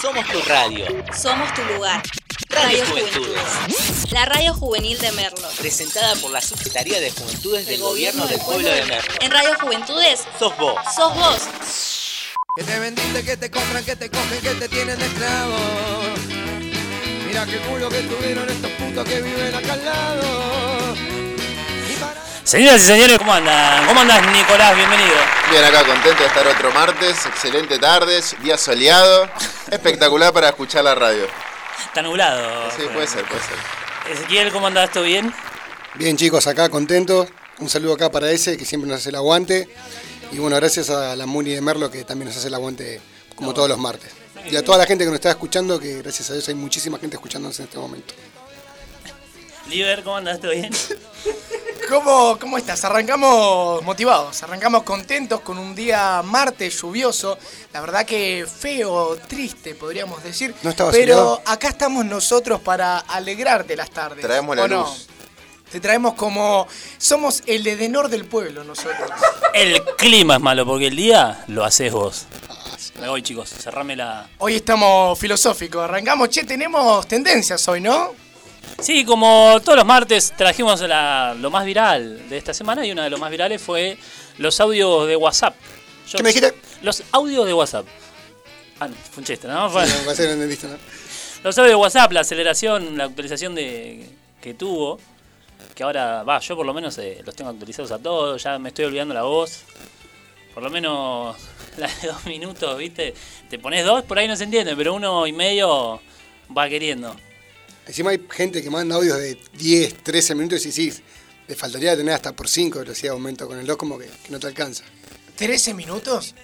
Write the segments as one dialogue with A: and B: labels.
A: Somos tu radio.
B: Somos tu lugar.
A: Radio
B: Radio
A: Juventudes.
B: Juventudes. La radio juvenil de Merlo.
A: Presentada por la Subsecretaría de Juventudes del Gobierno del Pueblo de Merlo.
B: En Radio Juventudes,
A: Sos vos.
B: sos vos.
C: Que te vendiste, que te compran, que te cogen, que te tienen de esclavo. Mira qué culo que tuvieron estos putos que viven acá al lado. Y para-
D: Señoras y señores, ¿cómo andan? ¿Cómo andas, Nicolás? Bienvenido.
E: Bien, acá contento de estar otro martes, excelente tardes, día soleado, espectacular para escuchar la radio.
D: Está nublado.
E: Sí, puede ser, puede ser.
D: Ezequiel, ¿cómo andás? ¿Todo bien?
F: Bien chicos, acá contentos. Un saludo acá para ese que siempre nos hace el aguante. Y bueno, gracias a la Muni de Merlo que también nos hace el aguante como todos los martes. Y a toda la gente que nos está escuchando, que gracias a Dios hay muchísima gente escuchándonos en este momento.
D: Liber, ¿cómo andás? ¿Todo bien?
G: ¿Cómo, ¿Cómo estás? Arrancamos motivados, arrancamos contentos con un día martes lluvioso, la verdad que feo, triste podríamos decir,
F: ¿No estaba
G: pero
F: soleado?
G: acá estamos nosotros para alegrarte las tardes.
E: Traemos la
G: ¿o no?
E: luz.
G: Te traemos como... Somos el edenor del pueblo nosotros.
D: El clima es malo porque el día lo haces vos. Me voy, chicos. Cerrame la.
G: Hoy estamos filosóficos, arrancamos, che, tenemos tendencias hoy, ¿no?
D: Sí, como todos los martes trajimos la- lo más viral de esta semana y uno de los más virales fue los audios de WhatsApp. Yo-
F: ¿Qué me dijiste?
D: Los audios de WhatsApp. Ah, no, fue un chiste, ¿no? Fue-
F: Bueno, parece que no entendiste, ¿no?
D: Los audios de WhatsApp, la aceleración, la actualización de, que tuvo, que ahora, va, yo por lo menos eh, los tengo actualizados a todos, ya me estoy olvidando la voz. Por lo menos la de dos minutos, ¿viste? Te pones dos, por ahí no se entiende, pero uno y medio va queriendo.
F: Encima hay gente que manda audios de 10, 13 minutos y sí, le faltaría tener hasta por 5 velocidad de aumento con el 2 como que, que no te alcanza.
G: 13 minutos.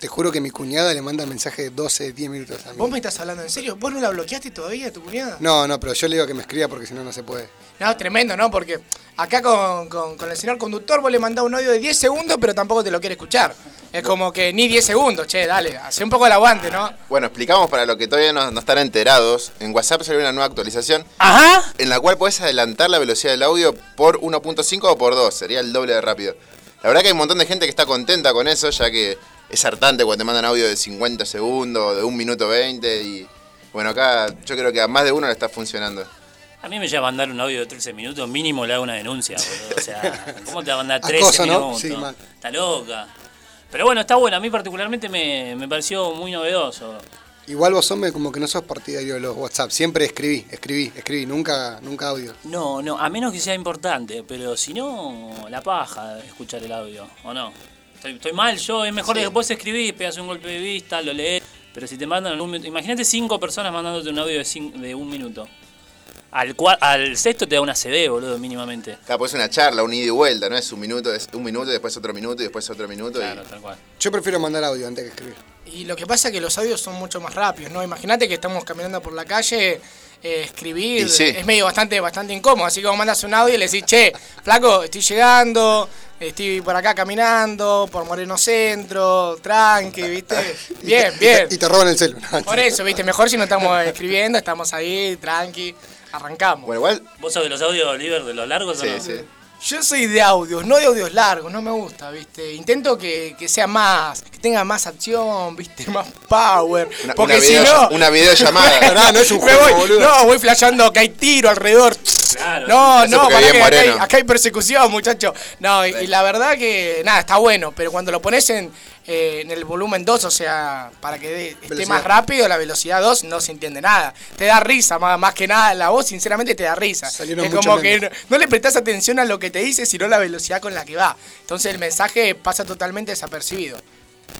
F: Te juro que mi cuñada le manda mensaje de 12, 10 minutos a mí.
G: ¿Vos me estás hablando en serio? ¿Vos no la bloqueaste todavía, a tu cuñada?
F: No, no, pero yo le digo que me escriba porque si no, no se puede.
G: No, tremendo, ¿no? Porque acá con, con- con el señor conductor vos le mandás un audio de 10 segundos, pero tampoco te lo quiere escuchar. Es como que ni 10 segundos, che, dale, hace un poco el aguante, ¿no?
E: Bueno, explicamos para los que todavía no, no están enterados. En WhatsApp salió una nueva actualización
D: ¡Ajá!
E: en la cual puedes adelantar la velocidad del audio por 1.5 o por 2, sería el doble de rápido. La verdad que hay un montón de gente que está contenta con eso, ya que es hartante cuando te mandan audio de 50 segundos, de 1 minuto 20 y... Bueno, acá yo creo que a más de uno le está funcionando.
D: A mí me llega a mandar un audio de 13 minutos, mínimo le hago una denuncia, boludo. O sea, ¿cómo te va a mandar 13
F: Acoso, ¿no?
D: minutos?
F: Sí, mal.
D: Está loca. Pero bueno, está bueno, a mí particularmente me, me pareció muy novedoso.
F: Igual vos, hombre, como que no sos partidario de los WhatsApp. Siempre escribí, escribí, escribí. Nunca, nunca audio.
D: No, no, a menos que sea importante, pero si no, la paja escuchar el audio, ¿o no? Estoy, estoy mal yo, es mejor que vos escribís, pegas un golpe de vista, lo lees, pero si te mandan algún minuto, imagínate cinco personas mandándote un audio de, cin- de un minuto. Al, cua- al sexto te da una CD, boludo, mínimamente.
E: Claro, pues es una charla, un ida y vuelta, ¿no? Es un minuto, es un minuto, después otro minuto y después otro minuto. y-
D: Claro, tal cual.
F: Yo prefiero mandar audio antes que escribir.
G: Y lo que pasa es que los audios son mucho más rápidos, ¿no? Imagínate que estamos caminando por la calle, eh, escribir
E: Y sí.
G: es medio bastante, bastante incómodo, así que vos mandas un audio y le decís, che, flaco, estoy llegando, estoy por acá caminando, por Moreno Centro, tranqui, ¿viste?
F: Y
G: Bien,
F: te-
G: bien.
F: Y te, y te roban el celular.
G: Por eso, viste, mejor si no estamos escribiendo, estamos ahí, tranqui, arrancamos.
E: Bueno, igual,
D: ¿Vos sos de los audios, Oliver, de los largos o
E: sí,
D: no?
E: sí.
G: Yo soy de audios, no de audios largos, no me gusta, viste. Intento que, que sea más, que tenga más acción, viste, más power.
E: Una,
G: porque
E: una
G: si
E: video-
G: no.
E: Una videollamada.
F: Pará, no es un
G: me
F: juego,
G: voy,
F: boludo.
G: No, voy flasheando que hay tiro alrededor.
D: Claro.
G: no,
E: Eso
G: no,
E: porque
G: pará
E: bien
G: que acá hay,
E: moreno.
G: acá hay persecución, muchacho. No, y, y la verdad que nada, está bueno, pero cuando lo pones en, eh, en el volumen 2, o sea, para que dé- esté
F: Velocidad.
G: más rápido, la velocidad 2 no se entiende nada. Te da risa, más, más que nada, la voz sinceramente te da risa.
F: Salieron
G: es
F: muchos
G: como que no,
F: memes.
G: no le prestas atención a lo que te dice, sino la velocidad con la que va. Entonces el mensaje pasa totalmente desapercibido.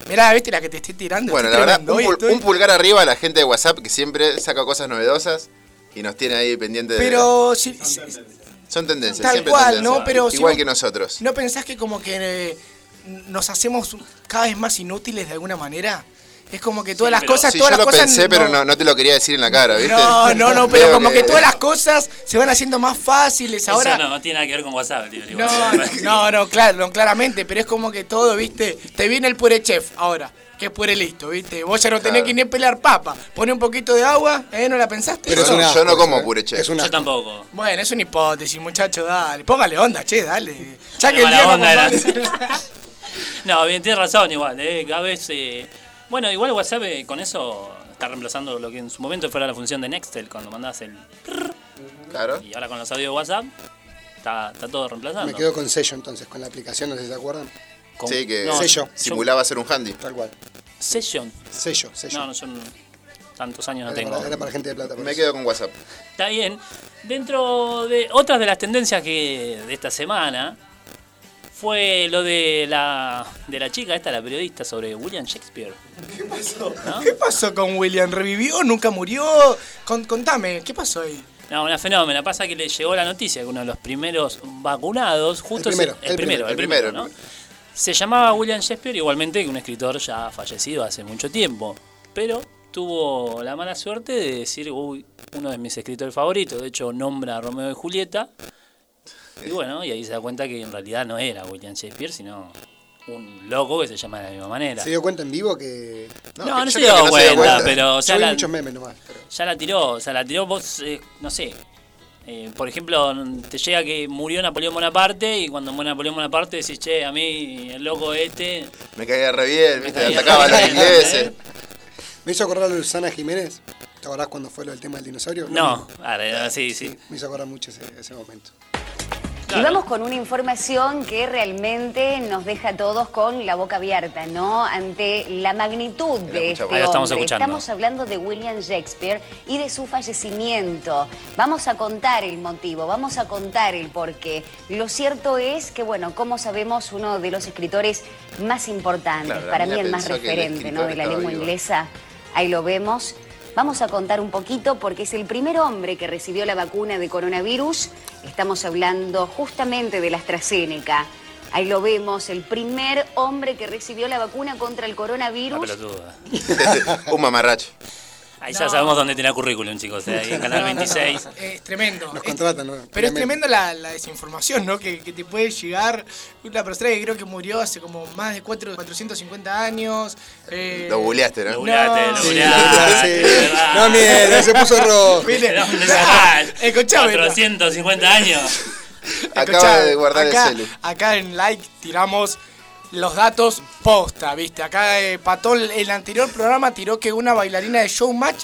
G: Mirá, viste la que te estoy tirando.
E: Bueno, la
G: estoy
E: verdad,
G: tremendo.
E: un,
G: Hoy
E: pul-
G: estoy-
E: un pulgar arriba a la gente de WhatsApp que siempre saca cosas novedosas y nos tiene ahí pendiente de.
G: Pero si- si-
E: Son tendencias,
G: Tal
E: siempre
G: cual,
E: tendencias.
G: ¿no? Pero si
E: Igual
G: vos-
E: que nosotros.
G: ¿No pensás que como que eh, nos hacemos cada vez más inútiles de alguna manera? Es como que todas las
D: pero-
G: cosas,
E: Sí,
G: todas
E: yo
G: las
E: lo
G: cosas.
E: pensé, pero no, no te lo quería decir en la cara, ¿viste?
G: No, no, no, pero
E: Veo
G: como que todas las cosas se van haciendo más fáciles
D: Eso
G: Pues ahora.
D: no, no tiene nada que ver con WhatsApp, Oliver. igual.
G: No, no, no, no, claro, no, claramente, pero es como que todo, viste, te viene el puré chef ahora, que es puré listo, viste, vos ya no tenés
E: Claro.
G: que ni pelar papa, pone un poquito de agua, ¿eh? ¿No la pensaste?
F: Pero es
E: Yo
F: un
E: no-
F: asco
E: yo no como
F: eso, ¿eh?
E: puré, che.
F: Es un
D: Yo
F: asco.
D: tampoco.
G: Bueno, es una hipótesis, muchacho, dale, póngale onda, che, dale. Ya que el
D: Mala
G: día no
D: onda era.
G: comparte-
D: No, bien, tienes razón igual, eh, cada vez... eh, bueno, igual WhatsApp eh, con eso está reemplazando lo que en su momento fuera la función de Nextel cuando mandabas el.
E: Claro.
D: Y ahora con los audios de WhatsApp está, está todo reemplazando.
F: Me quedo con sello entonces, con la aplicación, no sé si se acuerdan.
D: Con-
E: Sí, que
D: no,
F: sello.
D: yo-
E: simulaba ser un handy.
F: Tal cual.
D: Session.
F: Sello, sello.
D: No, no, yo no- tantos años no
F: era,
D: tengo.
F: para, era para gente de plata. por
E: Me
F: eso.
E: quedo con WhatsApp.
D: Está bien. Dentro de otras de las tendencias que de esta semana fue lo de la de la chica esta la periodista sobre William Shakespeare.
G: ¿Qué pasó con William? ¿Revivió? ¿Nunca murió? Con- contame, ¿qué pasó ahí?
D: No, una fenómena. Pasa que le llegó la noticia que uno de los primeros vacunados, justo
F: El primero,
D: se- el,
F: el primero,
D: primero, el
E: el
D: primero,
E: primero, el
D: ¿no? Se llamaba William Shakespeare, igualmente que un escritor ya fallecido hace mucho tiempo. Pero tuvo la mala suerte de decir, uy, uno de mis escritores favoritos. De hecho, nombra a Romeo y Julieta. Y bueno, y ahí se da cuenta que en realidad no era William Shakespeare, sino un loco que se llama de la misma manera.
F: ¿Se dio cuenta en vivo que.?
D: no,
E: que
D: no,
E: yo
D: se
E: creo
D: dio
E: que no se
D: cuenta,
E: dio cuenta.
D: pero o sea,
F: Yo vi
D: la-
F: muchos memes nomás. pero-
D: ya la tiró, o sea, la tiró vos, eh, no sé. Eh, por ejemplo, te llega que murió Napoleón Bonaparte y cuando muere Napoleón Bonaparte decís, che, a mí el loco este...
E: Me caía re bien, ¿viste?
D: caía
E: Atacaba a
D: re
E: los
D: bien,
E: ingleses.
D: ¿eh?
F: Me hizo acordar a Luzana Jiménez. ¿Te acordás cuando fue lo del tema del dinosaurio? Lo
D: No,
F: mismo.
D: ahora, sí, sí.
F: Me hizo acordar mucho ese, ese momento.
H: Y vamos con una información que realmente nos deja a todos con la boca abierta, ¿no? Ante la magnitud de este
E: escuchamos.
H: hombre.
D: Ahí lo estamos escuchando.
H: Estamos hablando de William Shakespeare y de su fallecimiento. Vamos a contar el motivo, vamos a contar el porqué. Lo cierto es que, bueno, como sabemos, uno de los escritores más importantes,
E: Claro, la
H: para mí
E: mina
H: el más
E: pensó que el
H: referente, ¿no?
E: escritor
H: De la
E: estaba
H: lengua
E: vivo.
H: inglesa inglesa. Ahí lo vemos. Vamos a contar un poquito porque es el primer hombre que recibió la vacuna de coronavirus. Estamos hablando justamente de la AstraZeneca. Ahí lo vemos, el primer hombre que recibió la vacuna contra el
D: La
H: coronavirus.
D: pelotuda.
E: un mamarracho.
D: Ahí ya sabemos dónde tiene currículum, chicos. eh, ahí en Canal 26.
G: Es tremendo. Es-
F: Nos contratan, ¿no?
G: Pero este es
F: Tremendo.
G: tremenda la, la desinformación, ¿no? Que, que te puede llegar una persona que creo que murió hace como más de cuatro- 450 años. eh,
E: Lo buleaste,
D: Lo
E: ¿no?
D: burlaste,
G: No.
D: lo
G: Sí,
D: burlaste,
F: sí.
D: de verdad.
F: No, mire, se puso rojo.
G: Viste,
D: No, no sacás.
G: Escuchame.
D: 450 años.
E: Acaba
G: Escuchá,
E: de guardar
G: acá,
E: el celu.
G: Acá en Like tiramos los datos posta, ¿viste? Acá eh, Patol, el anterior programa tiró que una bailarina de Showmatch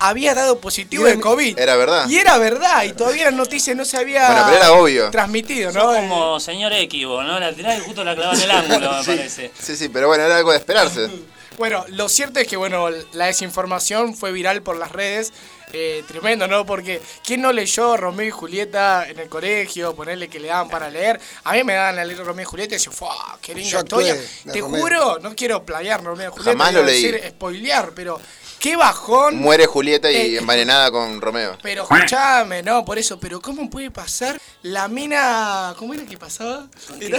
G: había dado positivo de COVID.
E: Era verdad.
G: Y era verdad, y todavía la noticia no se había
E: Bueno, pero era obvio.
G: transmitido,
D: No,
G: ¿no?
D: como señor Equivo, ¿no? La tirada y justo la clavaba en el ángulo, me parece.
E: Sí, sí, pero bueno, era algo de esperarse.
G: Bueno, lo cierto es que bueno, la desinformación fue viral por las redes. eh, tremendo, ¿no? Porque ¿quién no leyó Romeo y Julieta en el colegio? Ponerle que le daban para leer. A mí me daban a leer Romeo y Julieta y yo, ¡fua! ¡Qué linda
F: Yo actué
G: historia!
F: de
G: Te
F: Romeo.
G: juro, no quiero playar Romeo y Julieta.
E: Jamás
G: iba
E: lo
G: a
E: leí.
G: decir spoilear, pero qué bajón.
E: Muere Julieta y
G: Eh.
E: envenenada con Romeo.
G: Pero escuchame, no, por eso, pero ¿cómo puede pasar la mina. ¿Cómo era que pasaba? Era-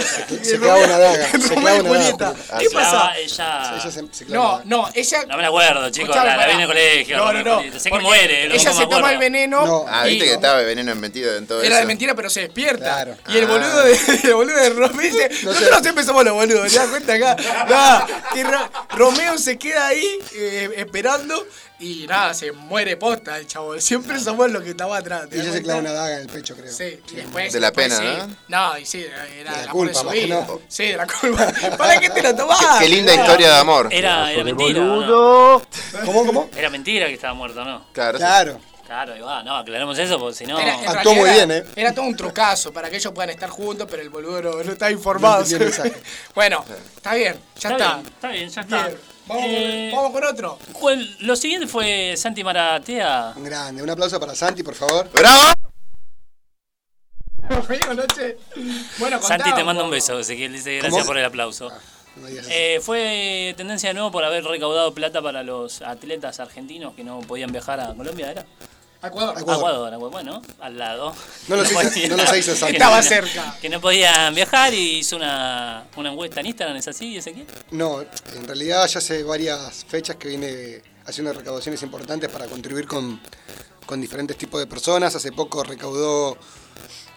F: Se clava una daga, se
G: Romeo
F: clava
G: y
F: una daga,
G: Julieta.
F: Julieta.
G: ¿Qué
D: Ah, Se
G: pasa?
D: daba Ella...
F: Ella se- se
G: No,
F: clavó.
G: no, ella.
D: No me la acuerdo, chicos.
G: Escuchame,
D: la, la vi en
G: pará.
D: el colegio.
G: No, no,
D: la vi en el
G: no.
D: colegio. Sé que
G: porque
D: muere. lo
G: Ella
D: único
G: se
D: que me
G: toma el
D: acuerdo.
G: veneno.
F: No.
E: Ah, viste
G: y
E: que estaba veneno metido en todo
G: Era de
E: eso.
G: mentira, pero se despierta.
F: Claro.
G: Y el
E: Ah.
G: boludo de, el boludo de Romeo dice: Nosotros siempre somos los boludos, ¿te das cuenta acá? Nada, que Ro- Romeo se queda ahí eh, esperando y nada, se muere posta el chabón. Siempre somos los que estamos atrás. ¿te
F: Y
G: das
F: ella se
G: cuenta?
F: clava una daga en el pecho, creo.
G: Sí, y después.
E: De la
G: después
E: pena,
G: sí. No, y sí, era
F: la
G: el amor de
F: culpa,
G: su
F: más
G: vida.
F: que no.
G: Sí, de la culpa. ¿Para qué te lo tomás?
E: Qué, qué linda
G: Mirá.
E: historia de amor.
D: Era, era mentira. ¿o no?
F: ¿Cómo, cómo?
D: Era mentira que estaba muerto, ¿no?
E: Claro. sí.
F: Claro.
D: Claro, ahí va, no, aclaremos eso porque si no.
G: Era- en realidad
F: Actuó muy
G: era-
F: bien, ¿eh?
G: Era todo un trucazo para que ellos puedan estar juntos, pero el boludo no, no está informado.
F: No entendió el mensaje.
G: bueno, está bien, ya está.
D: Bien, está bien, ya está.
G: Bien. Vamos,
D: Eh,
G: vamos con otro.
D: ¿cuál- lo siguiente fue Santi Maratea.
F: Un grande. Un aplauso para Santi, por favor.
E: ¡Bravo!
G: Amigo, no sé. Bueno, contá,
D: Santi te manda un
G: vos.
D: beso, así que dice gracias por el aplauso.
F: Ah, No digas eso.
D: Eh, fue tendencia de nuevo por haber recaudado plata para los atletas argentinos que no podían viajar a Colombia, ¿era?
G: A Ecuador.
F: Ecuador.
D: A Ecuador, a Ecuador, bueno, al lado.
F: No los hizo-
D: podían-
F: no los hizo Santi.
D: que
G: Estaba
D: no-
G: cerca.
D: Que no podían viajar y hizo una, una encuesta en Instagram, ¿es así, Ezequiel?
F: No, en realidad ya hace varias fechas que viene haciendo recaudaciones importantes para contribuir con, con diferentes tipos de personas. Hace poco recaudó,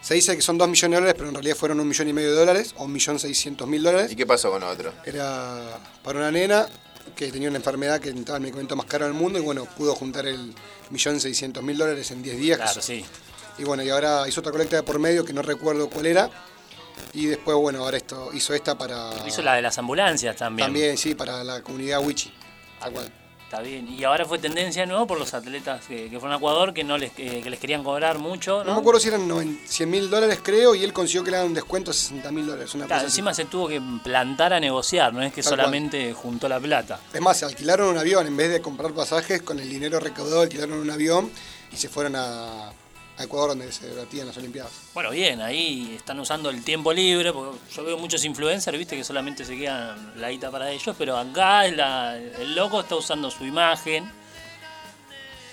F: se dice que son 2 millones de dólares, pero en realidad fueron un millón y medio de dólares o un millón seiscientos mil dólares.
E: ¿Y qué pasó con otro?
F: Era para una nena que tenía una enfermedad que entraba en el medicamento más caro del mundo y bueno, pudo juntar el millón seiscientos mil dólares en 10 días. que
D: Claro,
F: es-
D: sí.
F: y bueno, y ahora hizo otra colecta de por medio que no recuerdo cuál era. Y después, bueno, ahora esto, hizo esta para...
D: Hizo la de las ambulancias también. Ah,
F: También, sí, para la comunidad Wichi. Tal cual.
D: Está bien. Y ahora fue tendencia de nuevo por los atletas que, que fueron a Ecuador que no les, que, que les querían cobrar mucho.
F: No
D: ¿no?
F: me acuerdo si eran 90 100 mil dólares, creo, y él consiguió que le hagan un descuento de 60 mil dólares. Una
D: Claro,
F: cosa así.
D: encima se tuvo que plantar a negociar, no es que
F: Tal cual.
D: solamente juntó la plata.
F: Es más, se alquilaron un avión, en vez de comprar pasajes, con el dinero recaudado alquilaron un avión y se fueron a, a Ecuador donde se debatían las Olimpiadas.
D: Bueno, bien, ahí están usando el tiempo libre, porque yo veo muchos influencers, viste, que solamente se quedan la guita para ellos, pero acá es la- el loco está usando su imagen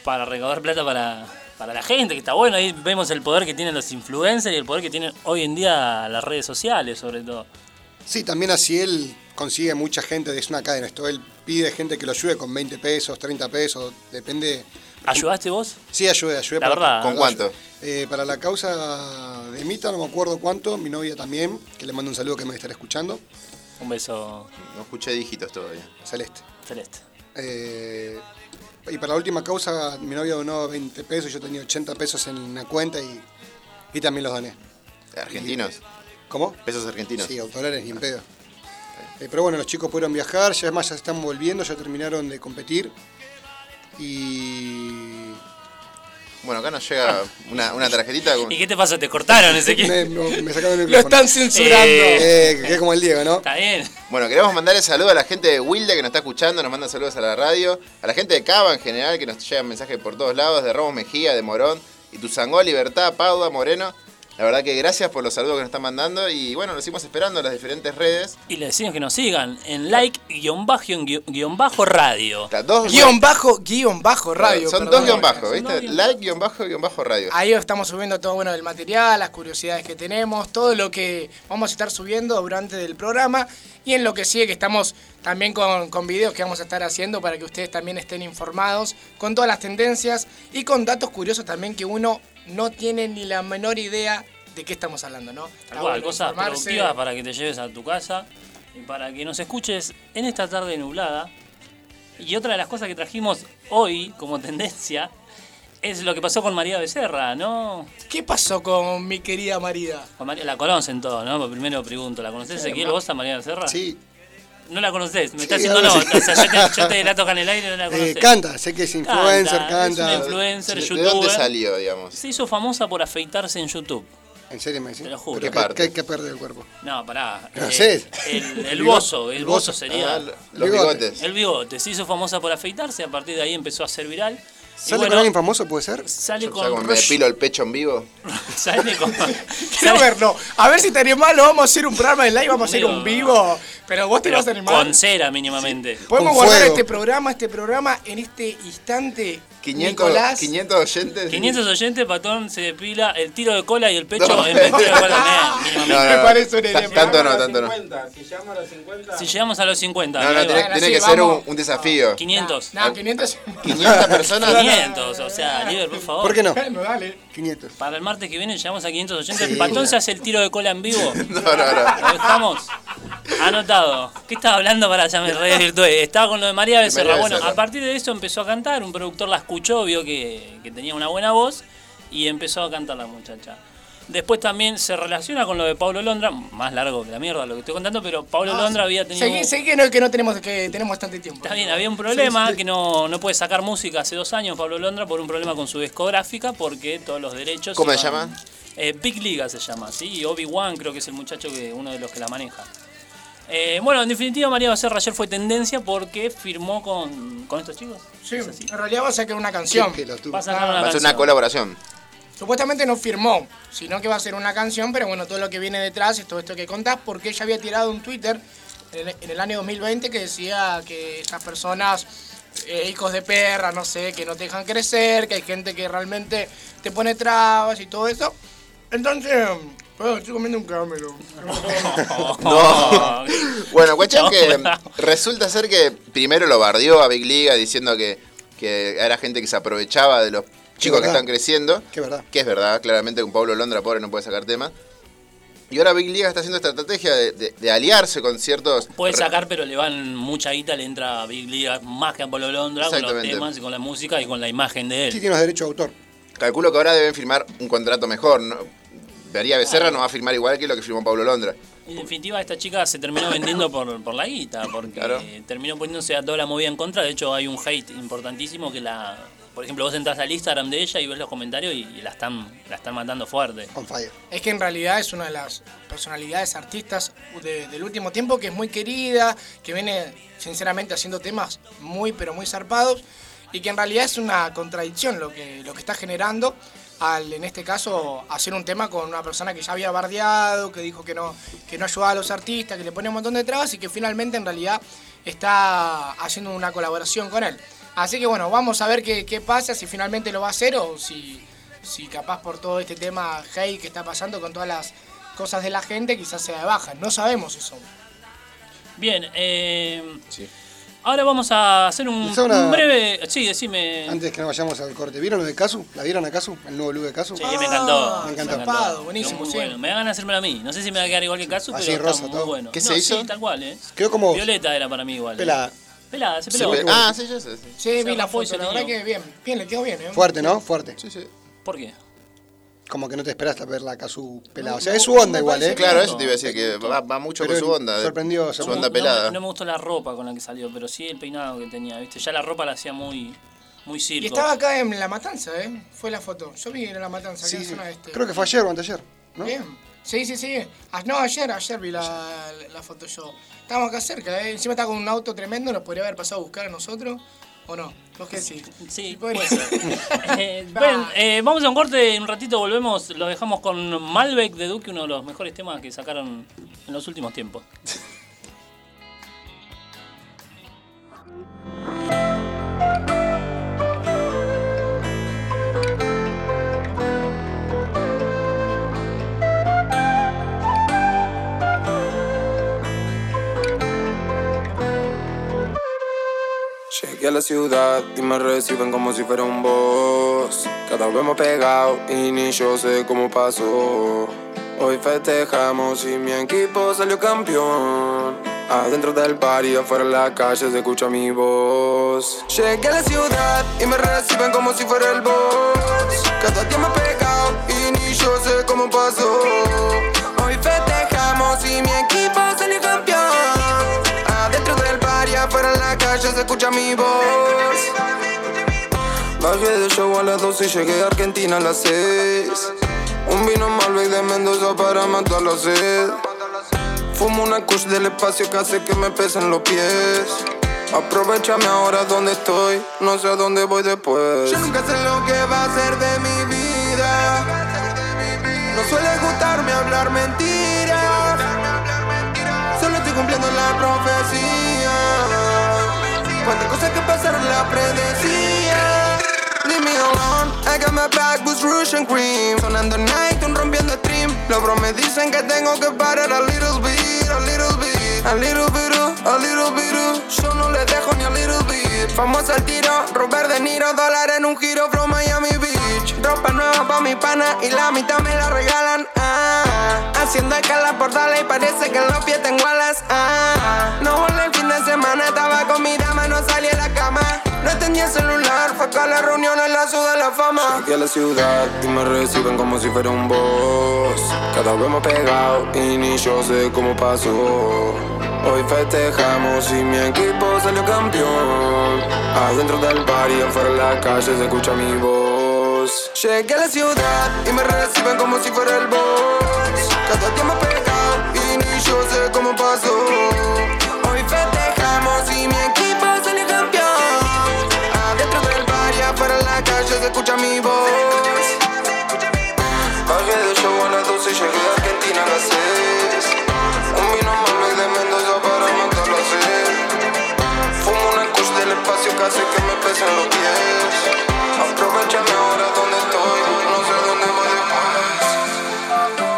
D: para recaudar plata para, para la gente, que está bueno, ahí vemos el poder que tienen los influencers y el poder que tienen hoy en día las redes sociales, sobre todo.
F: Sí, también así él consigue mucha gente, es una cadena esto, él pide gente que lo ayude con 20 pesos, 30 pesos, depende.
D: ¿Ayudaste vos?
F: Sí, ayude, ayude.
D: La verdad. ¿Con
E: cuánto?
F: Eh, para la causa de Mita, no me acuerdo cuánto, mi novia también, que le mando un saludo que me estará escuchando,
D: Un beso
E: No escuché dígitos todavía.
F: Celeste.
D: celeste.
F: Eh, y para la última causa, mi novia donó 20 pesos, yo tenía 80 pesos en una cuenta y, y también los doné.
E: ¿Argentinos?
F: ¿Cómo?
E: ¿Pesos argentinos?
F: Sí, autolares, ni en pedo. Eh, pero bueno, los chicos pudieron viajar, ya además ya se están volviendo, ya terminaron de competir. Y.
E: Bueno, acá nos llega una, una tarjetita. Con...
D: ¿Y qué te pasó? ¿Te cortaron ese
F: Me, me- me sacaron el
G: Lo
F: micrófono.
G: están censurando.
D: Eh.
F: Eh, que es como el Diego, ¿no?
D: Está bien.
E: Bueno, queremos mandarle saludos a la gente de Wilde que nos está escuchando, nos manda saludos a la radio, a la gente de Cava en general que nos llegan mensajes por todos lados, de Ramos Mejía, de Morón, y Tuzangó, Libertad, Paua, Moreno. La verdad que gracias por los saludos que nos están mandando y bueno, nos seguimos esperando en las diferentes redes.
D: Y les decimos que nos sigan en like-radio.
E: O sea, dos
G: Guión bajo, guión bajo radio.
E: Son
G: perdón.
E: dos guión bajo, ¿viste?
D: dos guión-
E: Like, guión bajo, guión bajo radio.
F: Ah.
G: Ahí estamos subiendo todo bueno del material, las curiosidades que tenemos, todo lo que vamos a estar subiendo durante el programa y en lo que sigue que estamos también con, con videos que vamos a estar haciendo para que ustedes también estén informados con todas las tendencias y con datos curiosos también que uno no tiene ni la menor idea de qué estamos hablando, ¿no? Está
D: Tal cual,
G: bueno
D: cosas
G: informarse.
D: productivas para que te lleves a tu casa y para que nos escuches en esta tarde nublada. Y otra de las cosas que trajimos hoy como tendencia es lo que pasó con María Becerra, ¿no?
G: ¿Qué pasó con mi querida María?
D: Con María- la conocen todos, ¿no? Pues Primero pregunto, ¿la conocés Ezequiel vos a María Becerra?
F: Sí,
D: No la conocés, me está
F: Sí,
D: haciendo no.
F: ahora sí.
D: O sea, yo te, yo te la toco en el aire, no la
F: eh,
D: conocés.
F: canta, sé que es influencer,
D: Canta, es
F: canta.
D: una influencer,
E: ¿De
D: youtuber.
E: dónde salió, digamos?
D: Se hizo famosa por afeitarse en YouTube.
F: En serio, me decís.
D: Te lo juro.
F: Pero
E: ¿Qué
F: que-
E: parte?
F: que hay que perder el cuerpo.
D: No, pará.
F: ¿Lo
D: eh,
F: haces?
D: El, el
F: El
D: bozo, el
F: el
D: bozo
F: bozo.
D: sería.
E: Ah, los
F: Bigote.
E: bigotes.
D: El bigote, se hizo famosa por afeitarse, a partir de ahí empezó a ser viral. Y
F: ¿Sale
D: bueno,
F: con alguien famoso, puede ser?
D: Sale
E: O sea, como
D: con
E: me
D: Rush-
E: depilo el pecho en vivo.
D: Sale con.
G: Quiero
D: sale-
G: verlo. A ver si te animás, lo vamos a hacer un programa de live, vamos a hacer
D: Digo,
G: un vivo. Pero vos te
D: pero
G: vas a animar.
D: con cera mínimamente.
G: Podemos
F: Con
G: guardar
F: fuego.
G: este programa, este programa en este instante.
E: 500,
G: Nicolás,
E: 500 oyentes.
D: 500 oyentes, Patón se depila el tiro de cola y el pecho
E: No.
D: en vez de tiro de cola. nada, mínimamente.
E: No, no,
G: Me
E: no.
G: parece una
E: Ta-
G: idea.
E: Tanto no, tanto no.
I: Si llamo a los 50.
D: Si llegamos a los 50,
E: No,
D: ahí
E: no,
D: va.
E: tiene,
G: Bueno,
E: tiene
G: sí,
E: que ser un,
G: vamos.
E: un desafío.
D: 500.
G: No, 500.
E: 500 personas.
D: 500, o sea, Liver, por favor.
F: ¿Por qué no?
G: Bueno, dale.
F: 500.
D: Para el martes que viene llegamos a 580. Patón se hace el tiro de cola en vivo.
E: No, no, no.
D: ¿Lo dejamos? Anotado. ¿Qué estaba hablando para ya me redesvirtué? Estaba con lo de María Becerra.
E: María
D: bueno,
E: Becerra.
D: a partir de eso empezó a cantar. Un productor la escuchó, vio que, que tenía una buena voz y empezó a cantar la muchacha. Después también se relaciona con lo de Pablo Londra, más largo que la mierda lo que estoy contando, pero Pablo
E: Ah,
D: Londra había tenido.
G: Seguí, seguí que no, que no tenemos, que tenemos bastante tiempo.
D: Está bien, había un problema que no, no puede sacar música hace dos años Pablo Londra por un problema con su discográfica porque todos los derechos.
E: ¿Cómo
D: iban-
E: se llama?
D: Eh, Big Liga se llama, sí. Y Obi-Wan creo que es el muchacho que uno de los que la maneja. Eh, bueno, en definitiva, María Becerra ayer fue tendencia porque firmó con, con estos chicos.
G: Sí,
D: ¿Es así?
G: en realidad va a sacar una canción.
F: Qué pelotudo.
D: Va a sacar una
E: Va a ser
D: canción.
E: una colaboración.
G: Supuestamente no firmó, sino que va a ser una canción, pero bueno, todo lo que viene detrás es todo esto que contás, porque ella había tirado un Twitter en el, en el año 2020 que decía que estas personas, eh, hijos de perra, no sé, que no te dejan crecer, que hay gente que realmente te pone trabas y todo eso. Entonces, bueno, estoy comiendo un caramelo.
E: No. Bueno, cuestión
D: Oh, No,
E: que
D: bueno.
E: resulta ser que primero lo bardeó a Big Liga diciendo que, que era gente que se aprovechaba de los chicos que
F: verdad.
E: están creciendo.
F: Qué verdad.
E: Que es verdad, claramente con Pablo Londra, pobre, no puede sacar tema. Y ahora Big Liga está haciendo esta estrategia de, de- de aliarse con ciertos...
D: Puede
E: re-
D: sacar, pero le van mucha guita, le entra a Big Liga más que a Pablo Londra con los
E: Exactamente.
D: temas y con la música y con la imagen de él.
F: Sí, tiene los derechos de autor.
E: Calculo que ahora deben firmar un contrato mejor, ¿no? Daría Becerra no va a firmar igual que lo que firmó Pablo Londra.
D: Y En definitiva, esta chica se terminó vendiendo por, por la guita, porque
E: Claro.
D: terminó poniéndose a toda la movida en contra. De hecho, hay un hate importantísimo que la. Por ejemplo, vos entras al Instagram de ella y ves los comentarios y, y la, están, la están matando fuerte.
F: On fire.
G: Es que en realidad es una de las personalidades artistas de- del último tiempo que es muy querida, que viene sinceramente haciendo temas muy pero muy zarpados y que en realidad es una contradicción lo que, lo que está generando al en este caso hacer un tema con una persona que ya había bardeado, que dijo que no, que no ayudaba a los artistas, que le pone un montón de trabas y que finalmente en realidad está haciendo una colaboración con él. Así que bueno, vamos a ver qué, qué pasa, si finalmente lo va a hacer o si si capaz por todo este tema hate que está pasando con todas las cosas de la gente, quizás sea de baja. No sabemos eso.
D: Bien, eh,
E: Sí.
D: ahora vamos a hacer un,
F: Les hago una-
D: un breve. Sí, decime.
F: Antes que nos vayamos al corte, ¿vieron lo de Casu? ¿La vieron a Casu? ¿El nuevo look de Casu?
D: Sí, me encantó.
F: me encantó.
G: Zarpado, buenísimo,
D: Muy
G: sí.
D: bueno. Me van a ganas de hacérmelo a mí. No sé si me va a quedar igual que Casu, pero
F: Así,
D: está
F: rosa,
D: muy
F: todo.
D: bueno.
E: ¿Qué
D: No,
E: se hizo?
D: Sí, tal cual, ¿eh?
F: Quedó como
D: Violeta era para mí igual. ¿eh?
F: pelada.
D: Pelada, se
E: Sí,
D: peló.
E: pe- ah, sí, yo sé. sí.
G: Sí,
D: Se
G: vi la
D: arrancó y
G: foto,
D: se
G: la verdad
D: tiró.
G: que bien, bien, le quedó bien, ¿eh?
F: Fuerte, ¿no? Fuerte.
E: Sí, sí.
D: ¿Por qué?
F: Como que no te esperaste a verla acá su pelada. O sea,
G: No,
F: es su onda
G: me
F: igual,
G: parece
F: ¿eh?
E: Claro, eso te iba a decir, que va, va mucho
F: Pero
E: con su onda. de-
F: sorprendió,
E: Su
F: sorprendió.
E: onda
D: No,
E: pelada.
D: No, me gustó la ropa con la que salió, pero sí el peinado que tenía, ¿viste? Ya la ropa la hacía muy, muy circo.
G: Y estaba acá en La Matanza, ¿eh? Fue la foto. Yo vi en La Matanza,
F: Sí,
G: acá en
F: sí.
G: zona este.
F: Creo que fue ayer o anteayer, ¿no?
G: Bien. Sí, sí, sí. Ah, No, ayer, ayer vi la, la foto yo. Estábamos acá cerca, ¿eh? Encima está con un auto tremendo, nos podría haber pasado a buscar a nosotros. ¿O no? ¿Vos qué decís?
D: Sí,
G: podría
D: puede
G: ser.
D: Eh, bueno, eh, vamos a un corte, en un ratito volvemos, lo dejamos con Malbec de Duque, uno de los mejores temas que sacaron en los últimos tiempos.
J: Llegué a la ciudad y me reciben como si fuera un boss. Cada vez más pegado y ni yo sé cómo pasó. Hoy festejamos y mi equipo salió campeón. Adentro del bar y afuera en la calle se escucha mi voz. Llegué a la ciudad y me reciben como si fuera el boss. Cada día más pegado y ni yo sé cómo pasó. Hoy festejamos y mi equipo salió campeón. Adentro del bar y afuera en la calle se escucha mi voz. Bajé de show a las 12 y llegué a Argentina a las 6. Un vino Malbec de Mendoza para matar la sed. Fumo una kush del espacio que hace que me pesen los pies. Aprovechame ahora donde estoy, no sé a dónde voy después. Yo nunca sé lo que va a ser de mi vida. No suele gustarme hablar mentiras. Solo estoy cumpliendo la profecía. Cuántas cosas que pasaron la predecía. Leave me alone, I got my back with rouge and cream. Sonando Nike, rompiendo stream. Los bros me dicen que tengo que parar a little bit, a little bit, a little bit, uh, a little bit. uh. Yo no le dejo ni a little bit. Famoso al tiro, Robert De Niro, dólar en un giro from Miami Beach. Ropa nueva pa' mi pana y la mitad me la regalan. Ah, haciendo escala por Dallas y parece que en los pies tengo alas. Ah, no volé el fin de semana, estaba con mi dama, no salí de la cama. No tenía celular, fue acá la reunión en la ciudad de la fama. Llegué a la ciudad y me reciben como si fuera un boss. Cada vez más pegado y ni yo sé cómo pasó. Hoy festejamos y mi equipo salió campeón. Adentro del bar y afuera en la calle se escucha mi voz. Llegué a la ciudad y me reciben como si fuera el boss. Cada día más pegado y ni yo sé cómo pasó. Hoy festejamos y mi equipo salió campeón. Adentro del bar y afuera en la calle se escucha mi voz. Bajé de show a las 12 y llegué a Argentina a las 6. Un vino Malbec de Mendoza para matar la sed. Fumo una kush del espacio que hace que me pesen los pies. Aprovechame ahora donde estoy, no sé dónde voy después.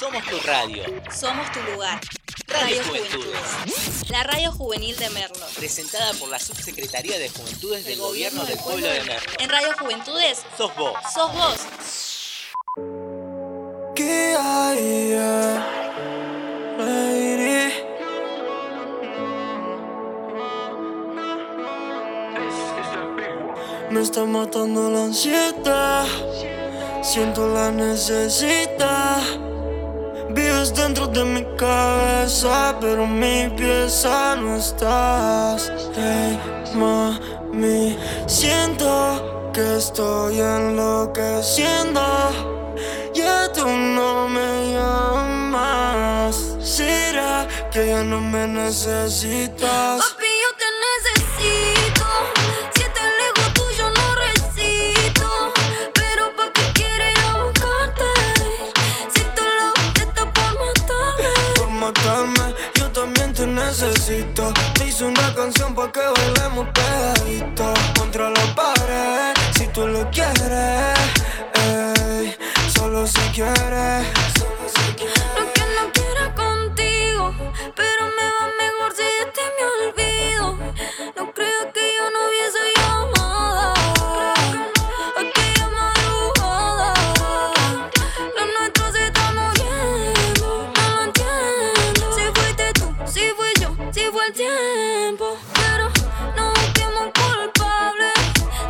A: Somos tu radio.
B: Somos tu lugar.
A: Radio
B: Radio
A: Juventudes.
B: Juventudes. La radio juvenil de Merlo.
A: Presentada por la Subsecretaría de Juventudes del Gobierno del Pueblo de Merlo.
B: En Radio Juventudes
A: Sos vos.
B: sos vos.
I: día me iré. Me está matando la ansiedad, siento la necesidad. Vives dentro de mi cabeza, pero en mi pieza no estás. Hey, mami, siento que estoy enloqueciendo. Ya tú no me llamas. ¿Será que ya no me necesitas?
K: Papi, yo te necesito. Siete lejos tuyo no recito. Pero pa' qué quieres ir a buscarte. Si tú lo estás por matarme.
I: por matarme. Yo también te necesito. Te hice una canción pa' que bailemos pegadito. Contra la pared, si tú lo quieres. ey, solo si quieres. Solo si quieres.
K: No que no quiera contigo, pero me va mejor si de ti me olvido. No creo que yo no hubiese llamada. Aquella madrugada, lo nuestro se está muriendo. No lo entiendo. Si fuiste tú, si fui yo, si fue el tiempo. Pero no busquemos culpables.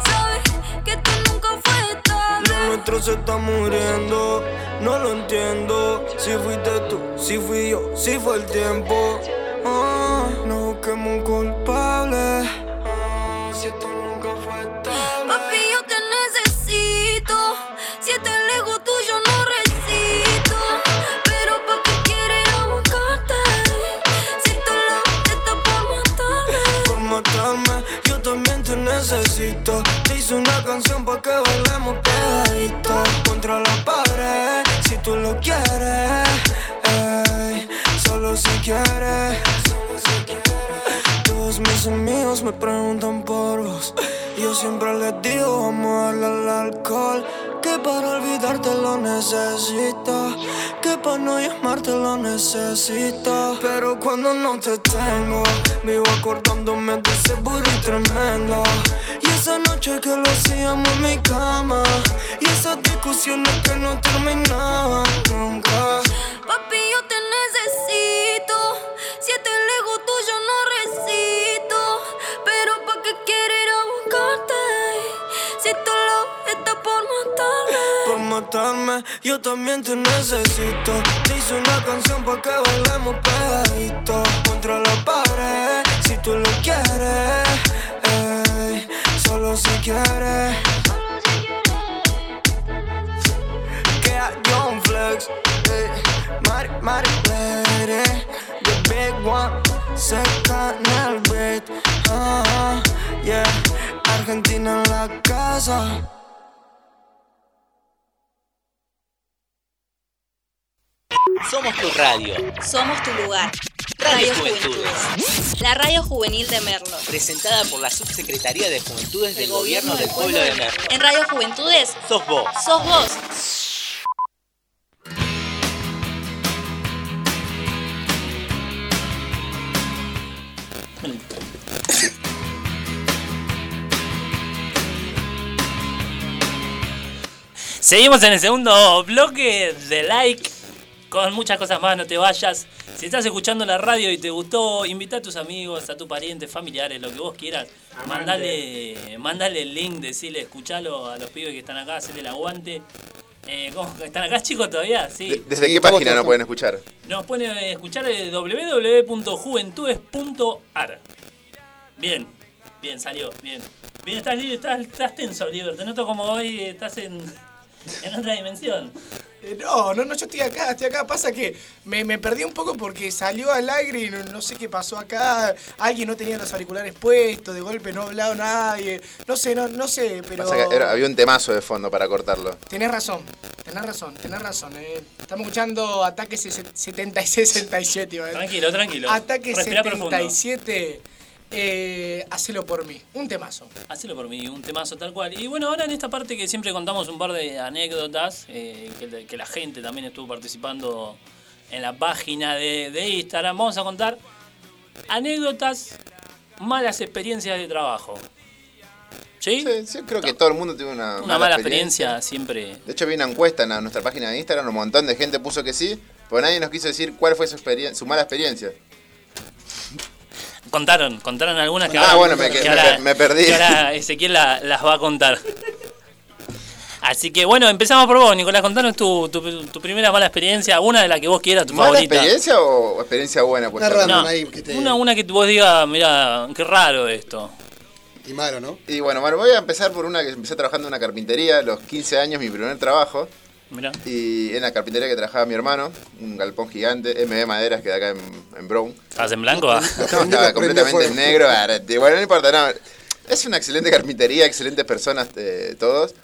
K: Sabes que esto nunca fue
I: Lo
K: estable.
I: nuestro se está muriendo, no lo entiendo. Si fuiste tú, si fui yo, si fue el tiempo. Ah, no busquemos un culpable. Ah, si esto nunca fue estable.
K: Papi, yo te necesito. Si estás lejos tuyo, no recito. Pero pa' qué quieres ir a buscarte. Si tú lo estás por matarme.
I: por matarme. Yo también te necesito. Te hice una canción pa' que bailemos pegadito. Contra la pared, si tú lo quieres. ey, solo si quieres. Todos mis amigos me preguntan por vos. Yo siempre les digo, vamos a darle al alcohol. Que para olvidarte lo necesito. Que para no llamarte lo necesito. Pero cuando no te tengo, vivo acordándome de ese burro tremendo. Y esa noche que lo hacíamos en mi cama. Y esas discusiones que no terminaban nunca.
K: Papi, yo te necesito. Si estás lejos tuyo, no recito. Pero pa' qué quieres ir a buscarte. Si tú lo estás por matarme.
I: por matarme. Yo también te necesito. Te hice una canción pa' que bailemos pegadito. Contra la pared, si tú lo quieres. ey, solo si quieres. Que hay un flex. ey, Mari, Mari, lady. The big one. Seca en el beat. ah, yeah. Argentina en la casa.
A: Somos tu radio.
B: Somos tu lugar.
A: Radio Juventudes.
B: La radio juvenil de Merlo.
A: Presentada por la Subsecretaría de Juventudes del Gobierno del Pueblo de Merlo.
B: En Radio Juventudes,
A: Sos vos.
B: sos vos.
D: Seguimos en el segundo bloque de like. Con muchas cosas más, no te vayas. Si estás escuchando la radio y te gustó, invita a tus amigos, a tus parientes, familiares, lo que vos quieras. Mandale, mandale el link, decirle, escuchalo a los pibes que están acá, hacerle el aguante. Eh, ¿cómo? ¿Están acá chicos todavía?
E: De-
D: Sí.
E: ¿Desde
F: Sí,
E: qué
F: estamos
E: página no
F: tratando.
E: pueden escuchar?
D: Nos pueden eh, escuchar en www.juventudes.ar. Bien, bien, salió, bien. Bien, estás, libre, estás, estás tenso, Oliver. Te noto como hoy eh, estás en, en otra dimensión.
G: Eh, No, no, no, yo estoy acá, estoy acá. Pasa que me, me perdí un poco porque salió al aire y no, no sé qué pasó acá. Alguien no tenía los auriculares puestos, de golpe no ha hablado nadie. No sé, no, no sé, pero.
E: Pasa que era- había un temazo de fondo para cortarlo.
G: Tenés razón, tenés razón, tenés razón. eh. Estamos escuchando Ataque 70 y 67, iba a decir.
D: Tranquilo, tranquilo.
G: Ataque
D: Respirá profundo.
G: 77. Eh, hacelo por mí. Un temazo.
D: Hacelo por mí, un temazo tal cual. Y bueno, ahora en esta parte que siempre contamos un par de anécdotas, eh, que, la- que la gente también estuvo participando en la página de, de Instagram, vamos a contar anécdotas, malas experiencias de trabajo. ¿Sí?
E: Sí, sí, creo que todo el mundo tiene una,
D: Una mala experiencia siempre.
E: De hecho, vi una encuesta en la- nuestra página de Instagram, un montón de gente puso que sí, pero nadie nos quiso decir cuál fue su, experien- su mala experiencia.
D: Contaron, contaron algunas que
E: Ah,
D: ahora.
E: bueno, me que- me per- me perdí.
D: que ahora Ezequiel la- las va a contar. Así que bueno, empezamos por vos, Nicolás. Contanos tu, tu, tu primera mala experiencia, una de las que vos quieras, tu
E: ¿Mala
D: favorita.
E: experiencia o experiencia buena? Pues,
F: Una
E: Sandra?
F: random
D: No,
F: ahí que te-
D: una, una que vos digas, mira, qué raro esto.
F: Y malo, ¿no?
E: Y bueno, Mar, voy a empezar por una que empecé trabajando en una carpintería, a los 15 años, mi primer trabajo.
D: Mirá.
E: Y en la carpintería que trabajaba mi hermano, un galpón gigante, M Maderas, que de acá en, en Brown.
D: ¿Estás en blanco? Ah.
E: No,
F: Prendí
E: estaba
F: la- prendí
E: completamente
F: fuego.
E: en negro. arete. Bueno, no importa, no. Es una excelente carpintería, excelentes personas eh, todos.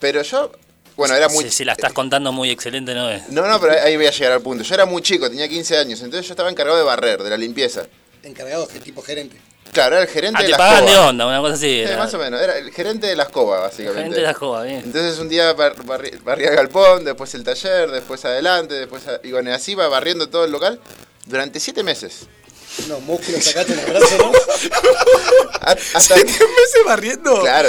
E: Pero yo, bueno, era muy...
D: Si, si la estás contando muy excelente, ¿no es?
E: No, no, pero ahí voy a llegar al punto. Yo era muy chico, tenía 15 años, entonces yo estaba encargado de barrer, de la limpieza.
F: Encargados, que tipo gerente.
E: Claro, era el gerente
D: Ah,
E: de
D: te
E: la
D: pagan de
E: escoba.
D: onda, una cosa así.
E: Sí,
D: era.
E: más o menos, era el gerente de la escoba, básicamente.
D: Gerente de la escoba, bien.
E: Entonces un día bar- barri- barría el galpón, después el taller, después adelante, después... a- Y bueno, así va barriendo todo el local durante siete meses.
F: No, músculos sacaste en el brazo, ¿no?
E: A- Hasta...
G: meses barriendo?
E: claro.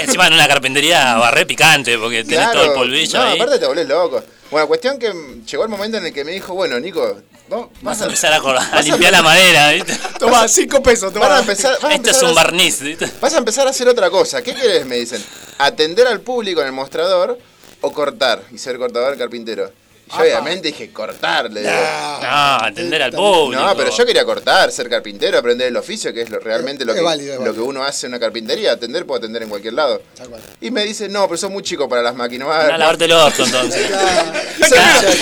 D: Encima en una carpintería barré picante, porque tenés
E: Claro.
D: todo el polvillo
E: No,
D: ahí.
E: aparte te volvés loco. Bueno, cuestión que mm, llegó el momento en el que me dijo, bueno, Nico, vamos,
D: Vas a empezar a, cor- a limpiar la madera, ¿viste?
G: Toma, cinco pesos,
E: van a
G: toma.
E: empezar... van a
D: Esto Este es
E: empezar
D: un
E: a-
D: barniz, ¿viste?
E: Vas a empezar a hacer otra cosa. ¿Qué querés? Me dicen. ¿Atender al público en el mostrador o cortar? Y ser cortador carpintero. Yo obviamente dije cortar, le digo.
D: No, atender al público.
E: No, pero yo quería cortar, ser carpintero, aprender el oficio, que es lo, realmente lo,
F: Es
E: que,
F: válido, es
E: lo
F: válido.
E: que uno hace en una carpintería. Atender puedo atender en cualquier lado.
F: Tal cual.
E: Y me dice, no, pero sos muy chico para las máquinas. Ah,
D: Andá a lavarte el orto, entonces.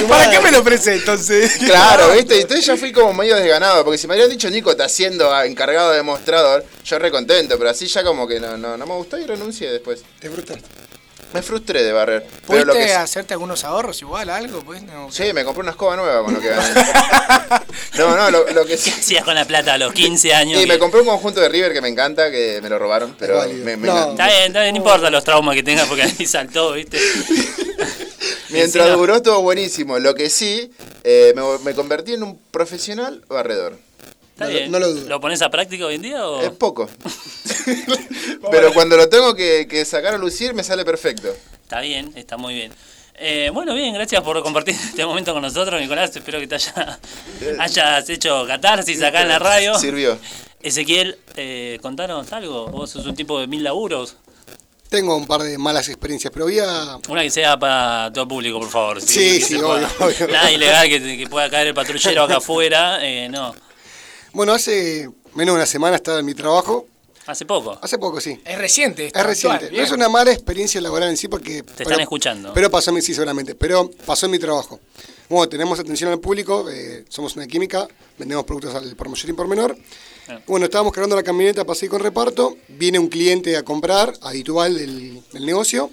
G: ¿Para qué me lo ofrece entonces?
E: Claro, ¿viste? Entonces yo fui como medio desganado, porque si me hubieran dicho Nico está siendo ah, encargado de mostrador, yo re contento, pero así ya como que no, no, no me gustó y renuncié después.
F: Te frustraste.
E: Me frustré de barrer. Pero lo que
G: ¿Pudiste hacerte algunos ahorros igual, algo? Pues no.
E: Sí, me compré una escoba nueva con lo que gané. No, no, lo, lo que sí.
D: Hacías con la plata a los 15 años.
E: Y me
D: que-
E: compré un conjunto de River que me encanta, que me lo robaron, pero
F: válido.
E: me- me-
F: No.
D: Está bien, está bien, no importa los traumas que tengas porque ahí saltó, ¿viste?
E: mientras
D: Encima-
E: duró estuvo buenísimo. Lo que sí, eh, me, me convertí en un profesional barredor.
D: Está
F: No lo-
D: bien.
F: no lo dudo. Eh.
D: ¿Lo pones a práctica hoy en día o...?
E: Es poco. pero cuando lo tengo que, que sacar a lucir, me sale perfecto.
D: Está bien, está muy bien. Eh, bueno, bien, gracias por compartir este momento con nosotros, Nicolás. Espero que te haya,
F: Eh.
D: hayas hecho catarsis Ah, acá en la
F: Este,
D: radio.
E: Sirvió.
D: Ezequiel, eh, contanos algo. Vos sos un tipo de mil laburos.
F: Tengo un par de malas experiencias, pero voy a.
D: Una que sea para todo público, por favor.
F: Sí, sí,
D: que se
F: obvio,
D: pueda.
F: obvio.
D: Nada ilegal que, que pueda caer el patrullero acá afuera. eh, no,
F: Bueno, hace menos de una semana estaba en mi trabajo.
D: hace poco.
F: Hace poco, sí.
G: Es reciente. esto,
F: Es reciente.
G: actual,
F: No
G: bien.
F: es una mala experiencia laboral en sí porque... Te
D: están escuchando.
F: Pero pasó, en mi- sí, seguramente. Pero pasó en mi trabajo. Bueno, tenemos atención al público, eh, somos una química, vendemos productos al por mayor y por menor.
D: Ah.
F: Bueno, estábamos cargando la camioneta para seguir con reparto. Viene un cliente a comprar, habitual del, del negocio.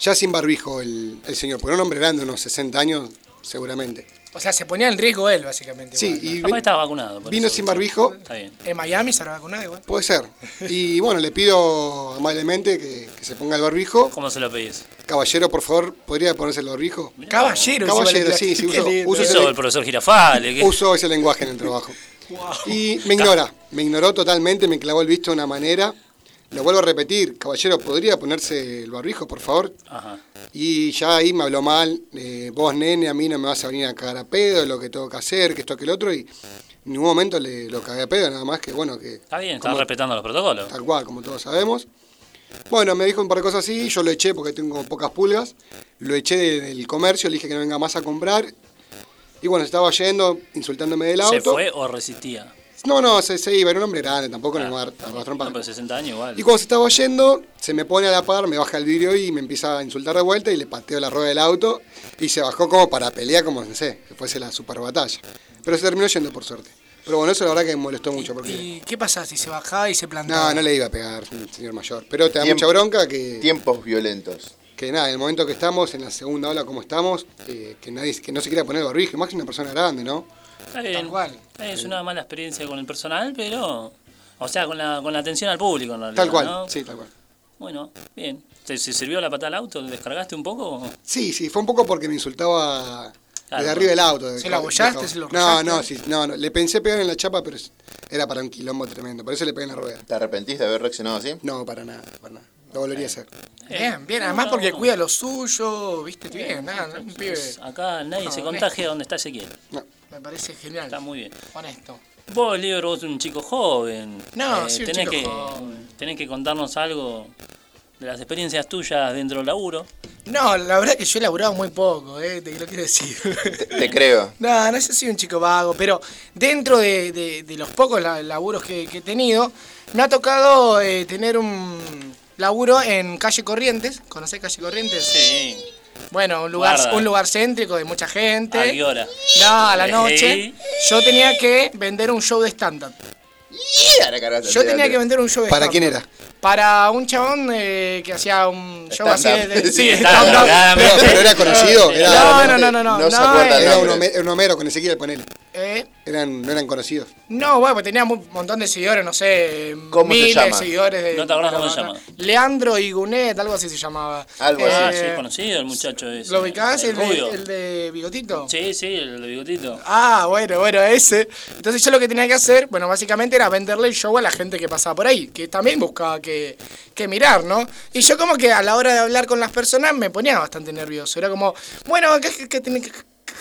F: Ya sin barbijo el, el señor, porque era un hombre grande, unos 60 años seguramente.
G: O sea, se ponía en riesgo él, básicamente.
F: Sí,
G: igual, ¿no?
F: y
D: Capaz
F: vi-
D: estaba vacunado. por
F: vino
D: eso.
F: sin barbijo.
D: Está bien.
G: En Miami se lo vacunaba igual.
F: Puede ser. Y bueno, le pido amablemente que, que se ponga el barbijo.
D: ¿Cómo se lo pedís?
F: Caballero, por favor, ¿podría ponerse el barbijo?
G: Caballero. encima
F: Caballero,
G: le-
F: sí, sí,
G: Qué
F: uso-
G: lindo.
F: uso-
D: Eso el profesor Girafale. que-
F: Uso ese lenguaje en el trabajo. Y me ignora, me ignoró totalmente, me clavó el visto de una manera. Lo vuelvo a repetir, caballero, ¿podría ponerse el barbijo, por favor?
D: Ajá.
F: Y ya ahí me habló mal, eh, vos nene, a mí no me vas a venir a cagar a pedo, lo que tengo que hacer, que esto, que el otro, y en ningún momento le lo cagué a pedo, nada más que bueno, que...
D: Está bien, estás
F: como-
D: respetando los protocolos.
F: Tal cual, como todos sabemos. Bueno, me dijo un par de cosas así, yo lo eché porque tengo pocas pulgas, lo eché de- del comercio, le dije que no venga más a comprar. Y bueno, se estaba yendo, insultándome del auto.
D: ¿Se fue o resistía?
F: No, no, se, se iba, era un hombre grande, tampoco en el mar, arrastró un
D: No,
F: par.
D: pero 60 años igual.
F: Y cuando se estaba yendo, se me pone a la par, me baja el vidrio y me empieza a insultar de vuelta y le pateo la rueda del auto y se bajó como para pelear, como no sé, que fuese la super batalla. Pero se terminó yendo por suerte. Pero bueno, eso la verdad que me molestó mucho porque...
G: ¿Y qué pasa si se bajaba y se plantaba?
F: No, no le iba a pegar, señor mayor. Pero te da
E: Tiempo-
F: mucha bronca que,
E: Tiempos violentos.
F: que nada, en el momento que estamos, en la segunda ola como estamos, eh, que nadie que no se quiera poner el barbijo, más que una persona grande, ¿no?
D: Está bien.
G: Tal cual.
D: Es una mala experiencia con el personal, pero. O sea, con la, con la atención al público, en realidad.
F: Tal cual,
D: ¿no?
F: sí, tal cual.
D: Bueno, bien. ¿Se, se sirvió la patada al auto? ¿Descargaste un poco?
F: Sí, sí, fue un poco porque me insultaba
D: Claro.
F: desde arriba del auto.
G: ¿Se
F: de-
G: lo abollaste?
F: de-
G: ¿Se lo
F: no,
G: rayaste?
F: no, sí, no, no, le pensé pegar en la chapa, pero es- era para un quilombo tremendo. Por eso le pegué en la rueda.
E: ¿Te arrepentís de haber reaccionado así?
F: No, para nada, para nada. Lo volvería a hacer.
G: Bien, bien. Además porque cuida lo suyo, viste, bien, nada, no es un pibe.
D: Pues Acá nadie se
G: Ah,
D: contagia donde está Ezequiel.
F: No.
G: Me parece genial.
D: Está muy bien.
G: Honesto.
D: Vos, Lior, vos un chico joven.
G: No, soy un
D: Eh,
G: chico
D: tenés que,
G: joven.
D: Tenés que contarnos algo de las experiencias tuyas dentro del laburo.
G: No, la verdad que yo he laburado muy poco, eh, te lo quiero decir.
E: Te creo.
G: No, no, yo soy un chico vago, pero dentro de, de- de los pocos la- laburos que, que he tenido, me ha tocado eh, tener un laburo en Calle Corrientes. ¿Conocés Calle Corrientes?
D: Sí.
G: Bueno, un lugar,
D: Guarda.
G: un lugar céntrico de mucha gente.
D: ¿A qué hora? Eh,
G: No, a la noche.
D: Ey.
G: Yo tenía que vender un show de stand-up.
E: Mira, la cara,
G: Yo tenía que vender un show de
F: ¿Para
G: stand-up.
F: quién era?
G: Para un chabón eh, que hacía un show así de...
E: Stand-up.
G: de-
E: Sí,
D: Está
G: stand-up.
F: Pero,
D: claramente.
F: pero era conocido. Era,
G: No, no,
E: Claramente
G: no, no, no.
E: no se
G: no,
E: acuerda
G: eh,
F: era
E: no,
F: un,
E: pero-
F: Homero, un Homero con Ezequiel, ponele.
G: eh,
F: Eran, no eran conocidos.
G: No, bueno, pues tenía un montón de seguidores, no sé,
E: ¿Cómo se
G: miles
E: llama?
G: de seguidores. De,
D: No te acordás cómo
G: no,
D: se
G: no.
D: llama.
G: Leandro Igunet, algo así se llamaba.
E: Algo así.
D: Ah,
G: Eh,
D: sí, conocido el muchacho ese.
G: ¿Lo ubicás? El, de-
D: rubio.
G: el de Bigotito.
D: Sí, sí, el de bigotito.
G: Ah, bueno, bueno, ese. Entonces yo lo que tenía que hacer, bueno, básicamente era venderle el show a la gente que pasaba por ahí, que también buscaba que, que mirar, ¿no? Y yo como que a la hora de hablar con las personas me ponía bastante nervioso. Era como, bueno, acá, acá tenés,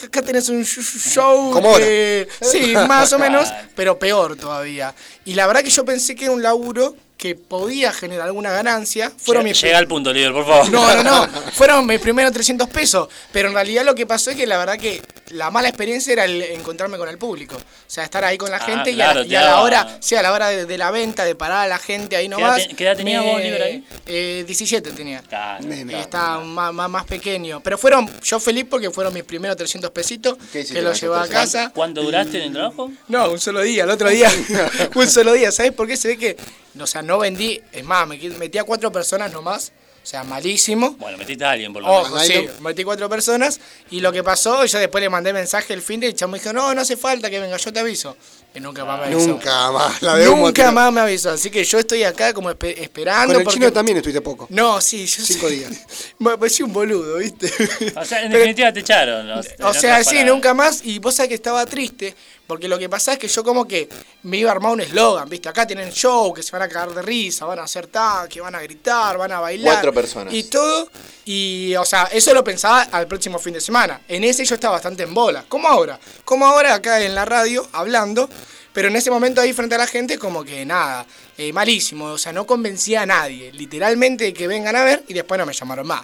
G: acá tenés un sh- sh- show...
F: Como
G: que- Sí, más o menos, pero peor todavía. Y la verdad que yo pensé que era un laburo que podía generar alguna ganancia. Fueron
D: Llega-
G: mis
D: Llega al punto, Lior, por favor.
G: no, no, no. Fueron mis primeros 300 pesos. Pero en realidad lo que pasó es que la verdad que la mala experiencia era el encontrarme con el público. O sea, estar ahí con la
D: Ah,
G: gente y a
D: claro,
G: la- y, a,
D: te
G: la
D: daba-
G: hora, sí, a la hora de, de la venta, de parar a la gente ahí
D: edad
G: nomás.
D: te- qué edad tenías
G: me-
D: vos, Libre, ahí?
G: Eh, 17 tenía.
D: Claro,
G: Y
D: claro.
G: estaba más, más, más pequeño. Pero fueron, yo feliz porque fueron mis primeros 300 pesitos
E: ¿Qué hiciste
G: que los
E: con esos
G: llevaba a
E: 300?
G: casa.
D: ¿Cuánto duraste en el trabajo?
G: No, un solo día, el otro día. un solo día, ¿sabes por qué? Se ve que, o sea, no vendí, es más, me qued- metí a cuatro personas nomás, o sea, malísimo.
D: Bueno, metiste a alguien por lo menos.
G: Ojo, sí, metí cuatro personas y lo que pasó, yo después le mandé mensaje el fin de y el chamo dijo, no, no hace falta que venga, yo te aviso. Y nunca más me avisó.
F: Nunca más. La de humo,
G: nunca
F: tío.
G: más me avisó, así que yo estoy acá como espe- esperando.
F: Con el
G: porque-
F: chino también estuviste poco.
G: No, sí, yo
F: Cinco
G: sí.
F: días.
G: Me parecí un boludo, ¿viste?
D: O sea, en
G: Pero-
D: definitiva te echaron. ¿no?
G: o
D: En otras
G: sea, sí,
D: palabras.
G: nunca más. Y vos sabés que estaba triste, porque lo que pasa es que yo como que me iba a armar un eslogan, ¿viste? Acá tienen show, que se van a cagar de risa, van a hacer tal, que van a gritar, van a bailar.
E: Cuatro personas.
G: Y todo. Y, o sea, eso lo pensaba al próximo fin de semana. En ese yo estaba bastante en bola. Como ahora. Como ahora acá en la radio, hablando. Pero en ese momento ahí frente a la gente, como que nada, eh, malísimo. O sea, no convencía a nadie. Literalmente de que vengan a ver y después no me llamaron más.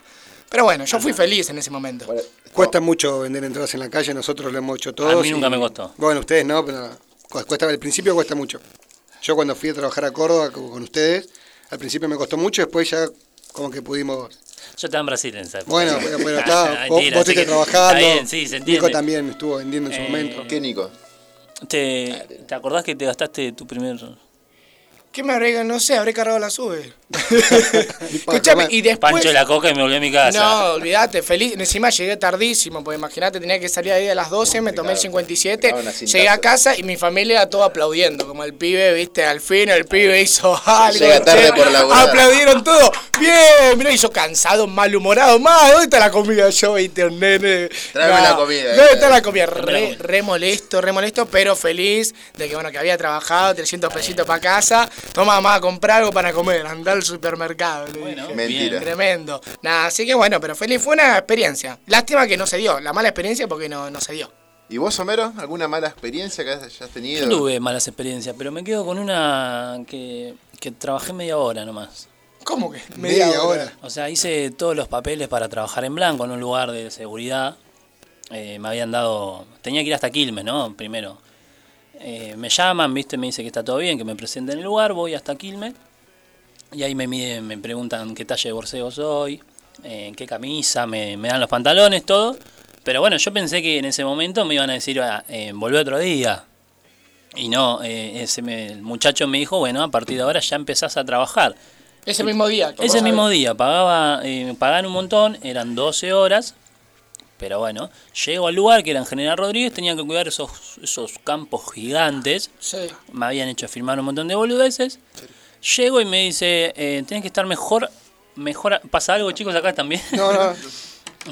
G: Pero bueno, yo fui feliz en ese momento.
F: Cuesta mucho vender entradas en la calle, nosotros lo hemos hecho todos.
D: mí nunca me costó.
F: Bueno, ustedes no, pero cu- cuesta, al principio cuesta mucho. Yo cuando fui a trabajar a Córdoba co- con ustedes, al principio me costó mucho, después ya como que pudimos...
D: Yo estaba en Brasil en esa época.
F: Bueno,
D: Sí.
F: pero, pero está,
D: Mentira,
F: vos, vos
D: así
F: estuviste
D: que-
F: trabajando,
D: Está bien, sí, se entiende. Eh,
F: Nico también estuvo vendiendo en su momento.
E: ¿Qué, Nico?
D: ¿Te, te acordás que te gastaste tu primer...
G: ¿Qué me habré No sé, habré cargado la sube.
F: para
G: Escuchame,
F: comer.
G: y después.
D: Pancho de la coca y me volví a mi casa.
G: No, olvídate, feliz. Encima llegué tardísimo, porque imagínate, tenía que salir ahí a las 12, me tomé el 57,
E: Te cago en la cinta.
G: llegué a casa y mi familia todo aplaudiendo, como el pibe, viste, al fin el pibe hizo algo.
E: Llega tarde
G: che.
E: por laburar.
G: Aplaudieron todo. Bien, mira, hizo cansado, malhumorado, más, ¿dónde está la comida? Yo, viste, un nene.
E: Tráeme
G: No,
E: la comida,
G: ¿Dónde
E: eh.
G: está la comida?
D: Tráeme la
G: Re,
D: comida.
G: re molesto, re molesto, pero feliz de que, bueno, que había trabajado, 300 pesitos para casa, toma, mamá, comprar algo para comer, andá al supermercado. le
D: Bueno,
G: dije.
E: Mentira.
G: Tremendo. Nada, así que bueno, pero feliz fue una experiencia. Lástima que no se dio, la mala experiencia porque no, no se dio.
E: ¿Y vos, Homero? ¿Alguna mala experiencia que hayas
D: Yo
E: tenido?
D: tuve malas experiencias, pero me quedo con una que, que trabajé media hora nomás.
G: ¿Cómo que?
F: Media hora.
D: O sea, hice todos los papeles para trabajar en blanco en un lugar de seguridad. Eh, me habían dado. Tenía que ir hasta Quilmes, ¿no? Primero. Eh, me llaman, ¿viste? Me dice que está todo bien, que me presenten el lugar. Voy hasta Quilmes. Y ahí me miden, me preguntan qué talla de borseo soy, eh, qué camisa, me, me dan los pantalones, todo. Pero bueno, yo pensé que en ese momento me iban a decir, "Ah, eh, volvé otro día. Y no, eh, ese me- el muchacho me dijo, bueno, a partir de ahora ya empezás a trabajar.
G: Ese mismo día. que
D: Ese
G: vos
D: mismo día pagaba, eh, pagaban un montón, eran 12 horas, pero bueno, llego al lugar que era en General Rodríguez, tenía que cuidar esos, esos campos gigantes,
G: sabés. Sí.
D: me habían hecho firmar un montón de boludeces, llego y me dice, eh, tenés que estar mejor, mejor, ¿pasa algo chicos acá también?
F: No, no,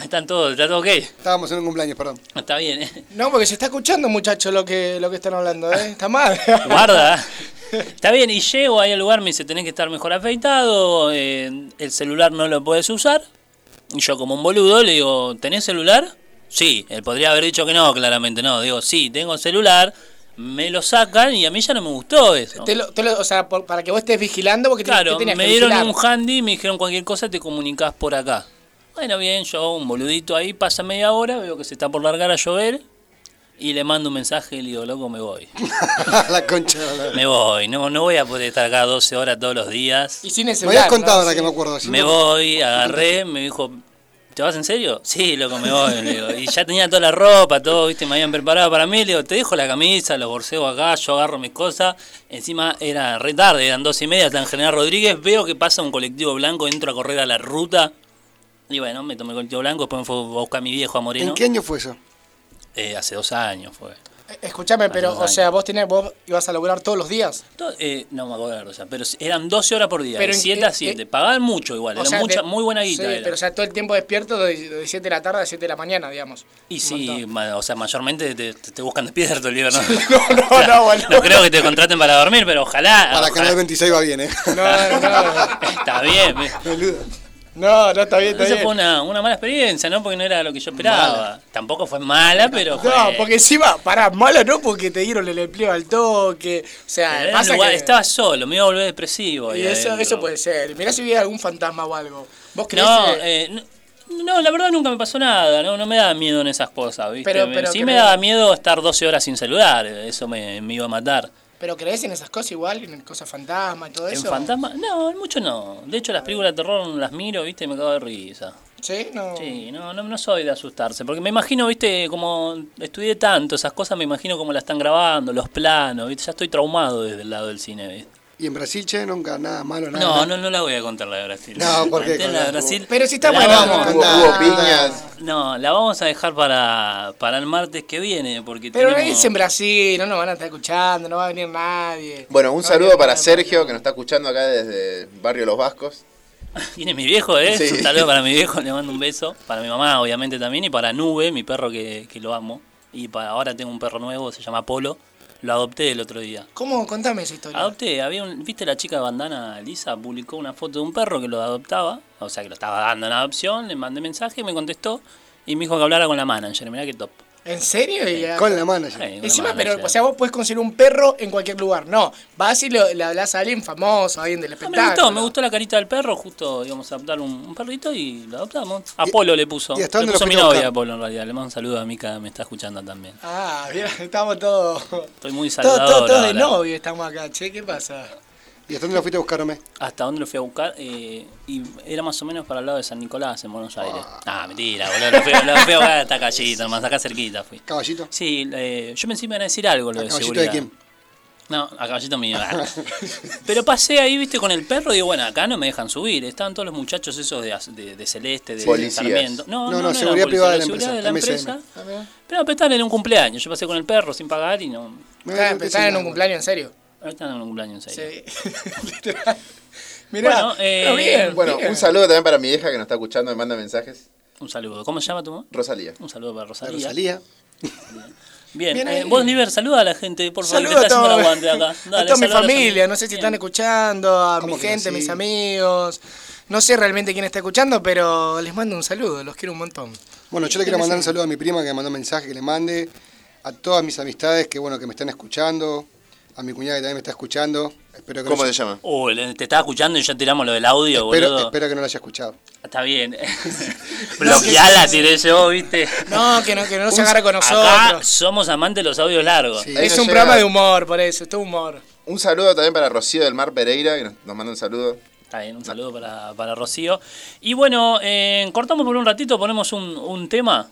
D: Están todos, está todo ok.
F: Estábamos en un cumpleaños, perdón.
D: Está bien, ¿eh?
G: No, porque se está escuchando, muchachos, lo que, lo que están hablando, ¿eh? Está mal.
D: Guarda. ¿eh? Está bien, y llego ahí al lugar, me dice, tenés que estar mejor afeitado, eh, el celular no lo puedes usar. Y yo como un boludo le digo, ¿tenés celular? Sí, él podría haber dicho que no, claramente no. Digo, sí, tengo celular, me lo sacan y a mí ya no me gustó eso.
G: Te lo- te lo- o sea, por- para que vos estés vigilando, porque tenés-
D: Claro,
G: te tenías
D: me
G: que
D: dieron
G: vigilar.
D: un handy, me dijeron cualquier cosa, te comunicás por acá. Bueno, bien, yo, un boludito ahí, pasa media hora, veo que se está por largar a llover y le mando un mensaje y le digo, loco, me voy.
F: la concha. de la-
D: Me voy, no, no voy a poder estar acá 12 horas todos los días.
G: Y sin el
F: Me habías
G: celular,
F: contado
G: ¿no?
F: ahora
G: Sí.
F: que me acuerdo. si
D: Me
F: no-
D: voy, agarré, me dijo, ¿te vas en serio? Sí, loco, me voy. le digo. Y ya tenía toda la ropa, todo, viste, me habían preparado para mí. Le digo, te dejo la camisa, los borseos acá, yo agarro mis cosas. Encima era re tarde, eran dos y media, estaba en General Rodríguez. Veo que pasa un colectivo blanco, entro a correr a la ruta. Y bueno, me tomé el colectivo blanco, después me fue a buscar a mi viejo a Moreno.
F: ¿En qué año fue eso?
D: Eh, hace dos años fue.
G: Eh, Escuchame, pero,
D: dos
G: o
D: años.
G: sea, vos tenés, vos ibas a laburar todos los días.
D: To- eh, no me acuerdo, o sea, pero eran 12 horas por día,
G: Pero
D: de
G: en
D: 7
G: qué-
D: a 7.
G: qué-
D: Pagaban mucho igual,
G: O
D: era
G: sea,
D: mucha,
G: de-
D: muy buena guita.
G: Sí,
D: era.
G: pero o sea, todo el tiempo despierto de, de 7 de la tarde a 7 de la mañana, digamos.
D: Y
G: Un
D: sí,
G: montón.
D: ma- o sea, mayormente te, te- te buscan despierto, Oliver, ¿no?
G: No, no,
D: Claro,
G: no, boludo.
D: no creo que te contraten para dormir, pero ojalá.
F: Para
D: ojalá-
F: Canal 26 va bien, ¿eh?
G: No, no, no.
D: Está bien. me-
F: Boludo.
G: No, no, está bien, está
D: Esa
G: bien.
D: fue una, una mala experiencia, ¿no? Porque no era lo que yo esperaba. Tampoco fue mala, pero.
G: No,
D: fue-
G: porque encima, pará, malo no, porque te dieron el empleo al toque. O sea,
D: Era un
G: pasa
D: lugar-
G: que-
D: Estaba solo, me iba a volver depresivo. eh, ahí
G: Y eso,
D: adentro.
G: eso puede ser. Mirá si hubiera algún fantasma o algo. ¿Vos crees
D: No,
G: que-
D: eh, no, no, la verdad nunca me pasó nada, no, no me daba miedo en esas cosas, ¿viste?
G: Pero-
D: Me-
G: pero
D: sí
G: creo-
D: me daba miedo estar 12 horas sin celular, eso me, me iba a matar.
G: ¿Pero crees en esas cosas igual? ¿En cosas fantasma y todo
D: ¿En
G: eso?
D: fantasma? No, en mucho no. De hecho, las películas de terror las miro, ¿viste? Y me cago de risa.
G: ¿Sí? No.
D: Sí, no, no, no soy de asustarse, porque me imagino, ¿viste? Como estudié tanto esas cosas, me imagino cómo las están grabando, los planos, ¿viste? Ya estoy traumado desde el lado del cine, ¿viste?
F: Y en Brasil, che, nunca nada malo, nada.
D: No,
F: nada.
D: no, no la voy a contar la de Brasil.
F: No, ¿por qué?
D: Conté la de Brasil.
G: Pero si está
D: La
G: bueno,
D: vamos-
E: Hubo,
G: anda.
E: hubo piñas.
D: No, la vamos a dejar para, para el martes que viene, porque
G: Pero
D: tenemos-
G: es en Brasil, no nos van a estar escuchando, no va a venir nadie.
E: Bueno, un
G: No,
E: saludo
G: no,
E: para
G: no,
E: Sergio,
G: no.
E: que nos está escuchando acá desde Barrio Los Vascos.
D: Tiene mi viejo, ¿eh?
E: Sí.
D: Un saludo para mi viejo, le mando un beso. Para mi mamá, obviamente, también. Y para Nube, mi perro que, que lo amo. Y para ahora tengo un perro nuevo, se llama Polo. Lo adopté el otro día.
G: ¿Cómo? Contame esa historia.
D: Adopté, había un, ¿viste la chica de bandana Lisa? Publicó una foto de un perro que lo adoptaba, o sea que lo estaba dando en adopción, le mandé mensaje, me contestó y me dijo que hablara con la manager, mirá qué top.
G: ¿En serio? Y-
F: Con la manager.
D: Eh, una
G: Encima, pero,
D: manager.
G: o sea, vos podés conseguir un perro en cualquier lugar. No, vas y lo- le hablas a alguien famoso, a alguien del
D: Ah,
G: espectáculo.
D: me gustó, me gustó la carita del perro, justo íbamos a adoptar un, un perrito y lo adoptamos. Ah, Apolo le puso.
F: y hasta dónde
D: le
F: lo
D: puso mi
F: fuiste a
D: novia
F: buscar?
D: Apolo en realidad. Le mando un saludo a Mica, me está escuchando también.
G: Ah, bien, estamos todos. Todos
D: Estoy muy
G: todos
D: saludador
G: todos de
D: ahora.
G: novio estamos acá, che, ¿qué pasa?
F: ¿Y hasta dónde lo fuiste a buscar, Ome?
D: hasta dónde lo fui a buscar eh, y era más o menos para el lado de San Nicolás en Buenos Aires. Ah, mentira, boludo, lo fui, lo fui a buscar hasta Callito, más acá cerquita fui.
F: Caballito.
D: Sí, eh, yo pensé que me iban a decir algo lo de
F: ¿Caballito
D: seguridad.
F: de quién?
D: No, a caballito mío. ah. Pero pasé ahí, viste, con el perro y digo, bueno, acá no me dejan subir. Estaban todos los muchachos esos de, az- de, de Celeste, de, de
E: Policías.
D: Sarmiento. No,
F: No,
D: no,
F: no,
D: no, era
F: seguridad
D: policía,
F: privada de
D: la
F: la
D: seguridad
F: empresa,
D: de la empresa. Pero, pero estaban en un cumpleaños. Yo pasé con el perro sin pagar y no...
F: Me
G: Está-
F: voy a
G: Están en un
F: nada.
G: cumpleaños en serio.
D: Ahora están en un cumpleaños en serio.
G: Sí. Literal. Mirá,
D: Bueno, eh,
G: pero bien,
E: Bueno,
G: bien.
E: un saludo también para mi vieja que nos está escuchando, me manda mensajes.
D: Un saludo. ¿Cómo se llama tu mamá?
E: Rosalía.
D: Un saludo para
F: La
D: Rosalía.
F: Rosalía.
D: Bien,
G: Bien
D: eh,
G: ahí.
D: vos, Niver, saluda a la gente, por favor,
G: Saludo
D: que
G: a,
D: está haciendo
G: todo-
D: el aguante acá.
G: a toda
D: Dale,
G: mi
D: saluda a la
G: familia,
D: gente.
G: no sé si
D: Bien.
G: están escuchando, a mi
F: ¿Cómo que no?
G: gente,
F: Sí.
G: mis amigos. No sé realmente quién está escuchando, pero les mando un saludo, los quiero un montón.
F: Bueno, yo le quiero mandar un saludo a mi prima que me mandó un mensaje que le mande, a todas mis amistades que bueno que me están escuchando, a mi cuñada que también me está escuchando. Espero que
E: ¿Cómo
F: no
E: se llama?
D: Uy, le- te estaba escuchando y ya tiramos lo del audio,
F: Espero,
D: boludo.
F: espero que no la haya escuchado.
D: Está bien. Bloqueala, tiré yo, viste.
G: No, que no, que no se agarre con
D: Acá
G: nosotros.
D: somos amantes de los audios largos.
F: Sí.
E: Ahí
G: Es
E: nos
G: un
E: llega
G: programa de humor, por eso, es todo humor.
E: Un saludo también para Rocío del Mar Pereira, que nos, nos manda un saludo.
D: Está bien, un saludo para, para Rocío. Y bueno, eh, cortamos por un ratito, ponemos un, un tema.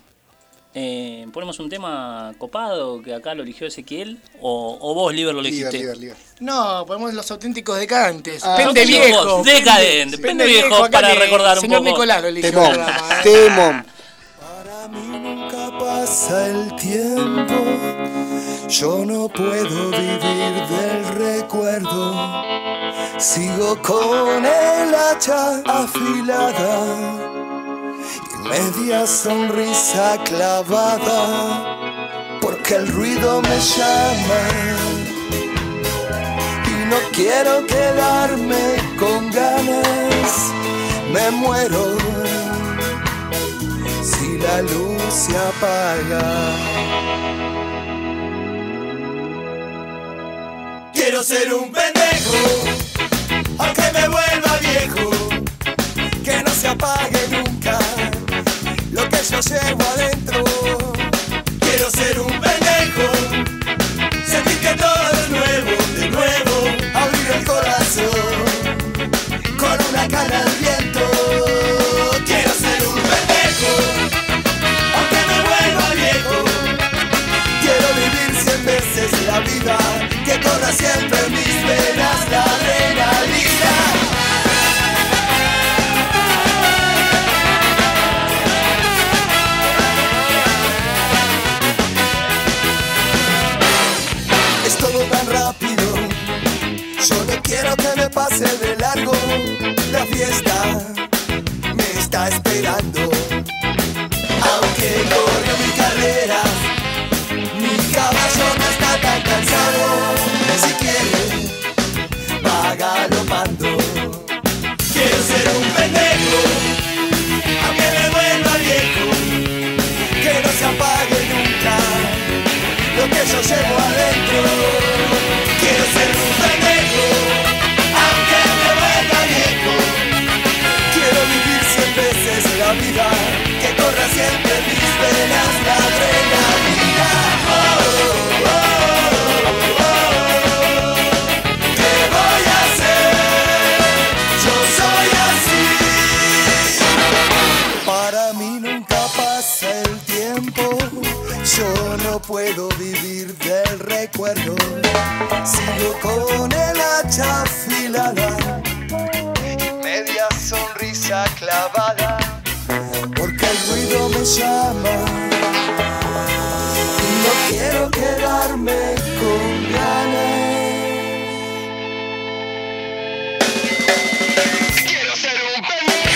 D: Eh, ponemos un tema copado que acá lo eligió Ezequiel. O, o vos, Liber, lo
F: Liber,
D: elegiste.
F: liber, liber.
G: No, ponemos los auténticos decantes.
F: Ah,
G: pende
D: Auténticos
G: viejo.
D: vos, decadente, pende viejo,
G: acá
D: para
G: que
D: recordar un
G: señor
D: poco.
G: Nicolás lo eligió el
F: Temón,
G: programa, eh.
F: temón.
I: Para mí nunca pasa el tiempo, yo no puedo vivir del recuerdo. Sigo con el hacha afilada y
C: media sonrisa clavada, porque el ruido me llama y no quiero quedarme con ganas, me muero si la luz se apaga. Quiero ser un pendejo, aunque me vuelva viejo, que no se apague nunca lo que yo llevo adentro. Quiero ser un pendejo, sentir que todo es nuevo, de nuevo, abrir el corazón con una cara al viento. Quiero ser un pendejo, aunque me vuelva viejo, Quiero vivir cien veces la vida Que corra siempre en mis venas la adrenalina Es todo tan rápido Yo no quiero que me pase de largo La fiesta me está esperando Aunque corrió mi carrera mi caballo no está tan cansado Si quiere, va galopando Quiero ser un pendejo Aunque me vuelva viejo Que no se apague nunca Lo que yo llevo adentro Quiero ser un pendejo Aunque me vuelva viejo Quiero vivir cien veces la vida Que corra siempre en mis venas la adrenalina ¿Qué voy a hacer? Yo soy así. Para mí nunca pasa el tiempo. Yo no puedo vivir del recuerdo. Sigo con el hacha afilada y media sonrisa clavada. Porque el ruido me llama. No quiero quedarme con ganas. Quiero ser un pendejo,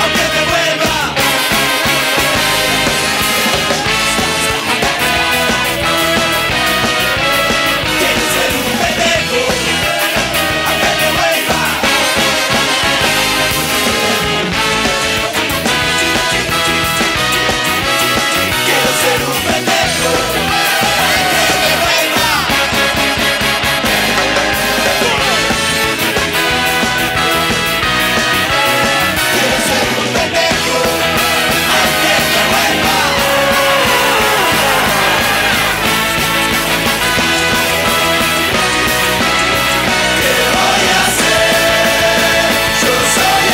C: aunque me vuelva. Quiero ser un pendejo, aunque me vuelva. Quiero ser un pendejo, aunque me vuelva. Quiero ser un pendejo, aunque me vuelva. ¿Qué voy a hacer? Yo soy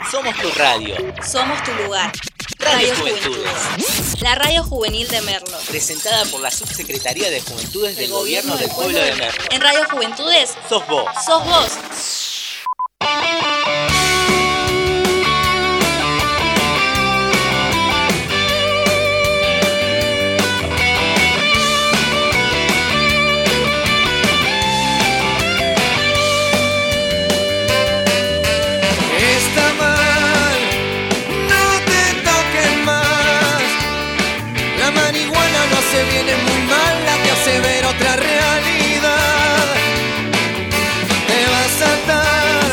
C: así.
A: Somos tu radio.
B: Somos tu lugar.
A: Radio
B: Radio
A: Juventudes.
B: Juventudes. La radio juvenil de Merlo.
A: Presentada por la Subsecretaría de Juventudes del Gobierno del Pueblo de Merlo.
B: En Radio Juventudes,
A: Sos vos.
B: sos vos.
L: Está mal, no te toques más. La marihuana no hace bien, es muy mala, te hace ver otra realidad. Te vas a atar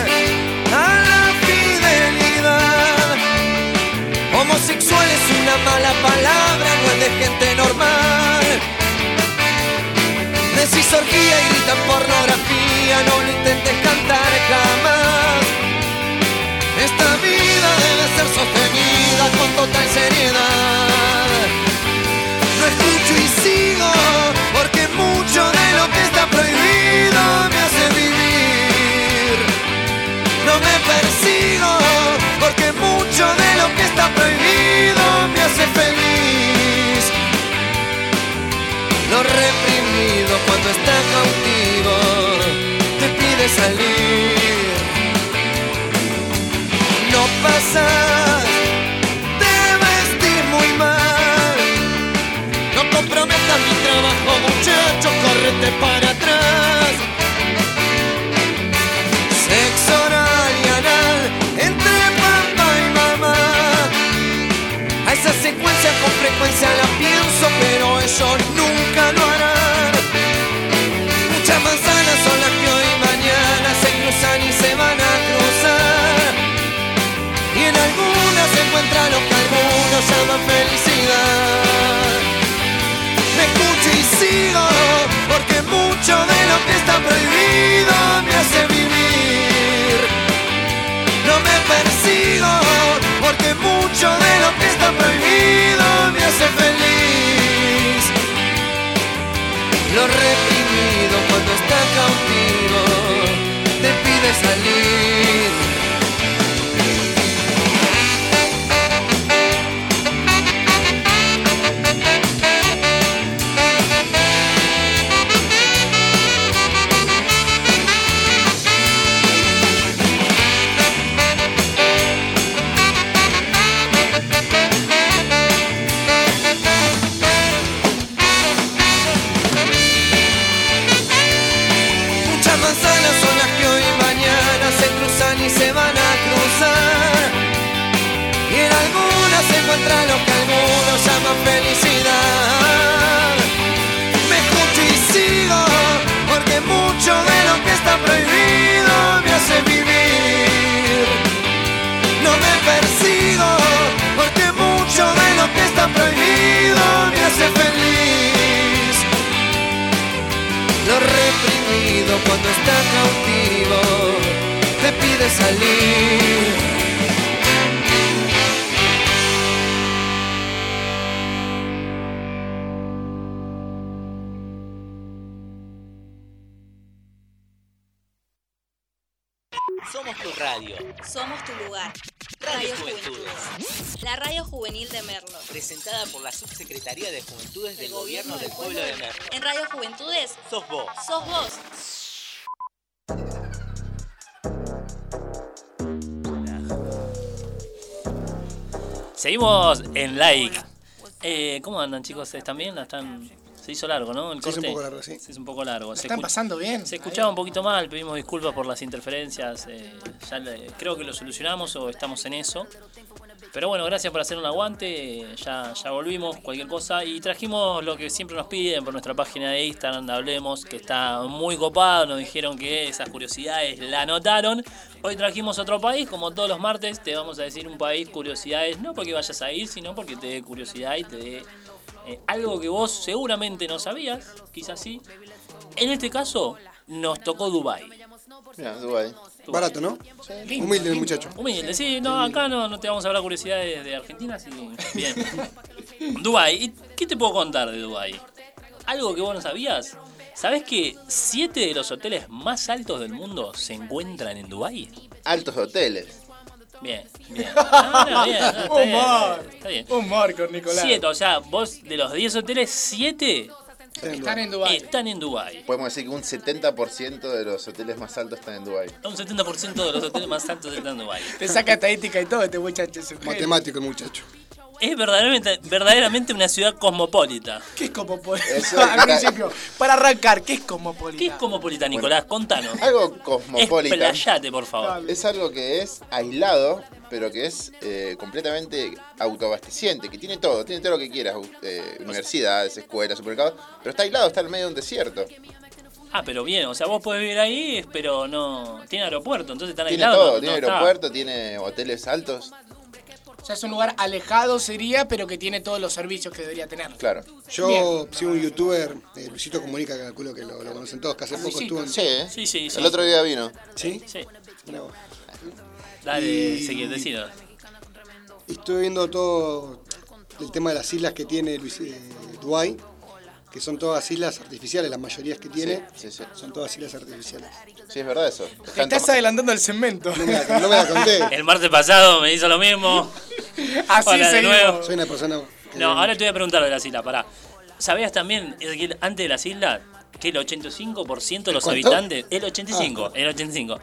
L: a la fidelidad. Homosexual es una mala palabra, no es de gente normal. Decís orgía y gritan pornografía, no lo intentes cantar jamás. Esta vida debe ser sostenida con total seriedad. No escucho y sigo, porque mucho de lo que está prohibido me hace vivir. No me persigo, porque mucho de lo que está prohibido me hace feliz. Lo reprimido cuando está cautivo
C: encuentra lo que algunos llaman felicidad. Me escucho y sigo, porque mucho de lo que está prohibido me hace vivir. No me persigo, porque mucho de lo que está prohibido me hace feliz. Lo reprimido cuando está cautivo te pide salir.
A: Somos tu radio.
B: Somos tu lugar.
A: Radio
B: Radio
A: Juventudes.
B: Juventudes. La radio juvenil de Merlo.
A: Presentada por la Subsecretaría de Juventudes del Gobierno del Pueblo de Merlo.
B: En Radio Juventudes,
A: Sos vos.
B: sos vos.
D: Seguimos en like. Eh, ¿Cómo andan chicos? ¿Están bien? ¿La ¿Están... Se hizo largo, ¿no? El
F: Se hizo
D: corte.
F: un poco largo, sí.
D: Se hizo un poco largo. Se
G: Están
D: escu-
G: pasando bien.
D: Se escuchaba un poquito mal, pedimos disculpas por las interferencias. eh, ya le- creo que lo solucionamos o estamos en eso. Pero bueno, gracias por hacer un aguante. eh, Ya, ya volvimos, cualquier cosa. Y trajimos lo que siempre nos piden por nuestra página de Instagram de Hablemos, que está muy copado. Nos dijeron que esas curiosidades la anotaron. Hoy trajimos otro país, como todos los martes, te vamos a decir un país, curiosidades, no porque vayas a ir, sino porque te dé curiosidad y te dé eh, algo que vos seguramente no sabías, quizás sí. En este caso, nos tocó Dubai.
E: Mira, Dubai.
F: Barato, ¿no?
G: Lindo,
F: Humilde el
G: lindo.
F: muchacho.
D: Humilde, sí, no, acá no, no te vamos a hablar curiosidades de Argentina, así que bien. Dubai, ¿y qué te puedo contar de Dubai? Algo que vos no sabías. ¿Sabés que siete de los hoteles más altos del mundo se encuentran en Dubai?
E: Altos hoteles.
D: Bien, bien. No, no, bien, no, está bien, está
G: Humor.
D: bien, está bien.
G: Humor con Nicolás.
D: Siete, o sea, vos de los 10 hoteles, siete
G: Están en Dubái.
D: están en Dubai.
E: Podemos decir que un 70% de los hoteles más altos están en Dubai.
D: Un 70% de los hoteles más altos están en Dubai.
G: Te saca estadística y todo este muchacho. es un genio.
F: Matemático el muchacho.
D: Es verdaderamente, verdaderamente una ciudad cosmopolita.
G: ¿Qué es
E: Eso,
G: cosmopolita? Al principio, para arrancar, ¿qué es cosmopolita?
D: ¿Qué es cosmopolita, Nicolás? Contanos.
E: Algo cosmopolita.
D: Explayate, por favor.
E: Es algo que es aislado, pero que es eh, completamente autoabasteciente, que tiene todo, tiene todo lo que quieras, u- eh, universidades, escuelas, supermercados, pero está aislado, está en medio de un desierto.
D: Ah, pero bien, o sea, vos podés vivir ahí, pero no. Tiene aeropuerto, entonces están
E: Tiene
D: aislados.
E: todo,
D: no-
E: tiene
D: no está.
E: aeropuerto, tiene hoteles altos,
G: O sea, es un lugar alejado sería, pero que tiene todos los servicios que debería tener.
E: claro.
F: Yo sigo un youtuber, eh, Luisito Comunica, que calculo que lo, lo conocen todos, que hace poco
G: Luisito.
F: estuvo en...
E: Sí, ¿eh?
D: Sí, sí, sí.
E: El otro día vino.
F: ¿Sí?
D: Sí.
F: Mirá vos.
D: Dale, Ezequiel, decinos.
F: Y Estuve viendo todo el tema de las islas que tiene Luis, eh, Dubái, que son todas islas artificiales, las mayorías que tiene
E: Sí, sí,
F: son todas islas artificiales.
E: sí, es verdad eso.
G: Te
E: Están
G: estás
E: toma-
G: adelantando el cemento.
F: No me la, no me la conté,
D: El martes pasado me hizo lo mismo.
G: Así
D: Hola, de
G: seguimos.
D: nuevo.
F: soy una persona... que-
D: No, ahora te voy a preguntar de las islas, pará. ¿Sabías también, Ezequiel, antes de las islas, que el 85% de los
F: ¿Cuánto? Ah.
D: habitantes, el 85, el 85,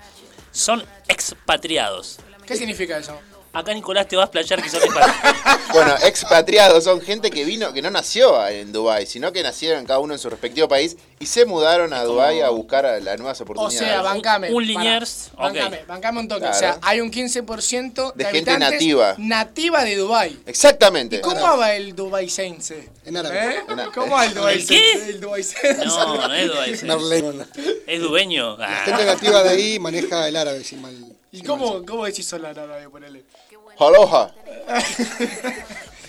D: son expatriados?
G: ¿Qué significa eso?
D: Acá Nicolás te va a explayar que son expatriados.
E: Bueno, expatriados son gente que vino, que no nació en Dubai, sino que nacieron cada uno en su respectivo país y se mudaron a Dubai a buscar a las nuevas
G: O
E: oportunidades.
G: sea, bancame.
D: Un
G: pará.
D: Liniers, ok.
G: Bancame, bancame un toque. O
E: Claro.
G: sea, hay un 15% de,
E: De gente
G: habitantes
E: nativa.
G: Nativa de Dubái.
E: Exactamente.
G: ¿Cómo va el dubaisense?
F: En árabe.
G: ¿Eh?
E: En árabe.
G: ¿Cómo va el dubaisense?
D: ¿El qué?
G: El dubaisense.
D: No, no es dueño.
F: Merlén.
D: Es dueño. Ah.
F: La gente nativa de ahí maneja el árabe, sin mal...
G: ¿Y cómo, cómo decís hola en árabe? Ponele.
E: Aloha.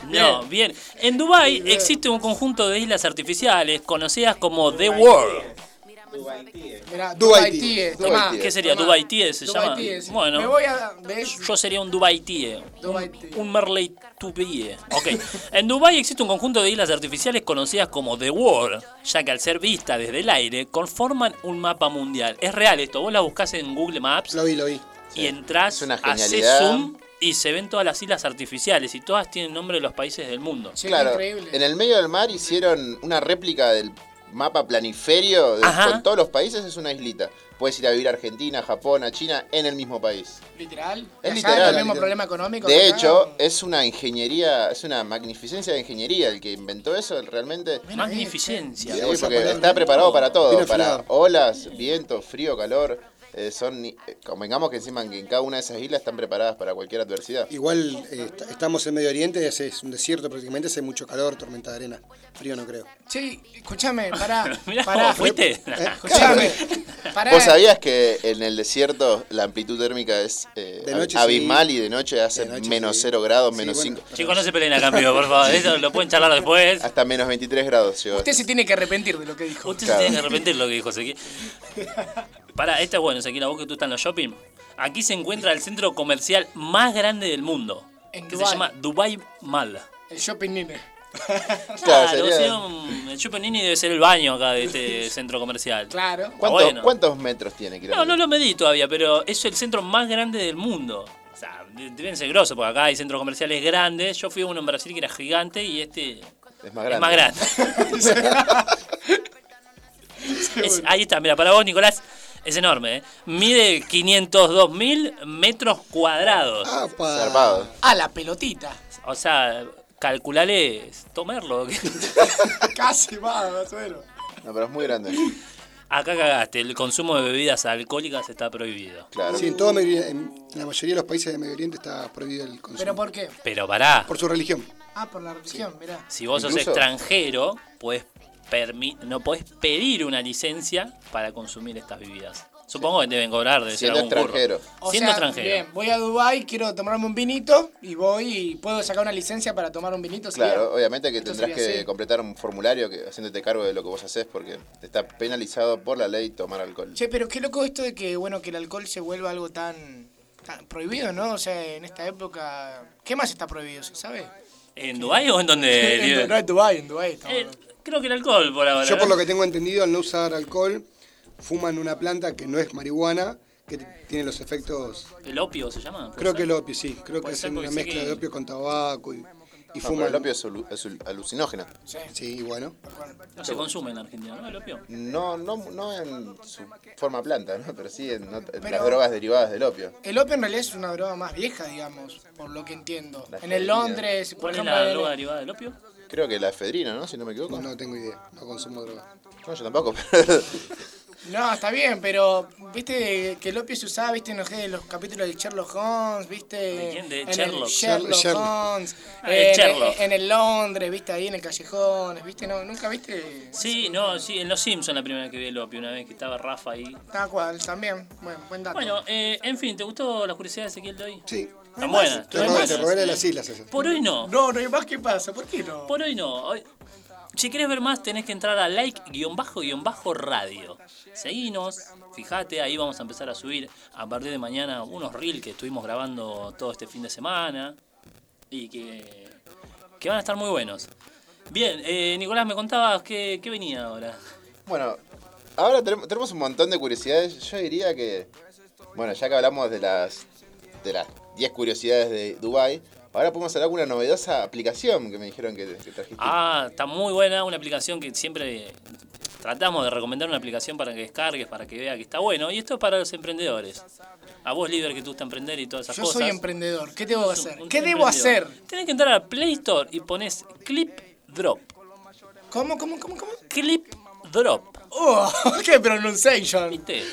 D: No, bien. En Dubai existe un conjunto de islas artificiales conocidas como The World.
G: Mirá,
F: Dubai
G: Dubai
F: Tie.
G: Tie.
E: Dubai
G: Tomá.
E: Tie.
D: ¿Qué sería? Dubai Tie se
G: Dubai
D: llama.
G: Tie, sí. Me
D: Bueno,
G: voy a... ¿Ves?
D: yo sería un Dubai Tie.
G: Dubai Tie.
D: Un Merley Tupie. Ok. En Dubai existe un conjunto de islas artificiales conocidas como The World, ya que al ser vista desde el aire conforman un mapa mundial. Es real esto. Vos la buscás en Google Maps
F: Lo vi, lo vi.
D: y entrás,
E: Es una
D: haces
E: genialidad.
D: zoom y se ven todas las islas artificiales y todas tienen nombre de los países del mundo.
G: Sí,
E: claro,
G: increíble.
E: en el medio del mar hicieron una réplica del mapa planiferio de-
D: Ajá.
E: con todos los países, es una islita. Puedes ir a vivir a Argentina, Japón, a China en el mismo país.
G: Literal.
E: Es
G: Acá
E: literal,
G: el mismo
E: literal.
G: problema económico. que
E: De
G: acá.
E: hecho, es una ingeniería, es una magnificencia de ingeniería el que inventó eso, realmente.
D: Magnificencia.
E: Sí,
F: esa
E: porque
F: palabra.
E: está preparado para todo,
F: Bien
E: para
F: afilado.
E: olas, viento, frío, calor. eh, son, ni- eh, convengamos que encima que en cada una de esas islas están preparadas para cualquier adversidad.
F: Igual eh, est- estamos en Medio Oriente, es, es un desierto prácticamente, hace mucho calor, tormenta de arena. Frío no creo.
G: Che, escúchame, pará.
D: Mirá,
G: pará.
D: ¿fuiste?
G: Escúchame, pará.
E: ¿Eh? ¿Vos sabías que en el desierto la amplitud térmica es eh,
F: De noche,
E: abismal
F: sí.
E: y de noche hace
F: De noche,
E: menos
F: sí.
E: 0 grados,
F: Sí,
E: menos
F: bueno.
E: 5,
D: Chicos, no se peleen acá, amigo, por favor. Eso lo pueden charlar después.
E: hasta menos 23 grados llegó.
G: Usted se tiene que arrepentir de lo que dijo.
D: Usted
E: Claro.
D: se tiene que arrepentir lo que dijo Ezequiel. Pará, esta es bueno, Ezequiel, a vos que tú estás en los shopping. Aquí se encuentra el centro comercial más grande del mundo.
G: En
D: que
G: Dubái.
D: se llama Dubai Mall.
G: El shopping nene.
E: Claro,
D: Claro,
E: sería-
D: o sea, un- el Chupanini debe ser el baño acá de este centro comercial.
G: Claro.
D: Está
E: ¿Cuántos-
D: bueno.
E: ¿Cuántos metros tiene?
D: No, no lo medí todavía, pero es el centro más grande del mundo. O sea, de- deben ser grosos, porque acá hay centros comerciales grandes. Yo fui a uno en Brasil que era gigante y este
E: Es más grande.
D: es más grande. Es- ahí está, mira, para vos, Nicolás, es enorme. ¿eh? Mide 502.000 metros cuadrados.
F: ¡Apa!
E: Zarpado.
G: Ah, la pelotita.
D: O sea, calculale tomarlo.
G: Casi va, más o menos.
E: No, pero es muy grande.
D: Acá cagaste, el consumo de bebidas alcohólicas está prohibido.
E: Claro.
F: Sí, en, todo Medio- en la mayoría de los países de Medio Oriente está prohibido el consumo.
G: ¿Pero por qué?
D: Pero pará,
F: Por su religión.
G: Ah, por la religión, mirá.
D: si vos sos
E: Incluso-
D: extranjero, podés permi- no podés pedir una licencia para consumir estas bebidas. Supongo que deben cobrar de ser
E: Siendo
D: algún curro.
E: extranjero.
G: O
D: Siendo
G: sea,
D: extranjero.
G: Bien, voy a Dubai, quiero tomarme un vinito y voy y puedo sacar una licencia para tomar un vinito. ¿sería?
E: Claro, obviamente que
G: Esto
E: tendrás
G: sería
E: que
G: así.
E: completar un formulario que, haciéndote cargo de lo que vos haces porque está penalizado por la ley tomar alcohol.
G: Che, pero qué loco esto de que, bueno, que el alcohol se vuelva algo tan, tan prohibido, ¿no? O sea, en esta época, ¿qué más está prohibido? ¿Se sabe?
D: ¿En Dubái o en donde?
G: En Du- no, en Dubái, en Dubái. estamos
D: Eh,
G: hablando.
D: creo que el alcohol por ahora.
F: Yo por
D: ¿no?
F: lo que tengo entendido, al no usar alcohol, fuman una planta que no es marihuana, que t- tiene los efectos...
D: ¿El opio se llama?
F: Creo que el opio, sí. Creo que
D: Puede
F: es
D: ser,
F: una
D: porque sé
F: mezcla
D: que-
F: de opio con tabaco y, y
E: No, Ah, pero
F: fuman.
E: el opio es, alu- es al- alucinógeno.
G: Sí.
F: Sí, y bueno.
D: No se consume en Argentina, ¿no? El opio.
E: No, no, no en su forma planta, ¿no? pero sí en, ot- en
G: Pero-
E: las drogas derivadas del opio.
G: El opio en realidad es una droga más vieja, digamos, por lo que entiendo.
E: La
G: en el
E: heroína.
G: Londres, por
D: ¿Cuál es
G: ejemplo,
D: la
G: en-
D: droga derivada del opio?
E: Creo que la efedrina, ¿no? Si no me equivoco. No,
F: No tengo idea. No consumo droga.
E: yo tampoco. pero-
G: No, está bien, pero viste que el opio se usaba, viste, en los, en los capítulos de Sherlock Holmes, viste.
D: ¿De quién? De
G: en el
D: Sherlock.
G: Sherlock
F: Sherlock.
G: Holmes.
D: Ah, de
G: en,
D: Sherlock.
G: en el Londres, viste, ahí en el callejón, viste, no, nunca viste.
D: Sí, no, sí, en Los Simpsons la primera vez que vi el opio, una vez que estaba Rafa ahí.
G: Tal cual, también. Bueno, buen dato.
D: Bueno, eh, en fin, ¿te gustó la curiosidad de Ezequiel de hoy?
F: Sí.
D: Están buenas.
F: Te
D: están
F: robé, te
D: buenas.
F: robé la de las islas esas.
D: Por hoy no,
G: No, no hay más que pasa, ¿por qué no?
D: por hoy no. Hoy- Si querés ver más, tenés que entrar a like-radio. Seguinos, fíjate, ahí vamos a empezar a subir a partir de mañana unos reels que estuvimos grabando todo este fin de semana y que, que van a estar muy buenos. Bien, eh, Nicolás, me contabas que, que venía ahora.
E: Bueno, ahora tenemos, tenemos un montón de curiosidades. Yo diría que, bueno, ya que hablamos de las de las 10 curiosidades de Dubai, ahora podemos hablar de una novedosa aplicación que me dijeron que, que trajiste.
D: Ah, está muy buena, una aplicación que siempre tratamos de recomendar una aplicación para que descargues, para que vea que está bueno. Y esto es para los emprendedores. A vos, líder, que te gusta emprender y todas esas
G: Yo
D: cosas.
G: soy emprendedor, ¿qué debo
D: Sos un-
G: hacer?
D: un
G: ¿Qué debo hacer?
D: emprendedor. Tenés que entrar a Play Store y pones Clip Drop.
G: ¿Cómo, cómo, cómo, cómo?
D: Clip Drop.
G: Oh, qué pronunciation.
D: ¿Viste?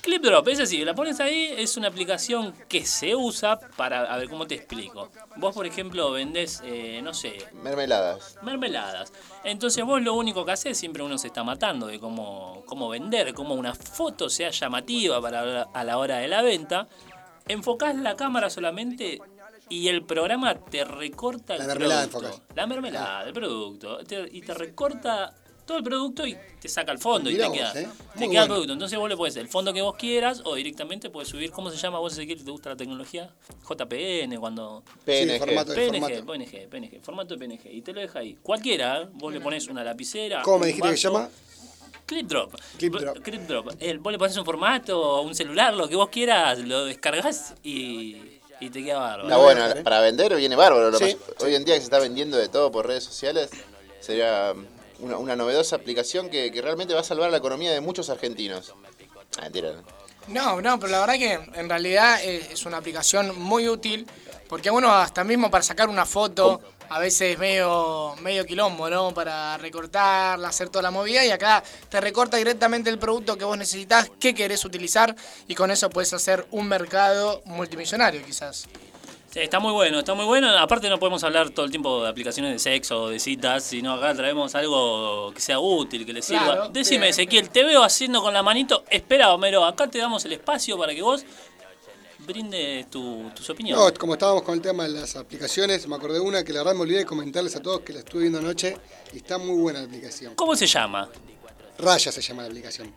D: Clip Drop, es así, la pones ahí, es una aplicación que se usa para, a ver cómo te explico. Vos, por ejemplo, vendés, eh, no sé,
E: Mermeladas.
D: mermeladas. Entonces vos lo único que haces, siempre uno se está matando de cómo, cómo vender, cómo una foto sea llamativa para la- a la hora de la venta. Enfocás la cámara solamente y el programa te recorta el
F: La mermelada
D: producto.
F: enfocás. Ah.
D: La mermelada, el producto. Te- y te recorta todo el producto y te saca el fondo
F: Mirá
D: y te
F: vos,
D: queda,
F: eh.
D: te
F: Muy
D: queda el
F: bueno.
D: producto. Entonces vos le puedes el fondo que vos quieras o directamente puedes subir, ¿cómo se llama vos, Ezequiel? ¿Te gusta la tecnología? JPN, cuando...
E: PNG.
F: formato de-
D: PNG,
F: formato.
D: PNG, PNG, formato PNG. Y te lo deja ahí. Cualquiera, ¿eh? vos le pones una lapicera.
F: ¿Cómo me
D: un
F: dijiste que se
D: vaso.
F: llama?
D: Clip Drop.
F: Clip
D: B-
F: Drop.
D: Clip Drop. El- vos le pones un formato, un celular, lo que vos quieras, lo descargas y, y te queda bárbaro.
E: Está bueno,
G: ¿eh?
E: para vender viene bárbaro. lo
F: Sí.
E: más- Hoy en día que se está vendiendo de todo por redes sociales, sería um, una, una novedosa aplicación que, que realmente va a salvar la economía de muchos argentinos. Ah, mentira. ¿no?
G: No, no, pero la verdad que en eh, realidad es, es una aplicación muy útil porque bueno, hasta mismo para sacar una foto a veces medio, medio quilombo, ¿no? Para recortarla, hacer toda la movida y acá te recorta directamente el producto que vos necesitas, que querés utilizar y con eso puedes hacer un mercado multimillonario quizás.
D: Sí, está muy bueno, está muy bueno. Aparte no podemos hablar todo el tiempo de aplicaciones de sexo o de citas, sino acá traemos algo que sea útil, que le sirva.
G: Claro,
D: Decime,
G: bien.
D: Ezequiel, te veo haciendo con la manito. Espera, Homero, acá te damos el espacio para que vos brindes tu- tus opiniones.
F: No, como estábamos con el tema de las aplicaciones, me acordé de una que la verdad me olvidé de comentarles a todos que la estuve viendo anoche y está muy buena la aplicación.
D: ¿Cómo se llama?
F: Raya se llama la aplicación.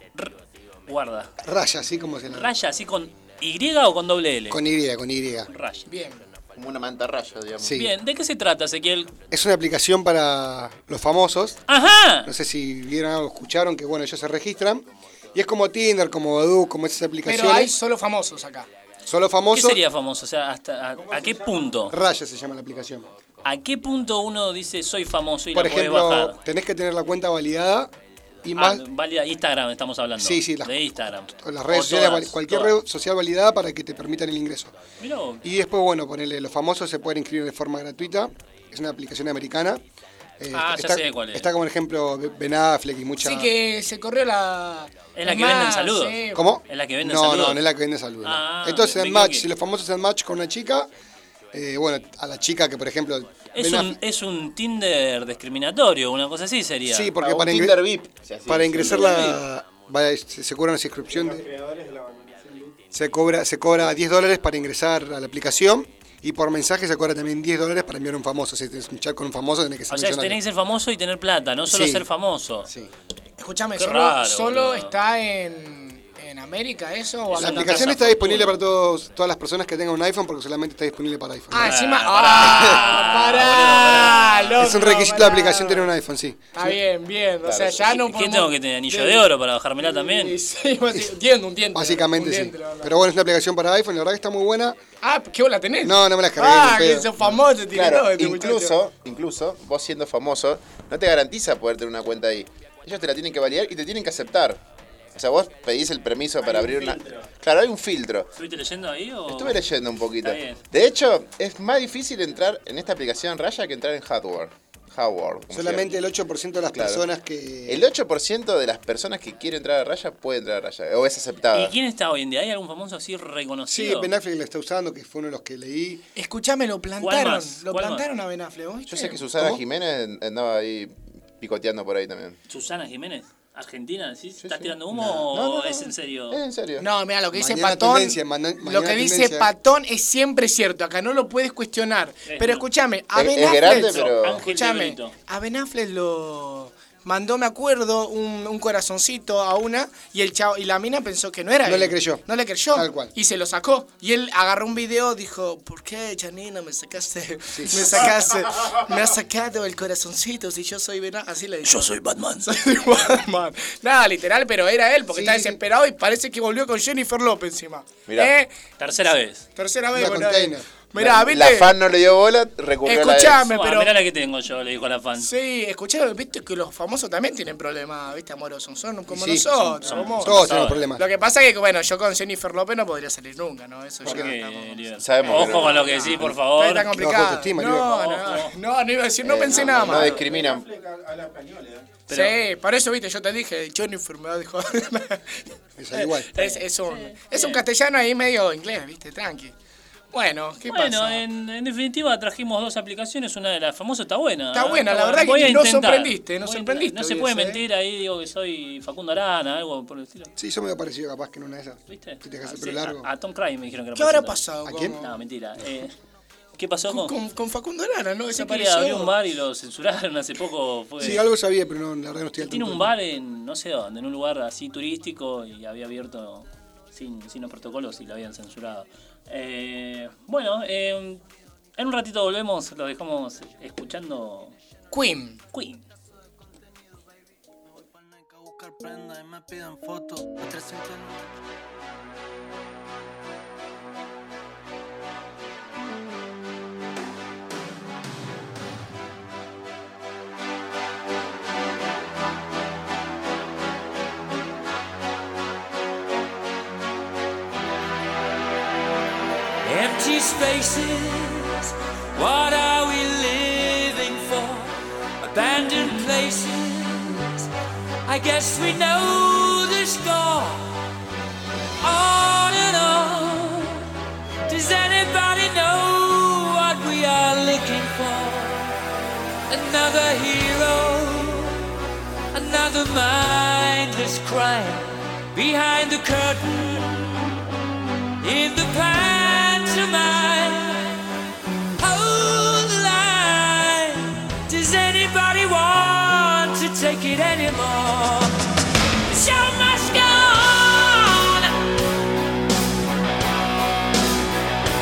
D: Guarda.
F: Raya, así como se la
D: Raya, así con Y o con doble L.
F: Con Y, con Y.
D: Raya.
G: Bien.
E: Como una mantarraya, digamos.
F: Sí.
D: Bien, ¿de qué se trata, Ezequiel?
F: Es una aplicación para los famosos.
D: ¡Ajá!
F: No sé si vieron o escucharon que bueno, ellos se registran. Y es como Tinder, como Badoo, como esas aplicaciones.
G: Pero hay solo famosos acá.
F: Solo
D: ¿Qué
F: famosos.
D: sería famoso? O sea, hasta, a, a qué punto?
F: Raya se llama la aplicación.
D: ¿A qué punto uno dice soy famoso y
F: Por
D: la podés
F: ejemplo,
D: bajar?
F: tenés que tener la cuenta validada y
D: Ah,
F: más
D: válida Instagram estamos hablando.
F: Sí, sí, las-
D: de Instagram.
F: o las redes
D: O
F: sociales,
D: todas,
F: vali- cualquier
D: todas.
F: red social validada para que te permitan el ingreso.
D: Mirá vos.
F: Y después, bueno, ponerle los famosos se pueden inscribir de forma gratuita. Es una aplicación americana. Eh,
D: Ah, ya
F: está,
D: sé cuál es.
F: Está como ejemplo Ben Affleck y muchas.
G: Así que se corrió la...
D: Es la que
G: más,
D: venden saludos.
G: sí.
F: ¿Cómo?
D: Es la que vende
F: no,
D: saludos.
F: No, no es la que vende saludos. no.
D: Ah,
F: Entonces,
D: me
F: en match,
D: equivoqué.
F: si los famosos hacen match con una chica, eh, bueno, a la chica que, por ejemplo.
D: Es
F: Ben
D: un,
F: Affleck-
D: es un Tinder discriminatorio, una cosa así sería.
F: Sí,
E: Porque
G: Ah,
F: porque para, ingre-
E: Tinder VIP. si así
F: para
E: es.
F: ingresar la. va- se se cobra una suscripción. de- se, cobra, se cobra 10 dólares para ingresar a la aplicación. Y por mensaje se cobra también 10 dólares para enviar a un famoso. Si tenés un chat con un famoso, tenés que ser
D: o sea,
F: millonario.
D: tenés que ser famoso y tener plata, no solo
F: Sí.
D: ser famoso.
F: Sí.
G: Escuchame,
D: Qué
G: ¿solo,
D: raro,
G: solo
D: boludo.
G: está en, en América eso? ¿O
F: La
G: acá
F: aplicación
D: casa
F: está
D: futura.
F: disponible para todos, todas las personas que tengan un iPhone porque solamente está disponible para iPhone.
G: Ah, encima.
D: pará,
G: ¡Ah! ¡Pará! loco,
F: es un requisito de la
G: pará.
F: aplicación tener un iPhone, sí.
G: Está bien, bien. O sea, ya no
D: ¿Qué
G: podemos-
D: tengo que tener? ¿Anillo de oro para bajármela también?
G: Sí, sí, un diente, un diente.
F: Básicamente
G: un
F: sí.
G: diente, la verdad.
F: Pero bueno, es una aplicación para iPhone, la verdad que está muy buena.
G: Ah, ¿qué vos la tenés?
F: No, no me la descargué,
G: Ah,
F: ni en
G: que
F: pedo.
G: sos famoso, tiene
E: Claro,
G: todo este muchacho.
E: incluso, incluso, vos siendo famoso, no te garantiza poder tener una cuenta ahí. Ellos te la tienen que validar y te tienen que aceptar. O sea, vos pedís el permiso para abrir una... Claro, hay un filtro.
D: ¿Estuviste leyendo ahí o...?
E: Estuve leyendo un poquito.
D: Está bien.
E: De hecho, es más difícil entrar en esta aplicación Raya que entrar en Hardware. Hardware. como se
F: Solamente el
E: llama.
F: 8% de las
E: Claro.
F: personas que...
E: El 8% de las personas que quiere entrar a Raya puede entrar a Raya. O es aceptada.
D: ¿Y quién está hoy en día? ¿Hay algún famoso así
F: Sí,
D: reconocido?
F: Ben Affleck la está usando, que fue uno de los que leí.
G: Escuchame, lo plantaron.
D: más?
G: Lo
D: ¿Cuál más?
G: plantaron a Ben Affleck, ¿vos
E: Yo
G: viste?
E: sé que Susana
F: ¿Cómo?
E: Jiménez andaba ahí picoteando por ahí también.
D: ¿Susana Jiménez? ¿Argentina? ¿Sí? ¿Estás
E: sí.
D: tirando humo o es en serio?
E: Es en serio.
G: No, mira, lo que dice
F: Mañana
G: Patón.
F: tendencia, mana-
G: Lo
F: mañana
G: que dice
F: tendencia.
G: Patón es siempre cierto. Acá no lo puedes cuestionar. Pero escúchame, a
E: Es-
G: Ben
E: es
G: Affleck-
E: grande, pero-
D: Ángel de
G: Escúchame,
D: Brito.
G: a Ben Affleck lo mandó, me acuerdo, un, un corazoncito a una y el chavo, y la mina pensó que no era
F: No
G: él.
F: le creyó.
G: No le creyó.
F: Tal cual.
G: Y se lo sacó. Y él agarró un video, dijo, ¿por qué, Janina, me sacaste? Me sacaste. me has sacado el corazoncito si yo soy Ben Affleck. Así le dijo.
D: soy Batman.
G: Soy Batman. Nada, literal, pero era él, porque
F: Sí,
G: está
F: sí.
G: desesperado y parece que volvió con Jennifer López encima.
E: Mirá.
G: ¿Eh?
D: Tercera vez.
G: Tercera vez,
F: Una
G: boludo.
F: container.
G: Mirá,
E: la, la
G: viste.
E: fan no le dio bola, recurrió a la
G: Escuchame,
E: ex.
D: Buah,
G: pero-
D: Ah, Mirá la que tengo yo, le dijo a la fan.
G: Sí, escuchá, viste que los famosos también tienen problemas, viste, amorosos. Son como
F: Sí,
G: nosotros.
F: son-
G: como-
F: Todos
D: Sabe.
F: tenemos problemas.
G: Lo que pasa es que, bueno, yo con Jennifer López no podría salir nunca, ¿no? Eso ya
D: ¿Por qué,
G: está como-
D: Lilian?
E: Sabemos que
D: Ojo
E: no.
D: con lo que decís, por favor.
G: Está tan complicado.
F: autoestima,
G: no,
D: Lilian.
G: no,
D: Ojo.
G: no, no iba a decir, no
E: Eh,
G: pensé nada
E: No
G: más.
E: discriminan.
G: sí, por eso, viste, yo te dije, Jennifer me va a dejar.
F: Es al igual.
G: Es, es un, es un castellano ahí medio inglés, viste, tranqui. Bueno, ¿qué
D: Bueno, eh,
G: pasa?
D: en, en definitiva trajimos dos aplicaciones, una de las famosas está buena.
G: Está
D: ¿eh?
G: buena, la verdad que
D: Voy a
G: nos
D: intentar.
G: sorprendiste, nos
D: Voy a
G: sorprendiste,
D: intentar. No se
G: Luis,
D: puede
G: ¿eh?
D: mentir ahí, digo que soy Facundo Arana, algo por el estilo.
F: Sí, yo me había parecido capaz que en una de esas.
D: ¿Viste?
F: Si te dejas el
D: Ah,
F: pelo
D: sí,
F: largo.
D: A, a Tom Cruise me dijeron que era
G: ¿Qué habrá
D: parecido.
G: pasado
F: ¿A
G: con,
F: quién? Ah.
D: No, mentira. Eh, ¿Qué pasó con?
G: con, con Facundo Arana, no?
D: Se quería
G: Desapareció.
D: abrir un bar y lo censuraron hace poco. Fue...
F: Sí, algo sabía, pero no, la verdad no estoy
D: Él
F: al
D: tiene
F: tanto.
D: un bar en no sé dónde, en un lugar así turístico y había abierto sin, sin los protocolos y lo habían censurado. Eh, bueno, eh, en un ratito volvemos, lo dejamos escuchando
G: Queen.
D: Queen.
C: buscar prenda y me piden fotos. Empty spaces, what are we living?
M: abandoned places. I guess we know the score. On and on. Does anybody know what we are looking for? Another hero, another mindless crime behind the curtain in the pantomime. Hold the line. Does anybody want to take it anymore? The show must go on.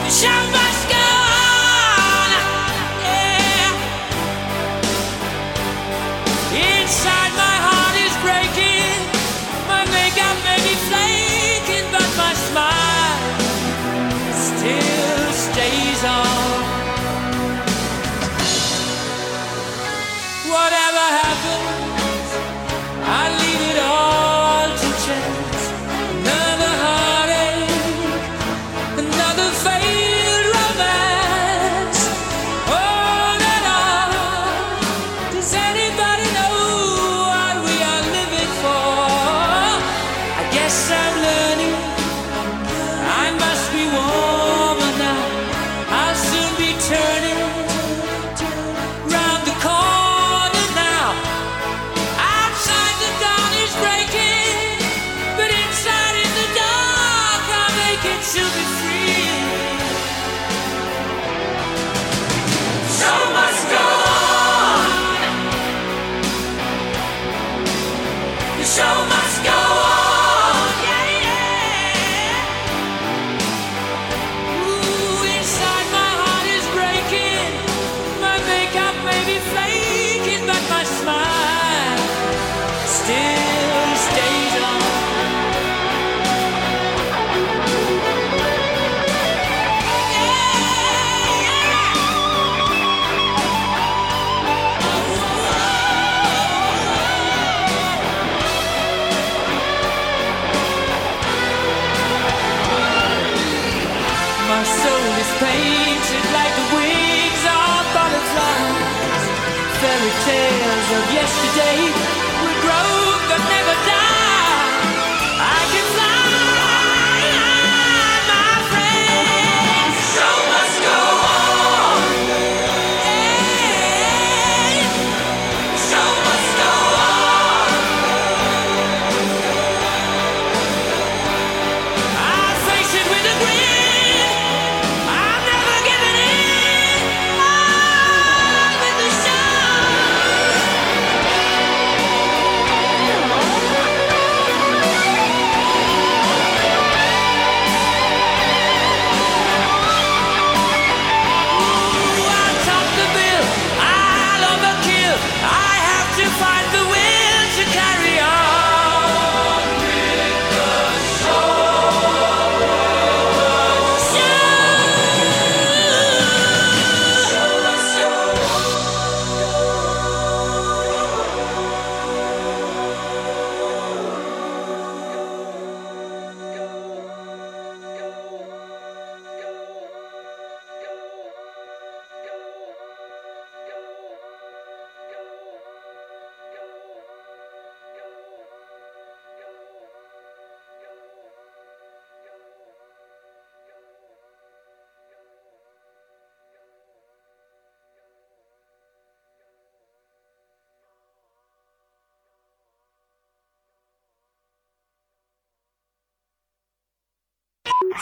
M: The show must go on. Yeah. Inside my heart is breaking. My makeup may be flaking, but my smile still stays on. Whatever happens, I leave it all to chance. Another heartache, another failed romance. On and on. Does anybody know what we are living for? I guess I'm learning. I must be warmer now. I'll soon be turning round the corner now. Outside the dawn is breaking, but inside in the dark I'll make it to be free. So must go on. The show must go on. Yeah, yeah. Ooh, inside my heart is breaking. My makeup may be flaking, but my smile still stays on. Yeah, yeah. My soul is painted like the wings of butterflies. Fairy tales of yesterday will grow but never die. I can fly, my friend. So must go on. So must go on. I face it with a grin. I'm never giving in. I'm with the show. I'll top the bill. I'll overkill. I have to find the will to carry on.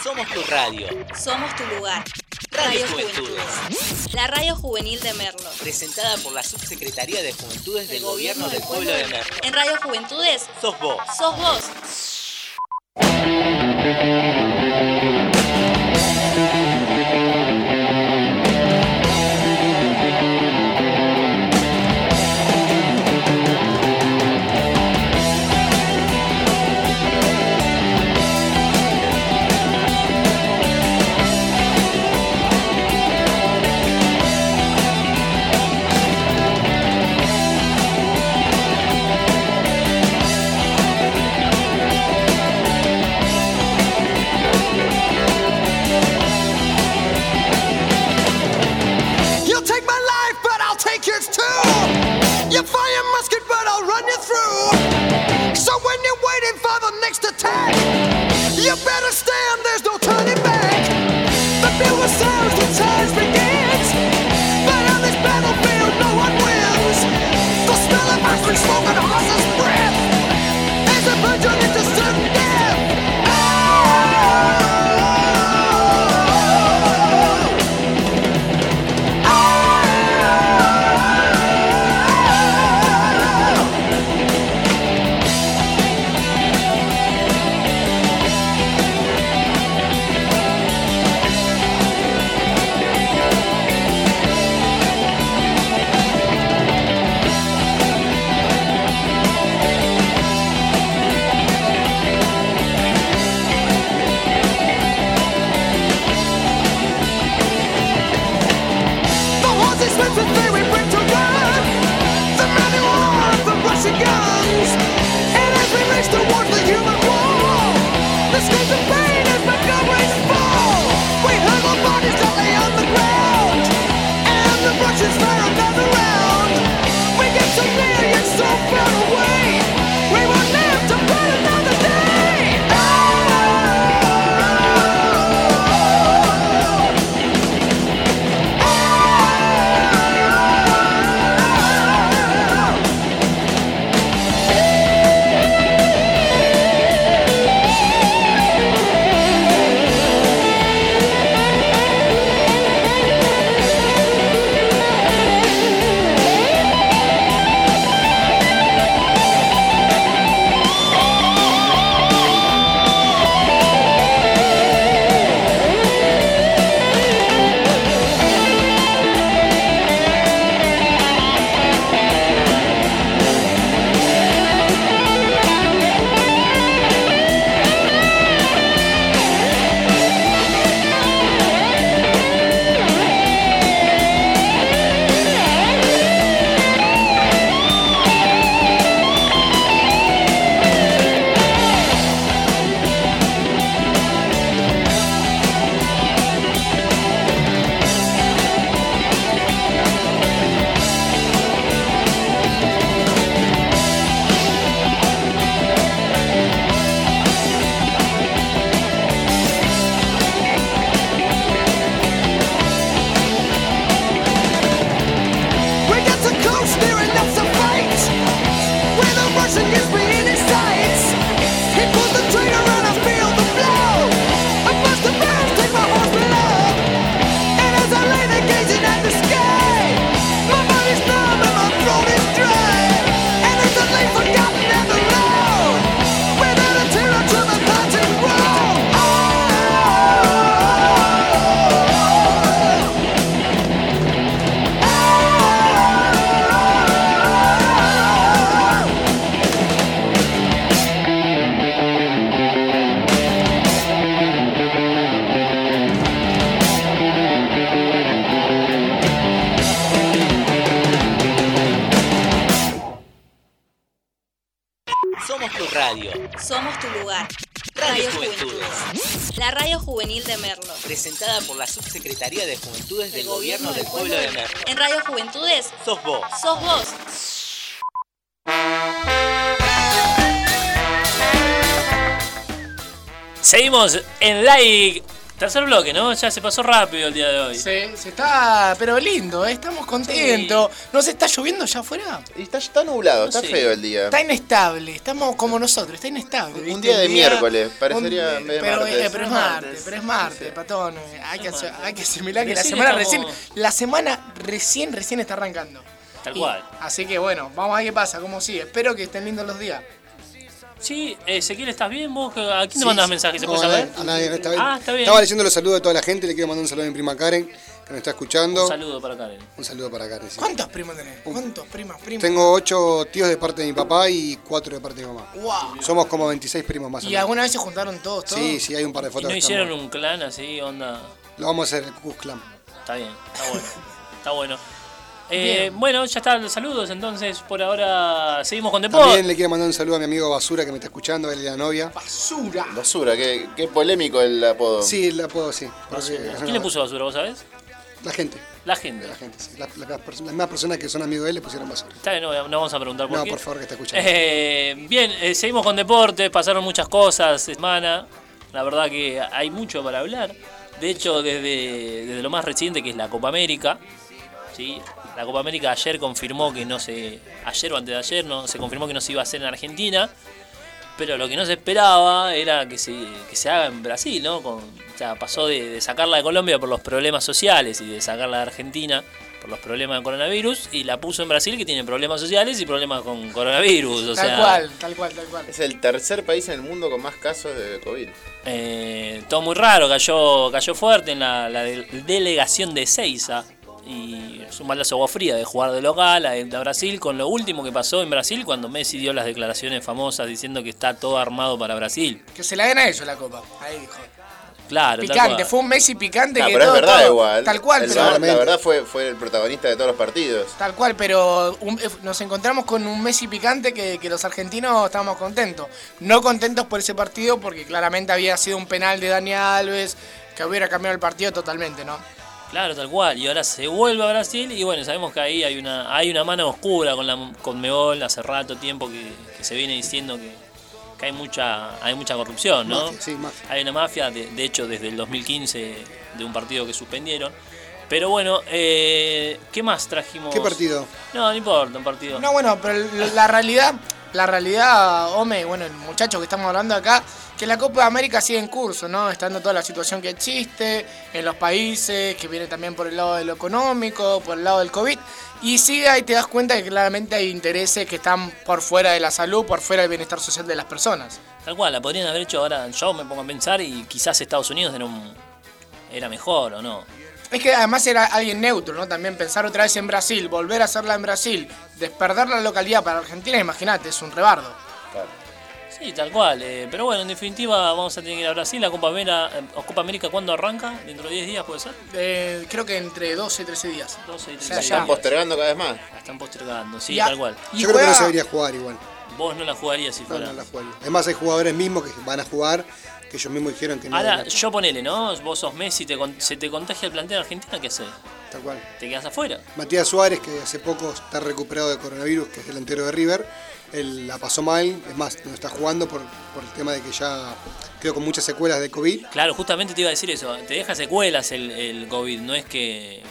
A: Somos tu radio.
B: Somos tu lugar.
A: Radio
B: Radio
A: Juventudes.
B: Juventudes. La radio juvenil de Merlo.
A: Presentada por la Subsecretaría de Juventudes del Gobierno del Pueblo de Merlo.
B: En Radio Juventudes,
A: Sos vos.
B: sos vos.
M: Somos
B: La radio juvenil de Merlo.
A: Presentada por la Subsecretaría de Juventudes del Gobierno del Pueblo de Merlo.
B: En Radio Juventudes,
A: Sos vos.
B: sos vos.
D: Seguimos en like. Tercer bloque, ¿no? Ya se pasó rápido el día de hoy.
G: Se, se está, pero lindo, ¿eh? estamos contentos. ¿No se está lloviendo ya afuera?
E: Y está, está nublado,
D: No
E: está
D: sé.
E: feo el día.
G: Está inestable, estamos como nosotros, está inestable.
E: Un
G: ¿viste?
E: día de
G: El
E: miércoles, parecería
G: un-
E: medio
G: pero,
E: martes.
G: eh, pero es martes, pero es martes, patón. eh, Hay que, hacer- hay que asimilar que la
D: Recién
G: semana recién,
D: estamos-
G: la semana recién, recién está arrancando.
D: Tal
G: Y-
D: cual.
G: Así que bueno, vamos a ver qué pasa, cómo sigue. Espero que estén lindos los días.
D: Sí, eh, Ezequiel, ¿estás bien? ¿Vos? ¿A quién te
F: Sí,
D: mandas
F: sí.
D: mensajes? ¿Se
F: No,
D: puede
F: a
D: saber?
F: nadie, a nadie, está bien.
D: Ah, está bien.
F: Estaba leyendo los saludos de toda la gente. Le quiero mandar un saludo a mi prima Karen, que nos está escuchando.
D: Un
F: Un,
D: saludo para Karen.
F: saludo para Karen. sí.
G: ¿Cuántos primos tenés? ¿Cuántos primas, primos?
F: Tengo ocho tíos de parte de mi papá y cuatro de parte de mi mamá.
G: Wow.
F: Somos como 26 primos más o
G: ¿Y
F: menos.
G: alguna vez se juntaron todos, todos?
F: Sí, sí, hay un par de
D: ¿Y
F: fotos.
D: no
F: que
D: hicieron
F: están
D: un clan así, onda?
F: buenas. Lo vamos a hacer, el Ku Klux Klan.
D: Está bien, está bueno. está bueno. Eh, bueno, ya están los saludos, entonces por ahora seguimos con
F: También
D: Deport.
F: le quiero mandar un saludo a mi amigo Basura que me está escuchando, él es la novia.
G: Basura.
E: Basura, qué, qué polémico el apodo.
F: Sí, la puedo, sí. porque es una-
D: ¿Quién le puso basura, vos sabés?
F: La gente,
D: La gente.
F: la gente, sí. La- la- las perso- las mismas personas que son amigos de él le pusieron basura.
D: Está bien, no, no vamos a preguntar por
F: No,
D: qué.
F: por favor, que te escuchando.
D: Eh, bien, eh, seguimos con deportes, pasaron muchas cosas esta semana. La verdad que hay mucho para hablar. De hecho, desde, desde lo más reciente que es la Copa América. ¿sí? La Copa América ayer confirmó que no se. ayer o antes de ayer no se confirmó que no se iba a hacer en Argentina. Pero lo que no se esperaba era que se, que se haga en Brasil, ¿no? Con- o sea, pasó de, de sacarla de Colombia por los problemas sociales y de sacarla de Argentina por los problemas de coronavirus y la puso en Brasil que tiene problemas sociales y problemas con coronavirus. O
G: tal
D: sea,
G: cual, tal cual, tal cual.
E: Es el tercer país en el mundo con más casos de COVID.
D: eh, todo muy raro, cayó, cayó fuerte en la, la de- delegación de Seiza. Y es un baldazo de agua fría de jugar de local a, a Brasil con lo último que pasó en Brasil cuando Messi dio las declaraciones famosas diciendo que está todo armado para Brasil.
G: Que se la den a ellos la copa. Ahí dijo.
D: Claro, tal
G: Picante,
D: cual.
G: fue un Messi picante
E: Ah,
G: que
E: pero es
G: todo-
E: verdad
G: todo-
E: igual.
G: Tal cual,
E: El
G: pero
E: Bar, la
F: Claramente.
E: verdad fue, fue el protagonista de todos los partidos.
G: Tal cual, pero un- eh, nos encontramos con un Messi picante que, que los argentinos estábamos contentos. No contentos por ese partido porque claramente había sido un penal de Dani Alves que hubiera cambiado el partido totalmente, ¿no?
D: Claro, tal cual. Y ahora se vuelve a Brasil y bueno, sabemos que ahí hay una hay una mano oscura con la con Mebol hace rato tiempo que, que se viene diciendo que, que hay mucha hay mucha corrupción, ¿no?
F: Mafia, sí, mafia.
D: Hay una mafia, de, de hecho desde el 2015 de un partido que suspendieron. Pero bueno, eh, ¿qué más trajimos?
F: ¿Qué partido?
D: No, no importa, un partido.
G: No, bueno, pero la- la realidad, la realidad, hombre, bueno, el muchacho que estamos hablando acá, que la Copa de América sigue en curso, ¿no? Estando toda la situación que existe en los países, que viene también por el lado de lo económico, por el lado del COVID, y sigue ahí te das cuenta que claramente hay intereses que están por fuera de la salud, por fuera del bienestar social de las personas.
D: Tal cual, la podrían haber hecho ahora, yo me pongo a pensar y quizás Estados Unidos era un era mejor o no.
G: Es que además era alguien neutro, ¿no? También pensar otra vez en Brasil, volver a hacerla en Brasil, despertar la localidad para Argentina, imagínate, es un rebardo.
D: Sí, tal cual. eh, pero bueno, en definitiva vamos a tener que ir a Brasil. La Copa América, eh, Copa América ¿cuándo arranca? ¿Dentro de 10 días puede ser?
G: Eh, creo que entre 12 y 13 días.
D: 12 y
G: O
D: 13
G: sea,
D: días.
G: ya.
E: Están postergando cada vez más.
D: La están postergando, sí,
G: Y a-
D: tal cual.
G: y
F: Yo creo que no
G: juega-
F: se debería jugar igual.
D: Vos no la jugarías si
F: No,
D: fuera.
F: no, la jugaría. Además hay jugadores mismos que van a jugar, que ellos mismos dijeron que no.
D: Ahora,
F: no,
D: yo ponele, ¿no? Vos sos Messi, te con- se te contagia el plantel argentina, ¿qué haces?
F: tal cual.
D: ¿Te quedas afuera?
F: Matías Suárez, que hace poco está recuperado de coronavirus, que es delantero de River, él la pasó mal, es más, no está jugando por, por el tema de que ya creo con muchas secuelas de COVID.
D: Claro, justamente te iba a decir eso. Te deja secuelas el, el COVID. No es que,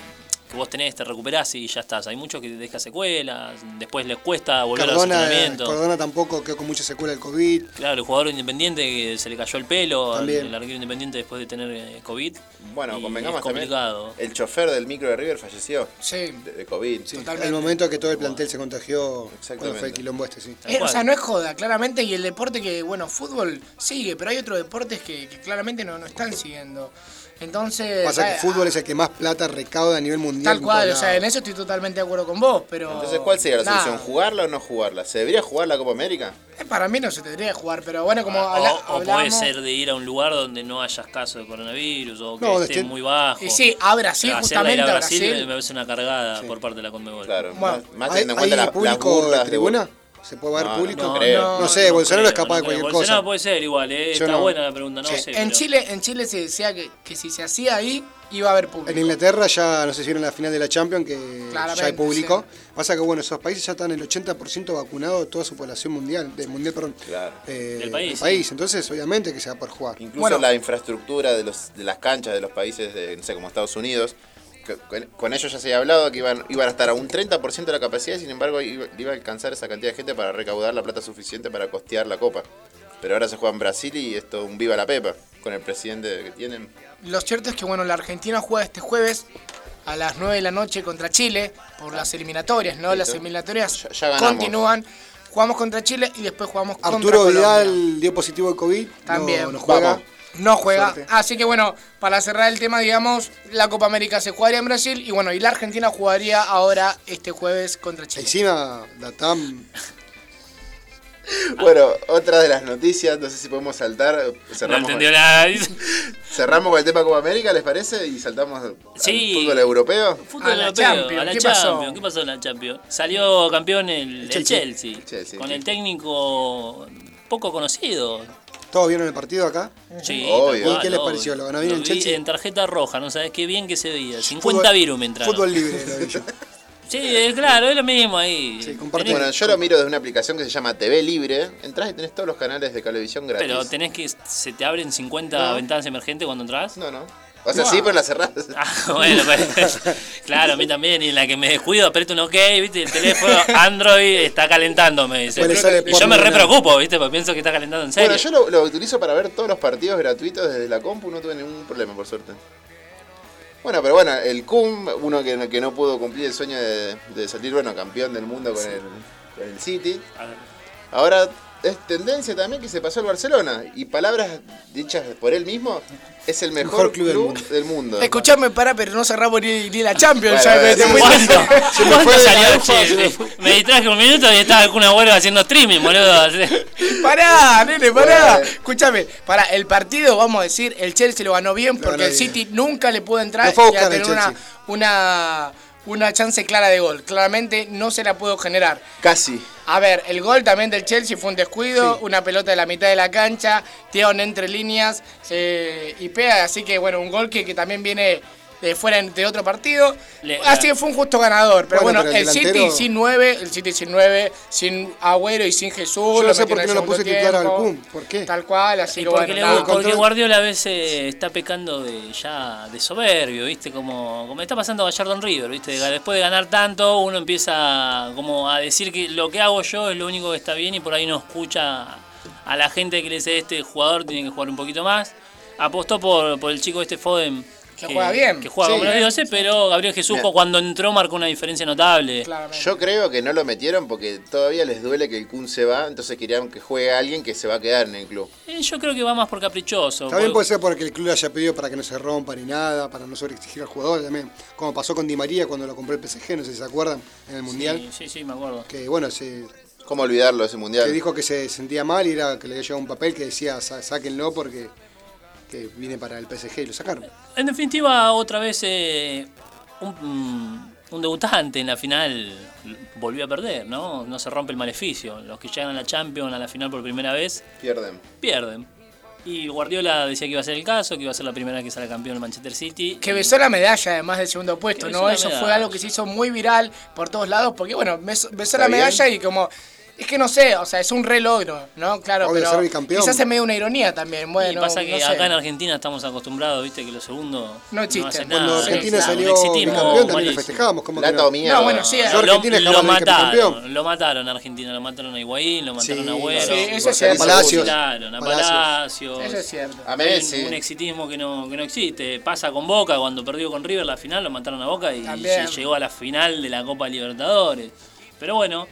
D: que vos tenés, te recuperás y ya estás. Hay muchos que te deja secuelas. Después les cuesta volver a los
F: Cardona,
D: entrenamientos.
F: Cardona tampoco quedó con muchas secuelas del COVID.
D: Claro, el jugador independiente que se le cayó el pelo, al-
F: También.
D: el arquero independiente después de tener eh, COVID.
E: Bueno,
D: Y
E: convengamos
D: es
E: también.
D: complicado.
E: El chofer del micro de River falleció
G: Sí.
E: de, de COVID.
F: Sí,
G: Totalmente.
F: El momento que todo el plantel se contagió cuando
E: Exactamente.
F: fue el quilombo este, sí.
D: Tal
G: Eh, o
D: cual.
G: sea, no es joda, claramente, y el deporte que, bueno, fútbol sigue, pero hay otros deportes que, que claramente no, no están siguiendo. Entonces...
F: Pasa que
G: eh,
F: el fútbol es el que más plata recauda a nivel mundial.
G: Tal
F: en
G: cual, o
F: todos
G: sea, en
F: lados.
G: eso estoy totalmente de acuerdo con vos, pero...
E: Entonces, ¿cuál sería la
G: nada.
E: solución? ¿Jugarla o no jugarla? ¿Se debería jugar la Copa América?
G: Eh, para mí no se tendría que jugar, pero bueno, como habla-
D: Ah, O, o puede
G: hablábamos-
D: ser de ir a un lugar donde no hayas caso de coronavirus o que
F: No, donde
D: esté
F: estén-
D: muy bajo.
G: Y sí, a Brasil,
D: Pero hacerla ir
G: justamente
D: a
G: a
D: Brasil,
G: Brasil.
D: me parece una cargada por parte de la Conmebol.
E: Claro,
G: Bueno,
E: más, más
F: ¿Hay,
E: teniendo en
F: hay
E: cuenta la, las
F: público
E: burlas
F: de tribuna?
E: De...
F: ¿Se puede ver
E: No,
F: público?
E: no creo.
F: No sé, Bolsonaro es capaz de
D: creo.
F: cualquier
D: Bolsonaro
F: cosa.
D: puede ser igual, eh,
F: Yo
D: está
F: no.
D: buena la pregunta, no
F: Sí.
D: sé.
G: En
D: pero-
G: Chile, en Chile se decía que, que si se hacía ahí, iba a haber público.
F: En Inglaterra ya, no sé si vieron la final de la Champions, que ya hay
G: Claramente,
F: público. Pasa que, bueno, esos países ya están el 80% vacunado de toda su población mundial, del mundial, perdón,
E: Claro.
F: eh,
D: Del país, sí.
F: Entonces, obviamente que se va por jugar.
E: Incluso
F: bueno,
E: la infraestructura de, los, de las canchas de los países, de, no sé, como Estados Unidos, que- con, con ellos ya se había hablado que iban, iban a estar a un 30% de la capacidad y sin embargo iba, iba a alcanzar esa cantidad de gente para recaudar la plata suficiente para costear la copa. Pero ahora se juega en Brasil y es todo un viva la pepa con el presidente que tienen.
G: Lo cierto es que bueno, la Argentina juega este jueves a las 9 de la noche contra Chile por las eliminatorias, ¿no? Las
E: Listo.
G: eliminatorias
E: Ya- ya ganamos.
G: continúan. Jugamos contra Chile y después jugamos contra
F: Arturo
G: Colombia.
F: Vidal dio positivo de COVID. no-
G: También.
F: No, juega.
E: Vamos.
G: No juega.
F: Suerte.
G: Así que bueno, para cerrar el tema, digamos, la Copa América se jugaría en Brasil y bueno, y la Argentina jugaría ahora este jueves contra Chile.
F: Encima, Datam.
E: Bueno, otra de las noticias, no sé si podemos saltar.
D: No
E: Cerramos,
D: entendió nada.
E: con, cerramos con el tema Copa América, ¿les parece? Y saltamos al
D: Sí.
E: fútbol europeo.
D: Fútbol
G: A la
D: europeo,
G: Champions,
D: a la
G: ¿qué pasó?
D: Champions. ¿Qué pasó en la Champions? Salió campeón el, el Chelsea,
E: Chelsea,
D: con
E: sí.
D: el técnico poco conocido.
F: ¿Todos vieron el partido acá?
D: Sí,
E: Obvio.
D: tal cual,
E: ¿Y
F: qué les pareció? ¿Lo ganó bien el
D: vi eh,
F: Chelsea?
D: En tarjeta roja, no sabes qué bien que se veía. 50
F: Fútbol-
D: virus me entraron.
F: Fútbol libre, lo vi yo.
D: Sí, es claro, es lo mismo ahí.
F: Sí, compartimos.
E: Bueno, yo lo miro desde una aplicación que se llama TV Libre. Entrás y tenés todos los canales de televisión gratis.
D: Pero tenés que. Se te abren 50 ventanas emergentes cuando entras.
E: No, no. O sea, sí, pero la cerrás.
D: Ah, bueno, pues, claro, a mí también, y en la que me descuido, aprieto un OK, viste, el teléfono Android está calentando, me dice.
F: Bueno, sale
D: Y yo me
F: porno,
D: re
F: ¿no?
D: preocupo, viste, porque pienso que está calentando en serio.
E: Bueno, yo lo, lo utilizo para ver todos los partidos gratuitos desde la compu. No tuve ningún problema, por suerte. Bueno, pero bueno, el CUM, uno que, que no pudo cumplir el sueño de, de salir, bueno, campeón del mundo con, el, con el City. Ahora es tendencia también que se pasó al Barcelona. Y palabras dichas por él mismo, es el mejor,
F: Mejor
E: club,
F: club del mundo.
E: del mundo.
G: Escuchame, para, pero no cerramos ni, ni la Champions.
E: Bueno,
G: ya me-
E: sí,
G: te
E: sí.
G: fuiste.
D: ¿Cuándo?
E: me
D: ¿Cuándo
E: fue de la
D: salió el
E: hoja, se me
D: Chelsea? Me distraje un minuto y estaba con una abuelo haciendo streaming, boludo.
G: Pará, nene, pará.
E: Bueno.
G: Escúchame, para el partido, vamos a decir, el Chelsea lo ganó bien porque
F: ganó
G: el
F: bien.
G: City nunca le pudo entrar
F: Lo fue a
G: y a
F: buscar el
G: tener una,
F: Chelsea.
G: una, una chance clara de gol. Claramente no se la pudo generar.
E: Casi.
G: A ver, el gol también del Chelsea fue un descuido, una pelota de la mitad de la cancha, tiraron entre líneas eh, y pega, así que bueno, un gol que, que también viene de fuera en- de otro partido.
D: Le-
G: así que fue un justo ganador, pero
F: Bueno,
G: bueno,
F: pero el
G: el, City
F: delantero-
G: sin 9, el City sin 9, sin Agüero y sin Jesús.
F: Yo no
G: metieron
F: sé por qué
G: en
F: no lo
G: segundo
F: puse titular al
G: tiempo,
F: Kun, ¿por qué?
G: Tal cual, así
D: Y
G: que
D: porque,
G: bueno,
D: le-
G: nada.
D: porque
F: control-
D: Guardiola a veces está pecando de ya de soberbio, ¿viste? Como, como le está pasando a Gallardo en River, ¿viste? De- Después de ganar tanto, uno empieza como a decir que lo que hago yo es lo único que está bien y por ahí no escucha a la gente que le dice este jugador tiene que jugar un poquito más. Apostó por, por el chico este Foden.
G: Que juega bien. eh.
D: Que juega
E: Sí.
D: como los dioses, pero Gabriel Jesús
E: Bien.
D: cuando entró marcó una diferencia notable.
G: Claramente.
E: Yo creo que no lo metieron porque todavía les duele que el Kun se va, entonces querían que juegue a alguien que se va a quedar en el club.
D: Eh, Yo creo que va más por caprichoso.
F: También
D: por-
E: pues
F: puede ser porque el club le haya pedido para que no se rompa ni nada, para no sobreexigir al jugador también. Como pasó con Di María cuando lo compró el PSG, no sé si se acuerdan, en el Mundial.
D: Sí, sí, sí, me acuerdo.
F: Que bueno, se,
E: ¿Cómo olvidarlo ese mundial?
F: que dijo que se sentía mal y era que le había llegado un papel que decía "Sa- sáquenlo porque que viene para el PSG y lo sacaron.
D: En definitiva, otra vez eh, un, mm, un debutante en la final volvió a perder, ¿no? No se rompe el maleficio. Los que llegan a la Champions, a la final por primera vez,
E: Pierden.
D: pierden. Y Guardiola decía que iba a ser el caso, que iba a ser la primera vez que sale campeón el Manchester City.
G: Que besó la medalla además del segundo puesto,
D: Que besó
G: ¿no?
D: la
G: Eso fue
D: medalla.
G: algo que se hizo muy viral por todos lados, porque bueno, besó, besó la
E: ¿Está
G: medalla
E: bien?
G: y como... Es que no sé, o sea, es un re logro, ¿no? Claro,
F: Obvio, ser
G: pero
F: bicampeón.
G: quizás se me dio una ironía también. Bueno,
D: y pasa que
G: no sé.
D: acá en Argentina estamos acostumbrados, viste, que los segundos
G: No existen.
D: hacen
F: Cuando
D: nada,
F: Argentina
D: no,
F: salió
D: un exitismo
F: campeón también lo
D: malísimo.
F: festejábamos. Como que
E: Plata
F: no.
E: o mierda.
G: No, bueno, sí, eh.
F: Yo Argentina
D: lo,
F: jamás le dije
D: lo
F: que fue
D: mataron,
F: campeón.
D: lo mataron a Argentina, lo mataron a Higuaín, lo mataron
F: Sí,
D: a Agüero.
G: Sí,
D: lo
G: eso es cierto.
F: Palacios.
D: fusilaron a
F: Palacios.
D: Palacios.
G: Eso es cierto.
E: A
D: Hay
E: Messi.
D: un, un exitismo que no, que no existe. Pasa con Boca, cuando perdió con River la final, lo mataron a Boca y
G: También.
D: se llegó a la final de la Copa Libertadores. Pero bueno,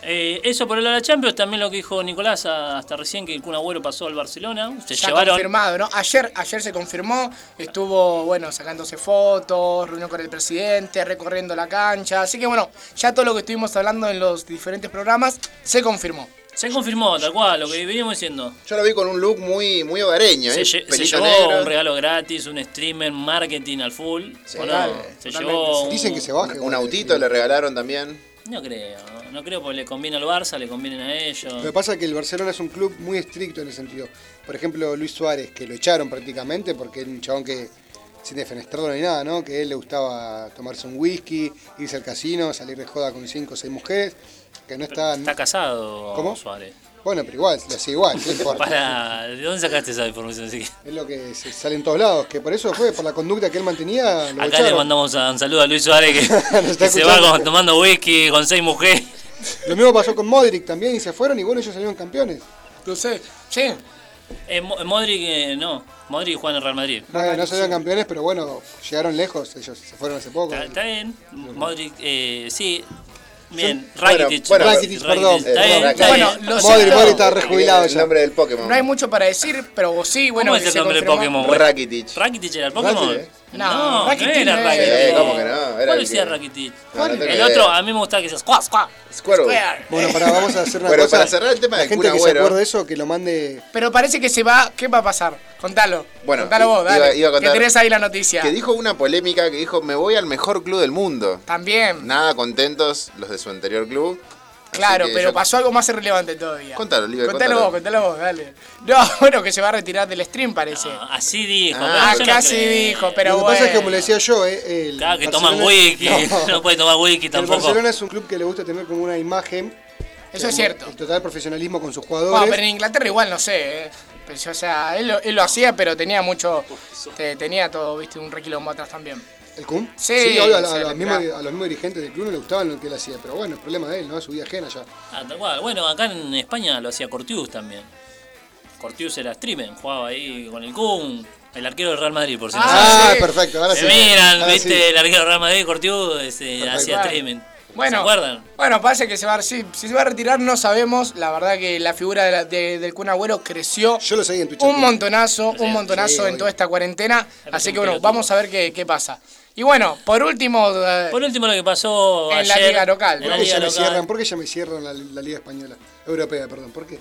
D: eh, eso por el lado de la Champions, también lo que dijo Nicolás a- hasta recién, que el Kun Agüero pasó al Barcelona. Se
G: Está
D: llevaron.
G: confirmado, ¿no? Ayer, ayer se confirmó, estuvo, bueno, sacándose fotos, reunión con el presidente, recorriendo la cancha. Así que bueno, ya todo lo que estuvimos hablando en los diferentes programas se confirmó.
D: Se confirmó, tal cual, lo que veníamos diciendo.
E: Yo lo vi con un look muy, muy hogareño,
D: Se,
E: ¿eh?
D: lle- se
E: Pelito
D: llevó
E: negro.
D: un regalo gratis, un streamer, marketing al full. ¿o no?
G: total,
D: se
G: totalmente.
D: llevó. un-
F: Dicen que se baje.
E: Un
F: bueno,
E: autito le regalaron también.
D: No creo, no creo porque le conviene al Barça, le convienen a ellos.
F: Lo que pasa es que el Barcelona es un club muy estricto en ese sentido. Por ejemplo, Luis Suárez, que lo echaron prácticamente porque era un chabón que, sin defenestrarlo ni nada, ¿no? Que a él le gustaba tomarse un whisky, irse al casino, salir de joda con cinco o seis mujeres, que no está...
D: Está casado
F: ¿Cómo?
D: Suárez.
F: Bueno, pero igual, lo hace igual, no importa.
D: Para, ¿De dónde sacaste esa información? Así que-
F: Es lo que se sale en todos lados, que por eso fue, por la conducta que él mantenía, lo
D: Acá le
F: echaron.
D: mandamos a- un saludo a Luis Suárez que,
F: Nos está
D: que se va
F: escuchando.
D: con- tomando whisky con seis mujeres.
F: Lo mismo pasó con Modric también y se fueron y bueno, ellos salieron campeones.
G: No sé, sí.
D: Eh, Mo- Modric, eh, no. Modric juega en el Real Madrid.
F: No, no salieron campeones, pero bueno, llegaron lejos, ellos se fueron hace poco.
D: Está, está bien. Modric, eh, sí. Bien.
E: Bueno,
D: Rakitic.
E: bueno,
F: Rakitic, perdón.
D: Está bien,
E: Eh,
D: está bien.
G: Bueno, lo
F: Modric,
G: cierto-
F: Modric está rejubilado
E: El
F: Ah, ya.
E: nombre del Pokémon.
G: eh, No hay mucho para decir, pero sí, bueno.
D: ¿Cómo es
G: que
D: el
G: se
D: nombre del
G: confirmó.
D: Pokémon?
E: Rakitic.
D: ¿Rakitic era el Pokémon?
E: Rakitic, eh.
G: No,
D: no, no
G: Rakitic
D: era
G: no
D: Rakitic.
G: era.
E: Eh, ¿cómo que no? Era el
D: ¿Cuál
E: que-
D: decía Rakitic?
E: No, no tengo
D: El
E: idea.
D: otro, a mí me gustaba que decía squash, squash.
E: Squirtle.
F: Bueno, pará, vamos a hacer una
E: Bueno,
F: cosa.
E: para cerrar el tema
F: la
E: del
F: gente
E: Kun
F: que se
E: Agüero.
F: acuerde de eso, que lo mande.
G: Pero parece que se va. ¿Qué va a pasar? Contalo.
E: Bueno,
G: contalo vos,
E: iba-
G: dale.
E: iba a contar-
G: Que tenés ahí la noticia.
E: Que dijo una polémica que dijo, me voy al mejor club del mundo.
G: También.
E: Nada contentos los de su anterior club. Así
G: Claro,
E: que
G: pero
E: yo-
G: pasó algo más relevante todavía.
E: Contalo, Oliver,
G: Contalo
E: contalo.
G: vos, contalo vos, dale. No, bueno, que se va a retirar del stream, parece.
D: Ah, Así dijo.
E: Ah,
D: pero yo no
G: casi
D: creo.
G: dijo, pero
F: lo que
G: bueno.
F: pasa es que, como le decía yo, eh, el.
D: Claro, Ah, que
F: Barcelona-
D: toman whisky. No.
F: No.
D: puede tomar whisky
F: El
D: tampoco.
F: Barcelona es un club que le gusta tener como una imagen.
G: Eso es
F: como
G: cierto.
F: El total profesionalismo con sus
G: Bueno,
F: jugadores.
G: pero en Inglaterra igual no sé, eh. Pues, o sea, él, lo- él lo hacía, pero tenía mucho. te- tenía todo, viste, un requilombo atrás también.
F: ¿El Kun?
G: Sí,
F: obvio, a,
G: se
F: a
G: le
F: los mismos,
G: pegaba.
F: a los mismos dirigentes del club no le gustaban lo que él hacía, pero bueno, el problema de él, ¿no? Es su vida ajena ya.
D: Ah, tal cual. Bueno, acá en España lo hacía Cortius también. Cortius era streamer, jugaba ahí con el Kun, el arquero del Real Madrid, por si
F: Ah,
G: sí.
F: perfecto, ahora
D: no
F: sí.
D: se miran,
F: Ahora
D: viste,
F: sí.
D: el arquero del Real Madrid, Cortius, ese,
F: Perfecto.
D: hacía
G: Vale.
D: streaming.
G: Bueno,
D: ¿Se acuerdan?
G: Bueno, parece que se va a, sí, si se va a retirar, no sabemos. La verdad que la figura de la- de- del Kun Agüero creció.
F: Yo lo seguí en Twitch.
G: Un montonazo,
D: Sí,
G: un montonazo
F: sí,
G: en toda esta cuarentena. Así
D: un
G: que bueno,
D: pelotudo.
G: vamos a ver qué, qué pasa. Y bueno, por último, eh,
D: Por último, lo que pasó
G: En la
D: ayer-
G: liga local,
D: en
F: ¿Por
D: la
F: qué
D: liga
F: ya me
D: local.
F: cierran? ¿Por qué ya me cierran la, la Liga Española? Europea, perdón. ¿Por qué?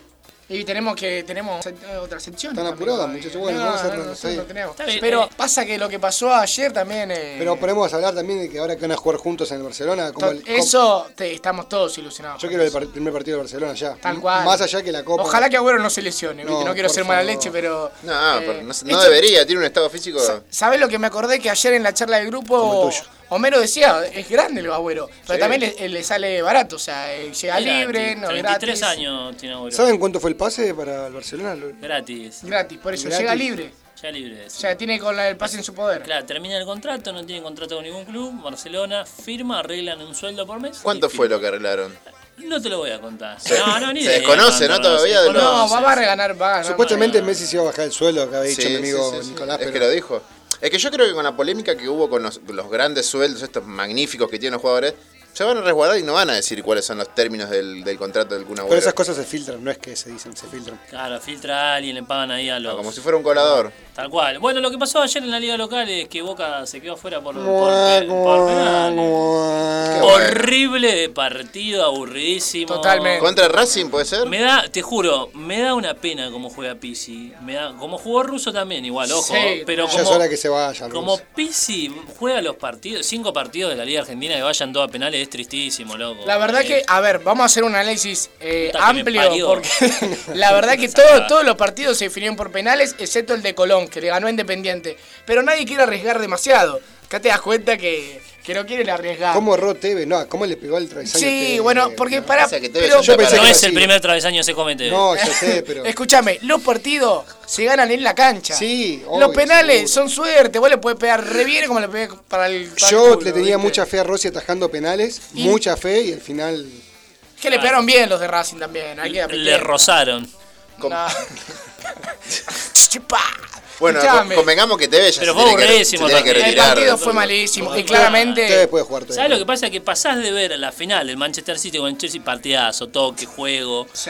G: y tenemos que tenemos eh, otra sección.
F: Están
G: también,
F: apurados,
G: todavía.
F: muchachos. Bueno,
G: No,
F: vamos
G: no,
F: cerrando,
G: no,
F: está bien.
G: no tenemos.
D: Está bien,
G: Pero
D: eh.
G: pasa que lo que pasó ayer también. eh,
F: Pero podemos hablar también de que ahora que van a jugar juntos en el Barcelona. Como
G: to-
F: el, como-
G: eso te- estamos todos ilusionados.
F: yo quiero el par- primer partido del Barcelona ya.
G: Tal cual.
F: Más allá que la Copa.
G: Ojalá que Agüero no se lesione. ¿viste? No,
F: No,
G: quiero
F: por
G: ser mala
F: favor.
G: leche, pero.
E: No,
G: eh,
E: pero no, no
G: esto-
E: debería, tiene un estado físico.
G: ¿Sabes lo que me acordé? Que ayer en la charla del grupo
F: el tuyo.
G: Homero decía, es grande el agüero, pero
E: Sí.
G: también le, le sale barato, o sea, eh, llega
D: Gratis,
G: libre, no
D: 33
G: gratis.
D: años tiene Agüero.
F: ¿Saben cuánto fue el pase para el Barcelona? Lo-
D: Gratis.
G: Gratis, por eso
F: Gratis.
G: llega libre.
D: Ya libre. sí.
G: O sea, tiene con la- el pase en su poder.
D: Claro, termina el contrato, no tiene contrato con ningún club. Barcelona firma, arreglan un sueldo por mes.
E: ¿Cuánto
D: y
E: fue
D: firma.
E: lo que arreglaron?
D: No te lo voy a contar.
E: Se-
D: no, no, ni
E: se
D: idea.
E: desconoce, ¿no?
D: se
E: Todavía de lo-
D: desconoce.
G: Ah, No, va, va a regalar, va a ganar.
F: Supuestamente
D: no.
F: Messi se iba a bajar el sueldo, que había dicho
E: Sí,
F: mi amigo
E: sí, sí, sí.
F: Nicolás.
E: Es
F: pero
E: que lo dijo. Es que yo creo que con la polémica que hubo con los, los grandes sueldos, estos magníficos que tienen los jugadores, se van a resguardar y no van a decir cuáles son los términos del, del contrato del Kun Agüero.
F: pero esas cosas se filtran, no es que se dicen, se filtran.
D: Claro, filtra a alguien, le pagan ahí a los.
E: No, Ah, como si fuera un colador.
D: Tal cual. Bueno, lo que pasó ayer en la liga local es que Boca se quedó afuera por. por, por penales.
E: Qué
F: Bueno,
E: bueno.
D: Horrible de partido, aburridísimo.
G: Totalmente.
E: ¿Contra Racing puede ser?
D: Me da, te juro, me da una pena como juega Pisi. Me da, como jugó Russo también, igual, ojo.
G: Sí,
D: pero
F: Ya es
D: como,
F: hora que se vaya.
D: como
F: Luis.
D: Pisi juega los partidos, cinco partidos de la Liga Argentina que vayan todos a penales, es tristísimo, loco.
G: La verdad
D: Eh,
G: que, a ver, vamos a hacer un análisis eh,
D: Puta que me
G: amplio,
D: parió.
G: porque la verdad que todo- todos los partidos se definieron por penales, excepto el de Colón, que le ganó a Independiente. Pero nadie quiere arriesgar demasiado. Acá te das cuenta que, que no quieren arriesgar.
F: ¿Cómo erró Teve? No, ¿cómo le pegó al
G: Ah.
F: travesaño?
G: Sí,
F: Teve?
G: bueno, porque
F: No.
G: para.
E: Pasa que te
G: Pero,
E: ves allá
F: pensé
D: No
F: que
D: es
F: sí.
D: el primer travesaño que se comete.
F: No, ya sé, pero.
G: escúchame, los partidos se ganan en la cancha.
F: Sí,
G: Los
F: obvio,
G: penales
F: seguro.
G: son suerte. Vos le puedes pegar re bien como le pegué para el. para el
F: Yo
G: culo,
F: le tenía
G: ¿viste?
F: mucha fe a Rossi atajando penales,
G: Y-
F: mucha fe y al final.
G: Que le pegaron bien los de Racing también. hay que
D: Le
G: aplicar.
D: rozaron.
E: Com-
G: No. Chupá.
E: Bueno,
G: Escuchame,
E: co- convengamos que Tevez ya
D: Pero
E: se
D: fue
E: tiene que, se
D: aburridísimo
E: tiene que
D: el
G: el
E: retirar.
G: partido fue malísimo. Y
F: Tevez
G: claramente.
F: puede jugar
D: ¿Sabes lo que
F: todavía.
D: pasa? Que pasás de ver la final, el Manchester City con el Chelsea, partidazo, toque, juego,
G: Sí.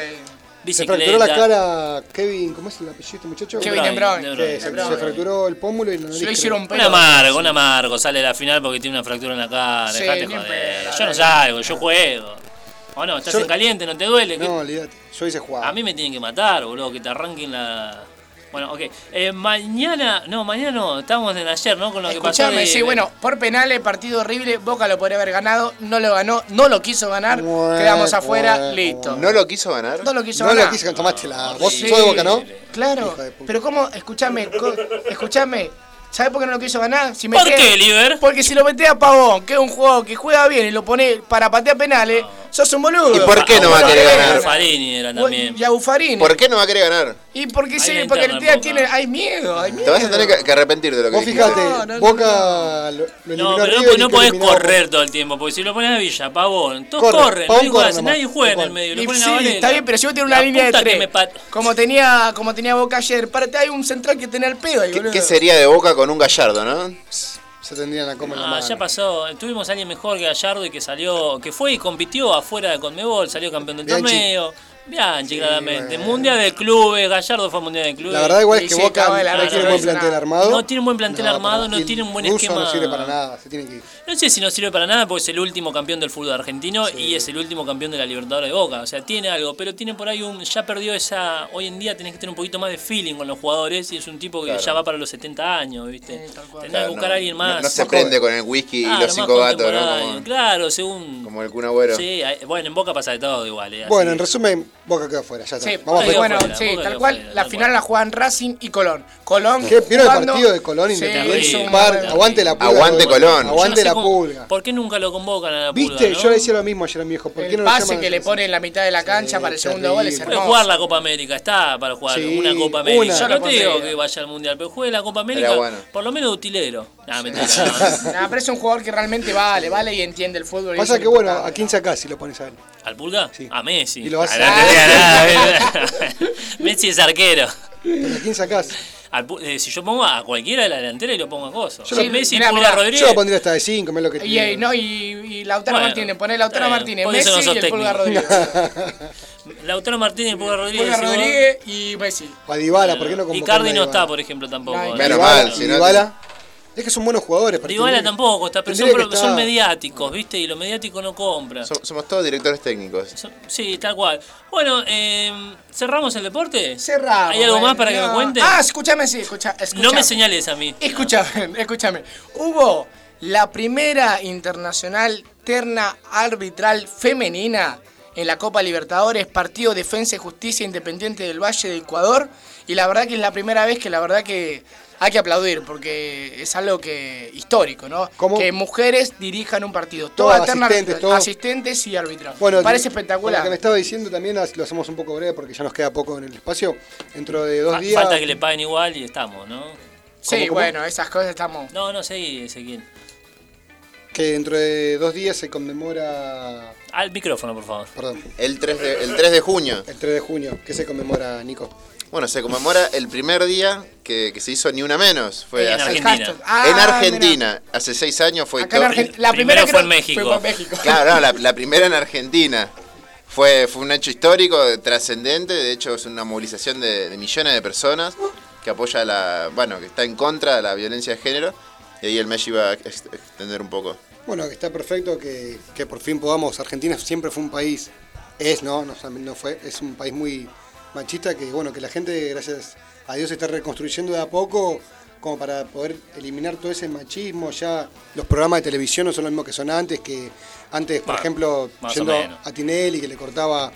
F: Se fracturó
D: bicicleta.
F: la cara Kevin, ¿cómo es el apellido de este muchacho?
G: Kevin De Bruyne.
F: Que
D: Bruyne.
F: se, se fracturó el pómulo y la nariz.
G: Se le hicieron
D: Un amargo, un amargo, sale a la final porque tiene una fractura en la cara,
G: Sí,
D: dejate
G: ni en
D: joder.
G: pedo,
D: Yo
G: eh.
D: no salgo, yo juego. O no, estás
F: Yo-
D: en caliente, no te duele.
F: creo.
D: ¿qué?
F: No, olvídate. Yo hice jugado.
D: A mí me tienen que matar, boludo, que te arranquen la. Bueno, ok. Eh, mañana, no, mañana no, estamos en ayer, ¿no? Con lo que pasó.
G: Escuchame,
D: de-
G: sí, bueno, por penales, partido horrible, Boca lo podría haber ganado, no lo ganó, no lo quiso ganar, quedamos afuera, listo.
E: ¿No lo quiso ganar?
G: No lo quiso
F: No lo
G: ganar.
F: quise, tomaste
E: Ah,
F: la. Vos
G: Sí.
F: sos de boca, ¿no?
G: Claro,
F: Hijo de puta.
G: pero cómo, escuchame, co- escuchame, ¿sabes por qué no lo quiso ganar? Si me
D: ¿Por qué, Liver?
G: Porque si lo metés a Pavón, que es un jugador que juega bien y lo ponés para patear penales, sos un boludo.
E: ¿Y por qué no va a querer ganar?
D: eh, Farini era también.
G: Y a Buffarini.
E: ¿Por qué no va a querer ganar?
G: Y porque, sí,
D: la
G: porque
D: interna
G: el día
D: en Boca.
G: tiene, hay miedo, hay
E: Te
G: miedo.
E: vas a tener que, que arrepentir de lo que
F: Vos
E: dijiste.
F: fijate,
G: No, no,
F: Boca lo, lo eliminó
D: No, pero
F: River
D: no,
F: y
D: no
F: quedó
D: podés
F: eliminado
D: correr todo el tiempo, porque si lo pones a Villa, Pavón, todos
F: Corre,
D: corren,
F: Pavón
D: nadie juega,
F: corre nomás,
D: nadie juega
F: tal
D: en el
F: cual.
D: medio. Lo
G: Y
D: ponen a
G: sí,
D: Varela.
G: está bien, pero si vos tenés una
D: La
G: línea de
D: puta que
G: tres,
D: me pat-
G: como, tenía, como tenía Boca ayer, para, hay un central que tenía el pedo ahí,
E: ¿Qué,
G: boludo.
E: qué sería de Boca con un Gallardo, no?
F: como- Se tendrían a comer la
D: Ah,
F: mano.
D: ya pasó. Tuvimos a alguien mejor que Gallardo y que salió, que fue y compitió afuera de Conmebol, salió campeón del
F: Bianchi.
D: torneo. Bianchi, claramente.
F: bueno.
D: Mundial de clubes, Gallardo fue mundial de clubes.
F: La verdad, igual
G: Y
F: es que
G: sí,
F: Boca
G: acaba de largar,
F: no tiene
G: no
F: un buen
G: hizo
F: plantel
G: nada.
F: armado.
D: No tiene un buen plantel armado,
F: para-
D: no
F: y el
D: tiene un buen
F: ruso
D: esquema.
F: No sirve para nada, se tiene que ir.
D: No sé si no sirve para nada porque es el último campeón del fútbol argentino y es el último campeón de la Libertadores de Boca. O sea, tiene algo, pero tiene por ahí un. Ya perdió esa. Hoy en día tenés que tener un poquito más de feeling con los jugadores y es un tipo que ya va para los 70 años, ¿viste? Tendrá que
E: Claro,
D: buscar
E: no,
D: a alguien
E: no-
D: más.
E: No, se prende con el whisky y
D: Claro,
E: los
D: más
E: cinco gatos, ¿no?
D: contemporáneo.
E: Como,
D: Claro, según.
E: como el Kun Agüero.
D: Sí, hay- bueno, en Boca pasa de todo igual. eh, así.
F: Bueno, en resumen, Boca quedó afuera. Ya está.
G: Sí,
F: Vamos pues. a
D: Boca
F: ver.
D: quedó
G: bueno,
D: fuera,
G: sí,
D: Boca
G: tal
D: quedó
G: cual,
D: fuera,
G: la
D: tal
G: final
D: cual.
G: la juegan Racing y Colón. Colón.
F: ¿Qué? ¿Vieron el
G: jugando-
F: partido de Colón
G: Sí,
F: Independiente?
G: hizo un
F: Bar-
G: buen-
F: aguante la pulga.
E: Aguante
F: Colón.
E: Colón. Yo no
D: Yo no sé
F: Aguante la
D: cómo-
F: pulga.
D: ¿Por qué nunca lo convocan a la pulga?
F: ¿Viste?
D: no?
F: Yo le decía lo mismo ayer a mi hijo. ¿Por qué
G: El
F: no lo
G: pase
F: llaman
G: que le
F: así?
G: pone en la mitad de la cancha
F: Sí,
G: para el segundo gol es
F: terrible.
D: Puede
G: hermoso.
D: jugar la Copa América, está para jugar
F: Sí,
D: una Copa
F: una.
D: América.
G: Yo la
D: No te digo
G: pondría.
D: que vaya al Mundial, pero juegue la Copa América,
E: Era bueno.
D: por lo menos de utilero. Nah, mentira, no.
G: Nah, pero es un jugador que realmente vale, vale y entiende el fútbol. y
F: Pasa
G: eso
F: que bueno,
G: importa.
F: a 15 acá si lo pones a él.
D: ¿Al Pulga?
F: Sí.
D: A Messi.
F: Y lo vas a-
D: Ah, no te diga nada, ¿verdad? Messi es arquero.
F: Pero a 15 acá.
D: Al Pu- eh, si yo pongo a cualquiera de la delantera y lo pongo a Coso.
F: Yo lo-
D: Sí, Messi,
G: mirá,
D: Pulga
G: mirá,
D: Rodríguez.
F: Yo lo pondría hasta de 5, me lo que te
G: Y, eh,
F: digo.
G: no, y, y Lautaro
D: Bueno,
G: Martínez, poné Lautaro
D: está bien.
G: Martínez,
D: Por
G: Messi
D: eso no
G: y el
D: sos
G: Pulga
D: técnico.
G: Rodríguez.
D: Lautaro Martínez y Pulga Rodríguez.
G: Pulga
D: decís vos.
G: Rodríguez y Messi.
F: O a Dybala, ¿por qué no
D: Y
F: convocaron
D: Cardi
F: a
D: no está,
F: Dybala?
D: por ejemplo, tampoco.
G: No,
D: ¿eh?
E: Menos
F: Dybala,
E: mal,
F: y
E: si no-
F: Dybala. Es que son buenos jugadores. pero
D: Dybala
F: tendría-
D: tampoco está, pero son,
F: tendría que
D: pro-
F: estar-
D: son mediáticos, ¿viste? Y lo mediático no compra.
E: So- somos todos directores técnicos.
D: So- Sí, tal cual. Bueno, eh, ¿cerramos el deporte?
G: Cerrado.
D: ¿Hay algo
G: bueno,
D: más para que
G: no.
D: me cuentes?
G: Ah, escúchame, sí, escucha, escúchame.
D: no me señales a mí.
G: Eh, Escúchame, escúchame. Hubo la primera internacional terna arbitral femenina en la Copa Libertadores, partido Defensa y Justicia Independiente del Valle de Ecuador. Y la verdad que es la primera vez que la verdad que hay que aplaudir, porque es algo que histórico, ¿no?
F: ¿Cómo?
G: Que mujeres dirijan un partido.
F: Todas
G: Toda terna
F: asistentes,
G: arbitral,
F: todo.
G: asistentes y árbitros.
F: Bueno,
G: Parece
F: con Lo que me
G: espectacular.
F: estaba diciendo también, as- lo hacemos un poco breve porque ya nos queda poco en el espacio. Dentro de dos
D: Fa-
F: días.
D: Falta que le paguen igual y estamos, ¿no?
G: Sí,
F: ¿Cómo, cómo?
G: bueno, esas cosas estamos.
D: No, no sé, Ezequiel.
F: que dentro de dos días se conmemora.
D: Al micrófono, por favor.
F: Perdón,
E: El 3 de, el 3 de junio.
F: el 3 de junio. que se conmemora, Nico?
E: Bueno, se conmemora el primer día que, que se hizo ni una menos. Fue
D: En
E: hace-
D: Argentina.
G: Ah,
E: en
G: mira.
E: Argentina, hace seis años fue
G: Acá en
E: to-
G: Argen- la
D: Primero
G: primera
D: fue
G: creo-
D: en México.
G: Fue en México.
E: Claro, no, la, la primera en Argentina. Fue, fue un hecho histórico, eh, trascendente. De hecho, es una movilización de, de millones de personas que apoya la. Bueno, que está en contra de la violencia de género. Y ahí el Messi va a ex- extender un poco.
F: Bueno, que está perfecto que, que por fin podamos. Argentina siempre fue un país. Es, no, no, no fue. Es un país muy machista que, bueno, que la gente, gracias a Dios, se está reconstruyendo de a poco como para poder eliminar todo ese machismo. Ya los programas de televisión no son los mismos que son antes, que antes, por
D: Bueno,
F: ejemplo,
D: más o
F: yendo
D: menos.
F: a Tinelli, que le cortaba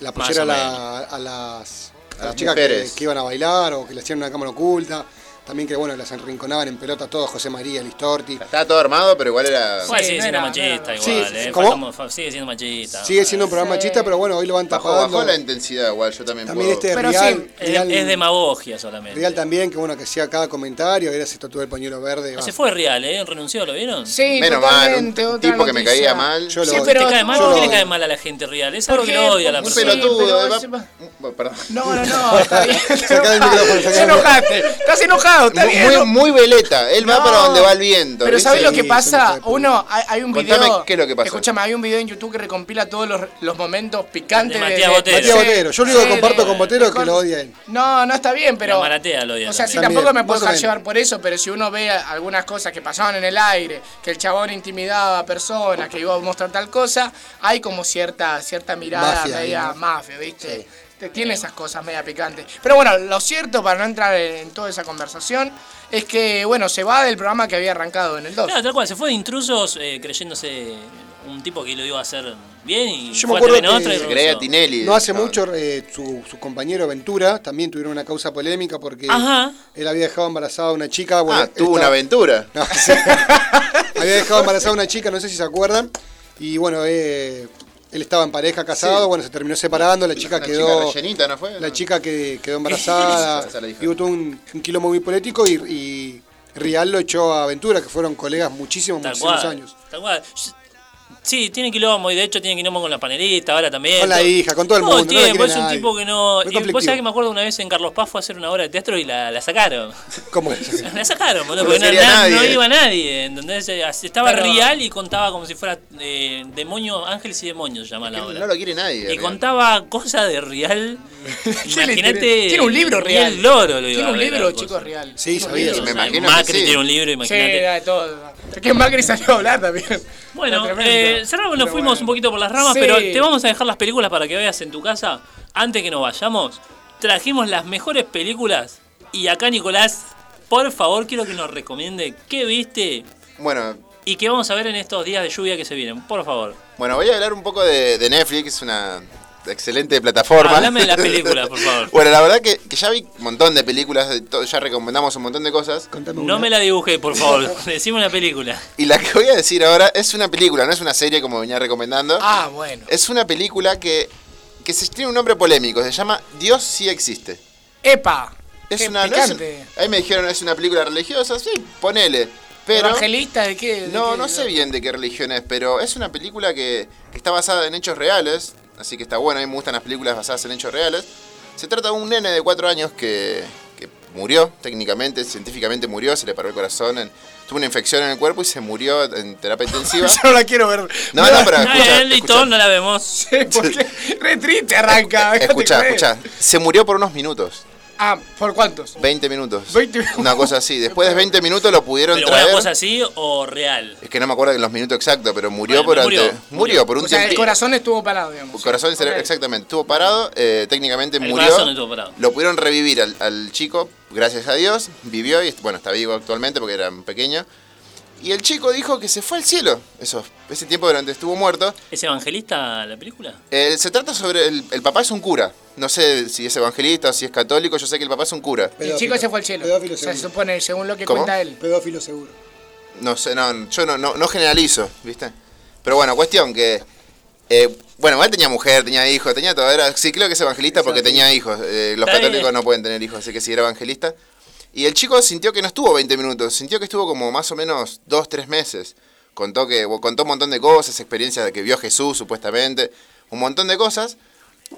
F: la
D: Más
F: pollera a,
D: o
F: la- a las, a
E: A
F: las
E: las
F: chicas que,
E: mujeres.
F: que iban a bailar o que le hacían una cámara oculta. También que, bueno, las enrinconaban en pelota todos, José María, Listorti.
E: Estaba todo armado, pero igual era.
D: Igual
G: Sí,
D: sigue
G: no
D: siendo
G: era-
D: machista,
G: no era-
D: igual.
F: Sí,
D: eh.
F: ¿cómo?
D: Faltamos- fa- sigue siendo machista.
F: Sigue siendo un programa machista, pero bueno, hoy lo van
E: Bajó,
F: tapando.
E: bajó la intensidad, igual yo también,
F: también
E: puedo.
F: este
G: Pero
F: Real,
G: sí,
D: Es, es demagogia solamente.
F: Real también, que bueno, que hacía cada comentario, era se tatuó el pañuelo verde.
D: No,
F: va.
D: Se fue Real, ¿eh? Renunció, ¿lo vieron?
G: Sí,
E: Menos mal, un
G: totalmente.
E: tipo
G: otra
E: que me
G: noticia.
E: caía mal.
F: Yo lo
G: Sí,
F: odio.
G: pero-
D: ¿Te cae mal?
G: yo
D: ¿Por qué
G: lo
D: le cae
G: odio.
D: mal a la gente Real? Es algo
G: ¿Por
D: que
G: qué?
D: lo odia a la
G: Un
E: Un
D: persona.
G: pelotudo.
E: pelotudo.
G: pero
E: eh,
G: se
E: va-
G: va-
E: Bueno, Perdón.
G: No, no, no, está bien.
F: Sacá el micrófono, sacá el
G: Te enojaste, estás enojado, está bien.
E: Muy, muy veleta, él va
G: No.
E: para donde va el viento.
G: Pero
E: ¿viste? Ah,
G: ¿sabes lo
F: Sí,
G: que
F: son
G: pasa?
F: hijos de
G: Uno, hay, hay un
E: Contame
G: video.
E: qué es lo que pasa.
G: Escúchame, hay un video en YouTube que recompila todos los, los momentos picantes
D: De Matías Botero.
F: Matías
G: Sí,
F: Botero, yo lo único
G: sí,
F: que comparto
G: de-
F: con Botero es que
G: con-
F: lo odia él.
G: No, no está bien, pero.
D: La maratea lo odia
G: O sea, sí,
D: también.
G: tampoco
F: También,
G: me puedo
F: más o
G: dejar
F: menos.
G: llevar por eso, pero si uno ve a- algunas cosas que pasaban en el aire, que el chabón intimidaba a personas, que iba a mostrar tal cosa, hay como cierta, cierta mirada
F: Mafia ahí,
G: media
F: ¿no?
G: mafia, ¿viste?
F: Sí.
G: Te- Te tiene esas cosas media picantes. Pero bueno, lo cierto, para no entrar en toda esa conversación, es que, bueno, se va del programa que había arrancado en el 2.
D: Claro, tal cual, se fue de intrusos eh, creyéndose un tipo que lo iba a hacer bien y
F: Yo
D: fue
F: me acuerdo
D: a TVN
F: que-
D: otra y
F: Se
E: creía
D: rehusó.
E: Tinelli.
F: No hace mucho eh, su, su compañero Ventura también tuvieron una causa polémica porque
D: Ajá.
F: él había dejado embarazada a una chica. bueno,
E: Ah, tuvo
F: esta-
E: una aventura.
F: No, sí. había dejado embarazada a una chica, no sé si se acuerdan. Y bueno, eh, él estaba en pareja, casado,
E: Sí.
F: bueno, se terminó separando, la chica
E: Una
F: quedó...
E: rellenita, ¿no fue?
F: La
E: No.
F: chica que quedó embarazada,
E: Esa la hija.
F: y hubo todo un, un quilombo muy político y, y Rial lo echó a Ventura, que fueron colegas muchísimos,
D: Tal
F: muchísimos
D: cual,
F: años.
D: Tal cual. Sí, tiene quilombo y de hecho tiene quilombo con la panelista, ahora también.
F: Con la hija, con todo el mundo, no la
D: tiempo,
F: quiere
D: pues es un
F: nadie.
D: tipo que
F: Muy
D: no. y vos sabés
F: conflictivo.
D: que me acuerdo una vez en Carlos Paz fue a hacer una obra de teatro y la, la sacaron.
F: ¿Cómo es?
D: La sacaron, boludo,
E: No
D: porque no,
E: sería
D: na- no
E: nadie.
D: iba nadie. ¿entendés? Eh, así- Estaba
G: Pero-
D: real y contaba como si fuera eh, demonio, ángeles y demonios, se llama la obra.
E: No lo quiere nadie.
D: Y
E: Rial.
D: contaba cosas de Real.
G: le
D: Imagínate.
G: interesa? Tiene un libro
D: ni
G: Rial.
D: El loro lo iba
G: Tiene
D: a
G: un
D: ver,
G: libro,
D: la
G: chicos,
D: cosa.
G: real.
F: Sí,
G: Tiene un
F: sabía,
G: libro.
E: me
D: O sea,
E: imagino que
D: Macri
E: sí.
D: tiene un libro,
G: Sí,
D: imagínate.
G: de todo. Que Macri salió a hablar también.
D: Bueno,
G: Fue tremendo.
D: eh, cerramos, nos
G: Pero
D: fuimos
G: bueno.
D: un poquito por las ramas,
G: Sí.
D: pero te vamos a dejar las películas para que veas en tu casa. Antes que nos vayamos, trajimos las mejores películas. Y acá, Nicolás, por favor, quiero que nos recomiende qué viste
E: Bueno,
D: y qué vamos a ver en estos días de lluvia que se vienen. Por favor,
E: bueno, voy a hablar un poco de, de Netflix, una excelente plataforma.
D: Háblame de la película, por favor.
E: bueno, la verdad que, que ya vi un montón de películas, de todo, ya recomendamos un montón de cosas.
F: Contame una.
D: no me la dibujé, por favor. Decime una película.
E: Y la que voy a decir ahora es una película, no es una serie como venía recomendando.
G: Ah, bueno.
E: Es una película que, que se, tiene un nombre polémico, se llama Dios sí existe.
G: Epa.
E: Es
G: qué
E: una, no es un-
G: picante.
E: ahí me dijeron es una película religiosa, sí, ponele. Pero
G: ¿Evangelista de qué? ¿De
E: no,
G: qué?
E: no sé bien de qué religión es, pero es una película que, que está basada en hechos reales, así que está bueno, a mí me gustan las películas basadas en hechos reales. Se trata de un nene de 4 años que, que murió, técnicamente, científicamente murió, se le paró el corazón, en- tuvo una infección en el cuerpo y se murió en terapia intensiva.
G: Yo no la quiero ver.
E: No, no, pero
D: Ah,
E: escucha,
D: el
E: escucha.
D: listón no la vemos.
G: Sí, porque re triste arranca. déjate
E: Escucha,
G: joder.
E: escucha. Se murió por unos minutos.
G: Ah, ¿por cuántos?
E: 20 minutos.
G: 20 minutos.
E: Una cosa así. Después de 20 minutos lo pudieron
D: Pero
E: traer.
D: una cosa así o real.
E: Es que no me acuerdo de los minutos exactos, pero murió
D: Bueno,
E: por
D: murió,
E: ante-
D: murió.
E: por un
G: O sea, el
E: tiempi-
G: corazón estuvo parado, digamos.
E: El corazón y cerebro,
G: Ok.
E: exactamente. Estuvo parado, eh, técnicamente
D: El
E: murió.
D: corazón estuvo parado.
E: Lo pudieron revivir al, al chico, gracias a Dios. Vivió y, bueno, está vivo actualmente porque era un pequeño. Y el chico dijo que se fue al cielo. Eso, ese tiempo durante estuvo muerto.
D: ¿Es evangelista la película?
E: Eh, se trata sobre. El, el papá es un cura. No sé si es evangelista o si es católico. Yo sé que el papá es un cura.
G: El chico se fue al cielo.
F: Pedófilo
G: O sea, se
F: seguro.
G: supone, según lo que
E: ¿Cómo?
G: cuenta él.
F: Pedófilo seguro.
E: No sé, no, yo no, no, no generalizo, ¿viste? Pero bueno, cuestión que. eh, bueno, él tenía mujer, tenía hijos, tenía todo. Era, sí, creo que es evangelista porque tenía hijos. eh, los
D: Está bien.
E: católicos no pueden tener hijos, así que sí, era evangelista. Y el chico sintió que no estuvo 20 minutos, sintió que estuvo como más o menos 2, 3 meses. Contó, que, contó un montón de cosas, experiencias de que vio a Jesús supuestamente, un montón de cosas.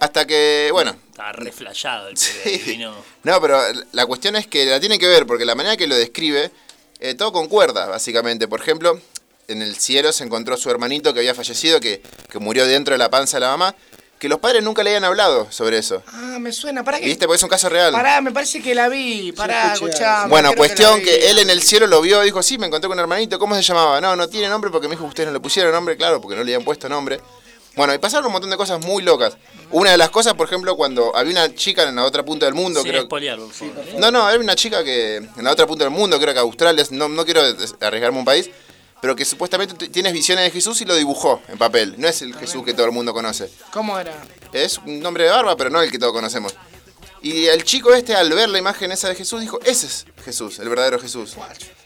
E: Hasta que, bueno,
D: Está reflejado el pibe,
E: Sí.
D: divino.
E: No, pero la cuestión es que la tienen que ver, porque la manera que lo describe, eh, todo concuerda, básicamente. Por ejemplo, en el cielo se encontró su hermanito que había fallecido, que, que murió dentro de la panza de la mamá, que los padres nunca le habían hablado sobre eso.
G: Ah, me suena. ¿Para qué?
E: ¿Viste? Porque es un caso real.
G: Pará, me parece que la vi. Pará,
F: escuché
G: escuchá.
F: algo.
E: Bueno,
G: creo
E: cuestión
G: la
E: que,
G: vi.
E: él en el cielo lo vio, dijo, sí, me encontré con un hermanito, ¿cómo se llamaba? No, no tiene nombre porque me dijo que ustedes no le pusieron nombre, claro, porque no le habían puesto nombre. Bueno, y pasaron un montón de cosas muy locas. Una de las cosas, por ejemplo, cuando había una chica en la otra punta del mundo,
D: Sin
E: creo
D: spoilear, por favor. ¿eh?
E: no, no, era una chica que en la otra punta del mundo, creo que Australia, es- no, no quiero des- arriesgarme un país, pero que supuestamente t- tienes visiones de Jesús y lo dibujó en papel. No es el Jesús que todo el mundo conoce.
G: ¿Cómo era?
E: Es un nombre de barba, pero no el que todos conocemos. Y el chico este, al ver la imagen esa de Jesús, dijo, ese es Jesús, el verdadero Jesús.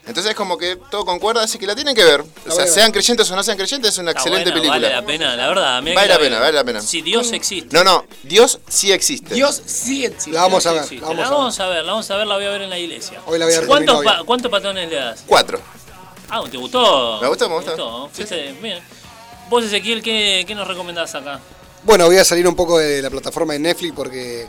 E: Entonces es como que todo concuerda, así que la tienen que ver. O sea, sean creyentes o no sean creyentes, es una
D: Está
E: excelente
D: buena,
E: película.
D: Vale la pena, la verdad. mirá
E: Vale
D: que
E: la pena,
D: vi.
E: vale la pena.
D: Si Dios existe.
E: No, no, Dios sí existe.
G: Dios sí existe.
F: La vamos a ver,
D: existe.
F: la
D: La
F: vamos a ver.
D: vamos a ver, la vamos a ver, la voy a ver en la iglesia.
F: Hoy la voy a ver con mi
D: ¿Cuántos,
F: novia.
D: pa- ¿Cuántos patrones le das?
E: Cuatro.
D: Ah, ¿te gustó?
E: Me gustó, me
D: ¿Te
E: gustó.
D: Fuiste- bien. Vos, Ezequiel, ¿qué, qué nos recomendás acá?
F: Bueno, voy a salir un poco de la plataforma de Netflix porque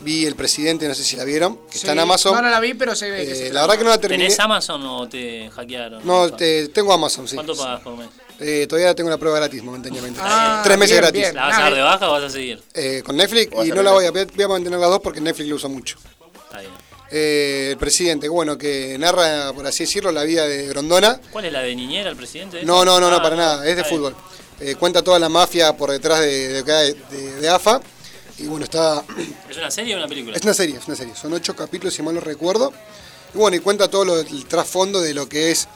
F: vi El Presidente, no sé si la vieron, que está en
G: Sí.
F: Amazon.
G: No, no la vi, pero se ve
F: Eh,
G: que se
F: la verdad que no la terminé.
D: ¿Tenés Amazon o te hackearon?
F: No, te- tengo Amazon, sí.
D: ¿Cuánto pagas por mes?
F: Eh, todavía tengo la prueba gratis momentáneamente.
G: Ah,
F: Tres meses
G: bien,
F: gratis.
G: bien. Ah,
D: ¿La vas a dar de baja o vas a seguir?
F: Eh, con Netflix
E: Voy a
F: y no
E: hacer
F: la
E: el-
F: voy a, voy a mantener las dos porque Netflix lo usa mucho.
D: Está bien.
F: Eh, el presidente, bueno, que narra, por así decirlo, la vida de Grondona.
D: ¿Cuál es la de niñera, el presidente?
F: No, no, no, no,
D: Ah,
F: para nada, es de
D: está bien.
F: fútbol. Eh, cuenta toda la mafia por detrás de, de, acá de- de- de AFA Y bueno, está.
D: ¿Es una serie o una película?
F: Es una serie, es una serie. Son ocho capítulos, si mal no recuerdo. Y bueno, y cuenta todo lo- el trasfondo de lo que es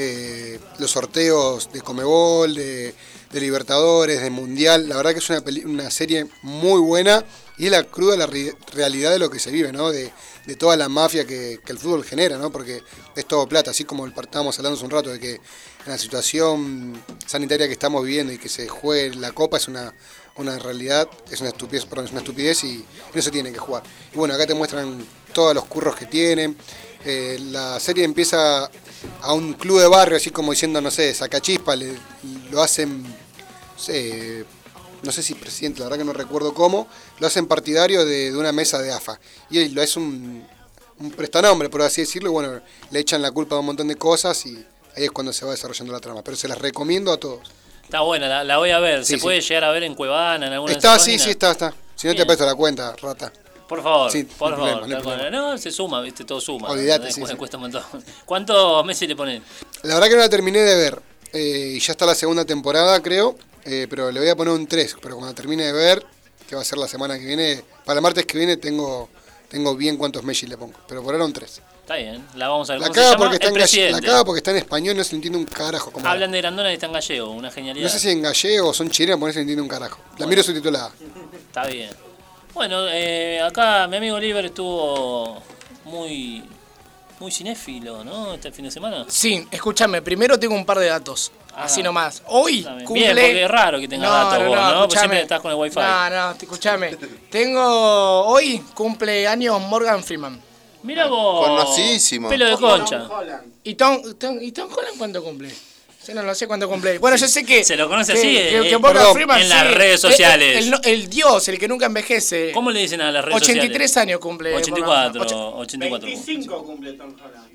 F: eh, los sorteos de Comebol, de, de Libertadores, de Mundial. La verdad que es una, peli- una serie muy buena y es la cruda la re- realidad de lo que se vive, ¿no? De, de toda la mafia que, que el fútbol genera, ¿no? Porque es todo plata, así como el par- estábamos hablando hace un rato de que en la situación sanitaria que estamos viviendo y que se juegue la copa es una, una realidad, es una estupidez, perdón, es una estupidez y no se tiene que jugar. Y bueno, acá te muestran todos los curros que tienen. Eh, la serie empieza a un club de barrio, así como diciendo, no sé, sacachispa, le- lo hacen, no sé, no sé si presidente, la verdad que no recuerdo cómo, lo hacen partidario de, de una mesa de AFA. Y él lo es un, un prestanombre, por así decirlo, y bueno, le echan la culpa de un montón de cosas y ahí es cuando se va desarrollando la trama. Pero se las recomiendo a todos.
D: Está buena, la, la voy a ver.
F: Sí,
D: ¿Se
F: sí.
D: puede llegar a ver en Cuevana, en alguna de
F: Está,
D: esas
F: sí,
D: páginas?
F: sí, está, está. Si no
D: Bien.
F: te presto la cuenta, rata.
D: Por favor,
F: Sí,
D: por
F: no hay problema,
D: favor.
F: no hay
D: está con- no, se suma, viste, todo suma.
F: Olvídate,
D: ¿entendés?
F: sí,
D: Cuesta-
F: sí.
D: Cuesta un montón. ¿Cuántos meses le ponen?
F: La verdad que no la terminé de ver. eh, y ya está la segunda temporada, creo. eh, pero le voy a poner un 3. Pero cuando termine de ver, que va a ser la semana que viene, para el martes que viene tengo tengo bien cuántos Messi le pongo. Pero por ahora un 3.
D: Está bien, la vamos a ver.
F: La
D: ¿Cómo se
F: caga,
D: llama?
F: porque está
D: El
F: en galle- la
D: presidente.
F: caga porque está en español, no se le entiende un carajo. Como
D: Hablan de Grandona y está en gallego, una genialidad.
F: no sé si en gallego o son chilenos, porque no se le entiende un carajo. La miro subtitulada.
D: Está bien. Bueno, eh, acá mi amigo Oliver estuvo muy, muy cinéfilo, ¿no? Este fin de semana.
G: Sí, escúchame, primero tengo un par de datos. así nomás. Hoy
D: Ah, Está bien.
G: cumple.
D: Bien, porque es raro que tengas datos vos, ¿no? Porque
G: escúchame.
D: siempre estás con el wifi.
G: No, no, escúchame. Tengo. Hoy cumple años Morgan Freeman.
D: Mira vos.
E: Conocidísimo.
D: Pelo de concha.
G: ¿Y Tom, Tom- ¿Y Tom Holland cuánto cumple? Yo no lo sé cuánto cumple. Bueno, yo sé que.
D: Se lo conoce
G: que-
D: así,
G: que-
D: eh,
G: que Morgan
D: perdón,
G: Freeman,
D: en las
G: sí, Eh,
D: redes sociales.
G: El, el- el dios, el que nunca envejece.
D: ¿Cómo le dicen a las redes
G: 83
D: sociales?
G: años cumple. Morgan Freeman.
D: 84, 84.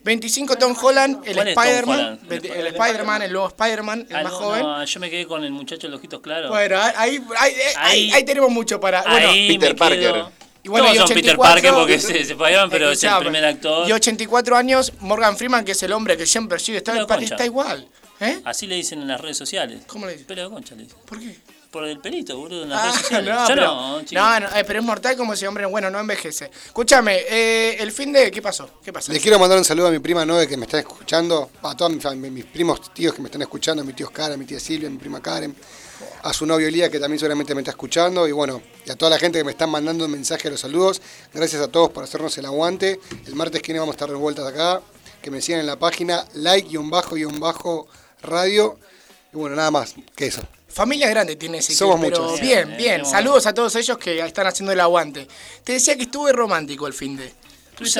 G: 25 Tom Holland, el
D: ¿Cuál es Tom
G: Spider-Man.
D: Holland?
G: El, el Spider-Man, el nuevo Spider-Man, el
D: Ah,
G: más
D: no,
G: joven.
D: no, yo me quedé con el muchacho de los ojitos claros.
G: Bueno, ahí, ahí, ahí- ahí- ahí tenemos mucho para. Bueno,
D: Ahí
E: Peter
D: me quedo.
E: Parker.
G: y bueno,
D: Todos
G: y
D: son Peter
G: 84,
D: Parker porque se, se pagaron, pero es el
G: escuchame,
D: primer actor.
G: Y 84 años, Morgan Freeman, que es el hombre que siempre sigue, está,
D: Pero
G: el padre ah,
D: concha.
G: está igual. ¿Eh?
D: Así le dicen en las redes sociales.
G: ¿Cómo le dice?
D: Pelo de concha le dicen.
G: ¿Por qué?
D: Por el pelito, boludo, en las
G: Ah,
D: redes sociales.
G: no,
D: Yo
G: pero,
D: no, chico.
G: no, no, eh, pero es mortal como ese hombre, bueno, no envejece. Escúchame, eh, el fin de. ¿Qué pasó? ¿Qué pasó?
F: Les quiero mandar un saludo a mi prima Noe que me está escuchando, a todos mis, fam- mis primos tíos que me están escuchando, a mi tío Oscar, a mi tía Silvia, a mi prima Karen, a su novio Elías que también seguramente me está escuchando y bueno, y a toda la gente que me está mandando mensajes, los saludos. Gracias a todos por hacernos el aguante. El martes que viene vamos a estar de vuelta acá, que me sigan en la página like-bajo-bajo radio y bueno, nada más que eso.
G: Familia grande tiene ese
F: Somos
G: equipo, pero
F: muchos.
G: bien,
D: Bien,
G: bien.
D: bien.
G: Saludos a todos ellos que están haciendo el aguante. Te decía que estuve romántico el fin de.
D: Estuviste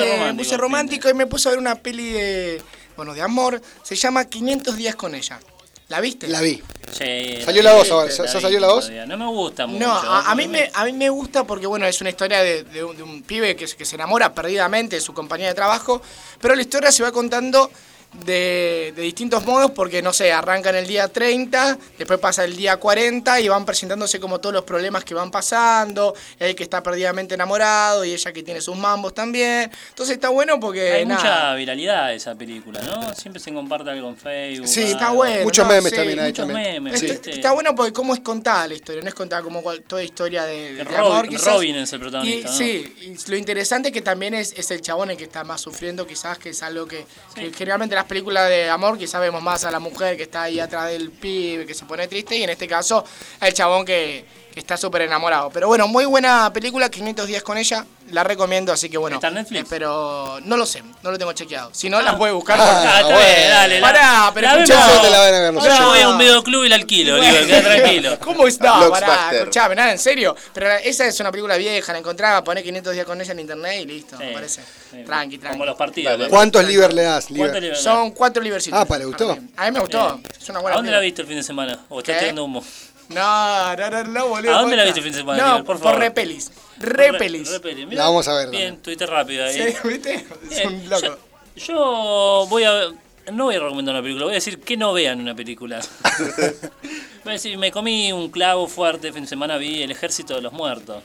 G: Puse-
D: romántico
G: Me
D: el fin
G: puse
D: de.
G: romántico y me puse a ver una peli de, bueno, de amor. Se llama 500 días con ella. ¿La viste?
F: La vi.
D: Sí,
F: ¿Salió la voz
D: vi,
F: ahora? ¿Ya-
D: la
F: ya
D: vi
F: salió la voz?
D: todavía. No me gusta mucho.
G: No, a, a mí me, a mí me gusta porque, bueno, es una historia de, de un, de un pibe que, se- que se enamora perdidamente de su compañía de trabajo, pero la historia se va contando de, de distintos modos porque, no sé, arrancan el día 30, después pasa el día 40 y van presentándose como todos los problemas que van pasando, el que está perdidamente enamorado y ella que tiene sus mambos también. Entonces está bueno porque,
D: Hay
G: Eh, nada,
D: mucha viralidad de esa película, ¿no? Siempre se comparte algo en Facebook.
F: Sí,
D: algo.
G: está bueno.
F: Muchos
G: no,
F: memes
G: sí,
F: también ahí
D: muchos
F: también.
D: memes. este.
G: Está,
F: Sí.
D: ¿viste?
G: está bueno porque cómo es contada la historia, no es contada como cual- toda historia de, de
D: Robin-
G: amor, quizás.
D: Robin es el protagonista,
G: Y,
D: ¿no?
G: Sí, y lo interesante que también es, es el chabón el que está más sufriendo, quizás, que es algo que, que generalmente las películas de amor quizás vemos más a la mujer que está ahí atrás del pibe, que se pone triste, y en este caso al chabón que, que está súper enamorado. Pero bueno, muy buena película, 500 días con ella, la recomiendo, así que bueno.
D: ¿Está en Netflix?
G: Pero no lo sé, no lo tengo chequeado. Si no, las voy a buscar.
D: Ah, está
F: bueno.
D: bien, dale. la-
G: Pará, pero
D: la
G: escuchá.
D: vemos.
F: Te la van a ver, no sé.
D: Yo voy a un videoclub y la alquilo, Oliver, quedá tranquilo.
G: ¿Cómo está?
E: Blockbuster.
G: Pará, escuchame, nada, en serio. Pero esa es una película vieja, la encontraba, poné 500 días con ella en internet y listo,
D: Sí,
G: me parece.
D: sí.
G: Tranqui, tranqui.
D: Como los partidos.
E: Dale.
D: ¿no?
F: ¿Cuántos liver le das? Liber?
D: ¿Cuánto le-
G: Son cuatro librecitos.
F: Ah, ¿pa, le gustó?
G: A mí me gustó. Es una
D: Eh, ¿A
G: buena
D: dónde la
G: película.
D: viste el fin de semana? ¿O estás
G: ¿Qué?
D: tirando humo?
G: No, no, no, no, boludo.
D: ¿A dónde
G: posta.
D: la viste el fin de semana, Oliver?
G: No,
D: Por
G: por,
D: favor.
G: repelis. Repelis.
D: Re- repelis. Mirá.
F: La vamos a ver
D: Bien,
F: también.
D: tuviste rápido ahí.
G: Sí, ¿Viste? Es
D: Eh,
G: un loco.
D: Yo, yo voy a. No voy a recomendar una película, voy a decir que no vean una película. voy a decir, me comí un clavo fuerte, fin de semana vi El Ejército de los Muertos.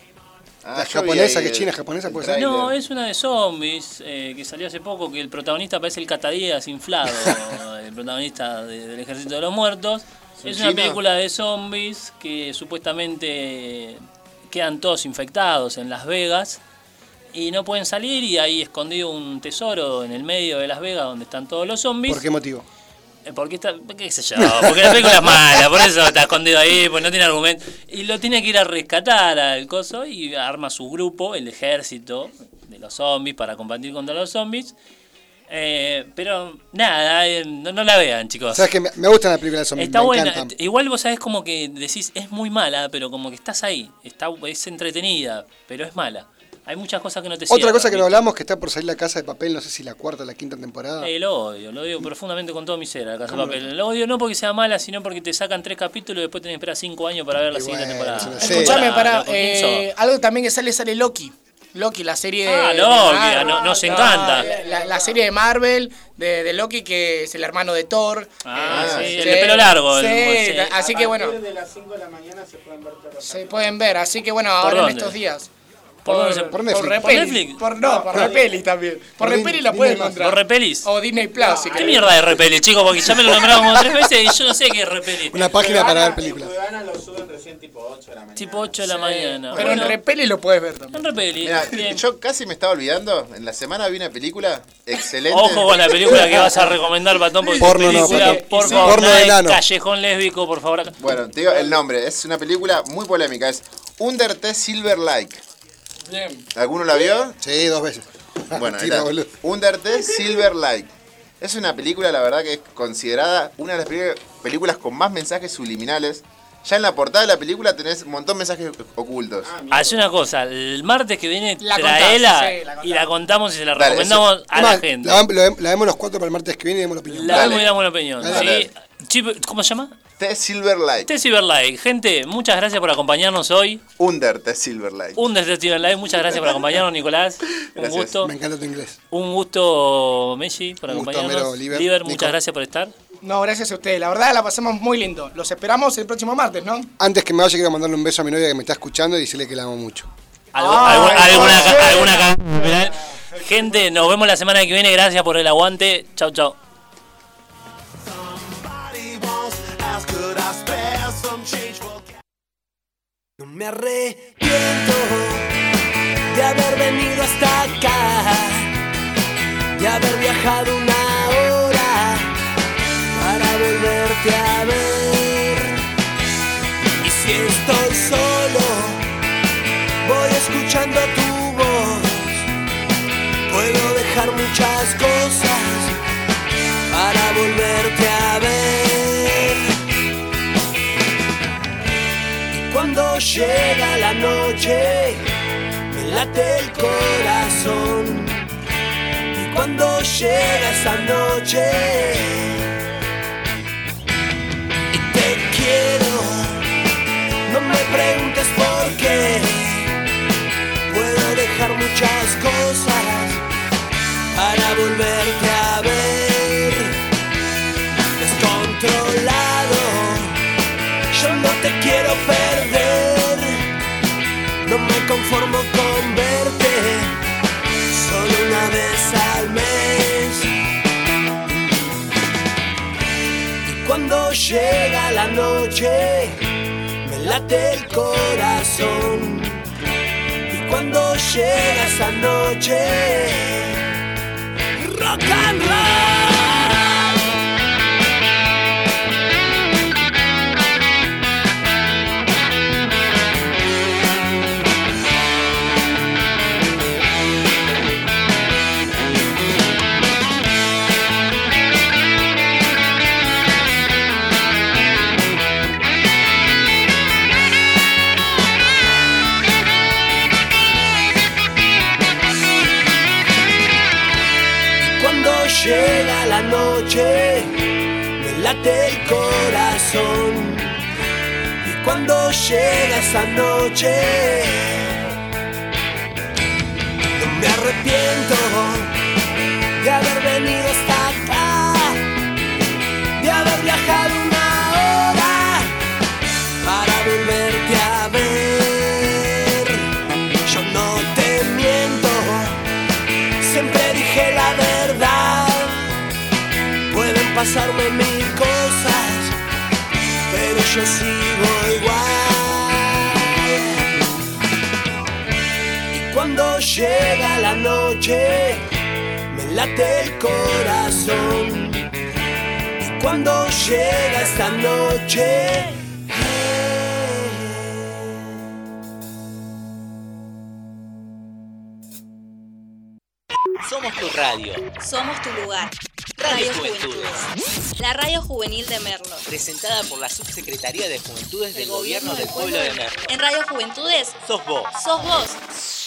E: Ah,
F: La
E: yo vi
F: japonesa,
E: ahí
F: que
E: el-
F: china es japonesa,
E: el
F: puede ser.
E: tráiler.
D: No, es una de zombies eh, que salió hace poco, que el protagonista parece el catadías inflado, el protagonista de- del Ejército de los Muertos. Es una
E: chino?
D: película de zombies que supuestamente quedan todos infectados en Las Vegas y no pueden salir y hay escondido un tesoro en el medio de Las Vegas donde están todos los zombies.
F: ¿Por qué motivo?
D: Eh, Porque está, qué sé yo, porque la película es mala, por eso está escondido ahí, pues no tiene argumento. Y lo tiene que ir a rescatar al coso y arma su grupo, el ejército de los zombies, para combatir contra los zombies. Eh, pero nada, eh, no, no la vean, chicos.
F: Sabes que me, me gustan las películas de zombies,
D: Está
F: me
D: buena.
F: encantan.
D: eh, Igual vos sabés como que decís, es muy mala, pero como que estás ahí. Está, es entretenida, pero es mala. Hay muchas cosas que no te
F: Otra
D: cierran,
F: cosa que no
D: ¿viste?
F: hablamos que está por salir la casa de papel, no sé si la cuarta o la quinta temporada.
D: Eh, lo odio, lo odio profundamente con todo mi ser. La Casa de
F: ¿Cómo lo
D: Papel. Lo odio no porque sea mala, sino porque te sacan tres capítulos y después tenés que esperar cinco años para ver la
F: Y
D: siguiente
F: bueno, es
D: temporada.
F: una serie.
D: ah,
G: Escuchame, eh, para
D: loco, ¿quién sos?
G: algo también que sale, sale Loki. Loki, la serie de.
D: Ah,
G: de
D: Loki,
G: Marvel. Ah,
D: no- nos encanta.
G: La, la serie de Marvel, de, de Loki, que es el hermano de Thor. Eh,
D: Ah, sí, el de pelo largo, el-
G: Sí,
D: sí.
G: así que bueno,
J: de las 5 de la mañana se pueden ver todos los
G: se pueden ver. Así que bueno, ahora en
D: dónde?
G: estos días.
D: ¿Por dónde se-
F: por
G: Por,
F: Netflix.
G: Repeli.
D: ¿Por Netflix?
G: Por- no, por Repeli también. Por
F: Por
G: Repeli la
F: Disney
G: pueden
F: Plus.
G: encontrar.
D: ¿Los repelis?
G: O Disney Plus. si
D: ¿Qué
G: querés.
D: mierda de repelis, chicos? Porque ya me lo nombraron como tres veces y yo no sé qué es repelis.
F: Una página para ver películas.
J: Cuevana lo suben recién tipo 8 de la mañana.
D: Tipo 8 de la mañana.
G: Pero
D: Bueno,
G: en Repeli lo puedes ver también.
D: en repelis.
E: Mira,
D: bien.
E: yo casi me estaba olvidando. En la semana vi una película excelente.
D: Ojo con la película que vas a recomendar, Patón, porque
F: Porno no,
D: película,
F: Patón.
D: por
F: Sí,
D: favor,
F: porno
D: nada
F: de
D: de
F: enano.
D: Callejón lésbico, por favor.
E: Bueno, te digo el nombre. Es una película muy polémica. Es Under the Silver Lake.
G: Bien.
E: ¿Alguno la vio?
F: Sí, dos veces.
E: Bueno,
F: Tira,
E: era
F: boludo.
E: Under the Silver Lake. Es una película, la verdad, que es considerada una de las peli- películas con más mensajes subliminales. Ya en la portada de la película tenés un montón de mensajes ocultos.
D: Hace una cosa, el martes que viene
G: La contás,
D: traela
G: sí, la
D: y la contamos y se la
E: Dale,
D: recomendamos a la
F: Además,
D: gente.
F: La, vam- lo vem- la vemos los cuatro para el martes que viene y demos la opinión.
D: La
E: Dale.
D: vemos y damos una opinión.
E: Dale.
D: ¿sí? Chip- ¿Cómo se llama?
E: The Silver Lake.
D: Tessy Berlay. Gente, muchas gracias por acompañarnos hoy.
E: Under the Silver Lake.
D: Un Tessy Berlay. Muchas gracias por acompañarnos, Nicolás. Un
E: Gracias.
D: gusto.
F: Me encanta tu inglés.
D: Un gusto, Messi, por
F: Un gusto,
D: acompañarnos.
F: Homero, Oliver,
D: Liber,
F: Nico.
D: muchas gracias por estar.
G: No, gracias a ustedes. La verdad la pasamos muy lindo. Los esperamos el próximo martes, ¿no?
F: Antes que me vaya, quiero mandarle un beso a mi novia que me está escuchando y decirle que la amo mucho.
D: Algu-
G: Ah,
D: algu- alguna, ca- alguna ca- ¿verdad? Gente, nos vemos la semana que viene. Gracias por el aguante. Chau, chau.
N: No me arrepiento de haber venido hasta acá, de haber viajado una hora para volverte a ver. Y si estoy solo, voy escuchando tu voz. Puedo dejar muchas cosas para volverte a ver. Cuando llega la noche, me late el corazón. Y cuando llega esa noche, y te quiero, no me preguntes por qué. Puedo dejar muchas cosas para volverte a ver. Descontrolado. Yo no te quiero perder, no me conformo con verte solo una vez al mes. Y cuando llega la noche, me late el corazón. Y cuando llega esa noche, rock and roll. Cuando llega la noche, me late el corazón. Y cuando llega esa noche, no me arrepiento de haber venido hasta acá, de haber viajado una hora para volverte a ver. Yo no te miento siempre dije la verdad. Pueden pasarme mil cosas, pero yo sigo igual. Cuando llega la noche, me late el corazón. Y cuando llega esta noche,
A: Somos tu radio.
B: Somos tu lugar.
A: Radio Juventudes.
B: La radio juvenil de Merlo.
A: Presentada por la Subsecretaría de Juventudes del Gobierno del Pueblo de Merlo.
B: En Radio Juventudes
A: Sos vos.
B: sos vos.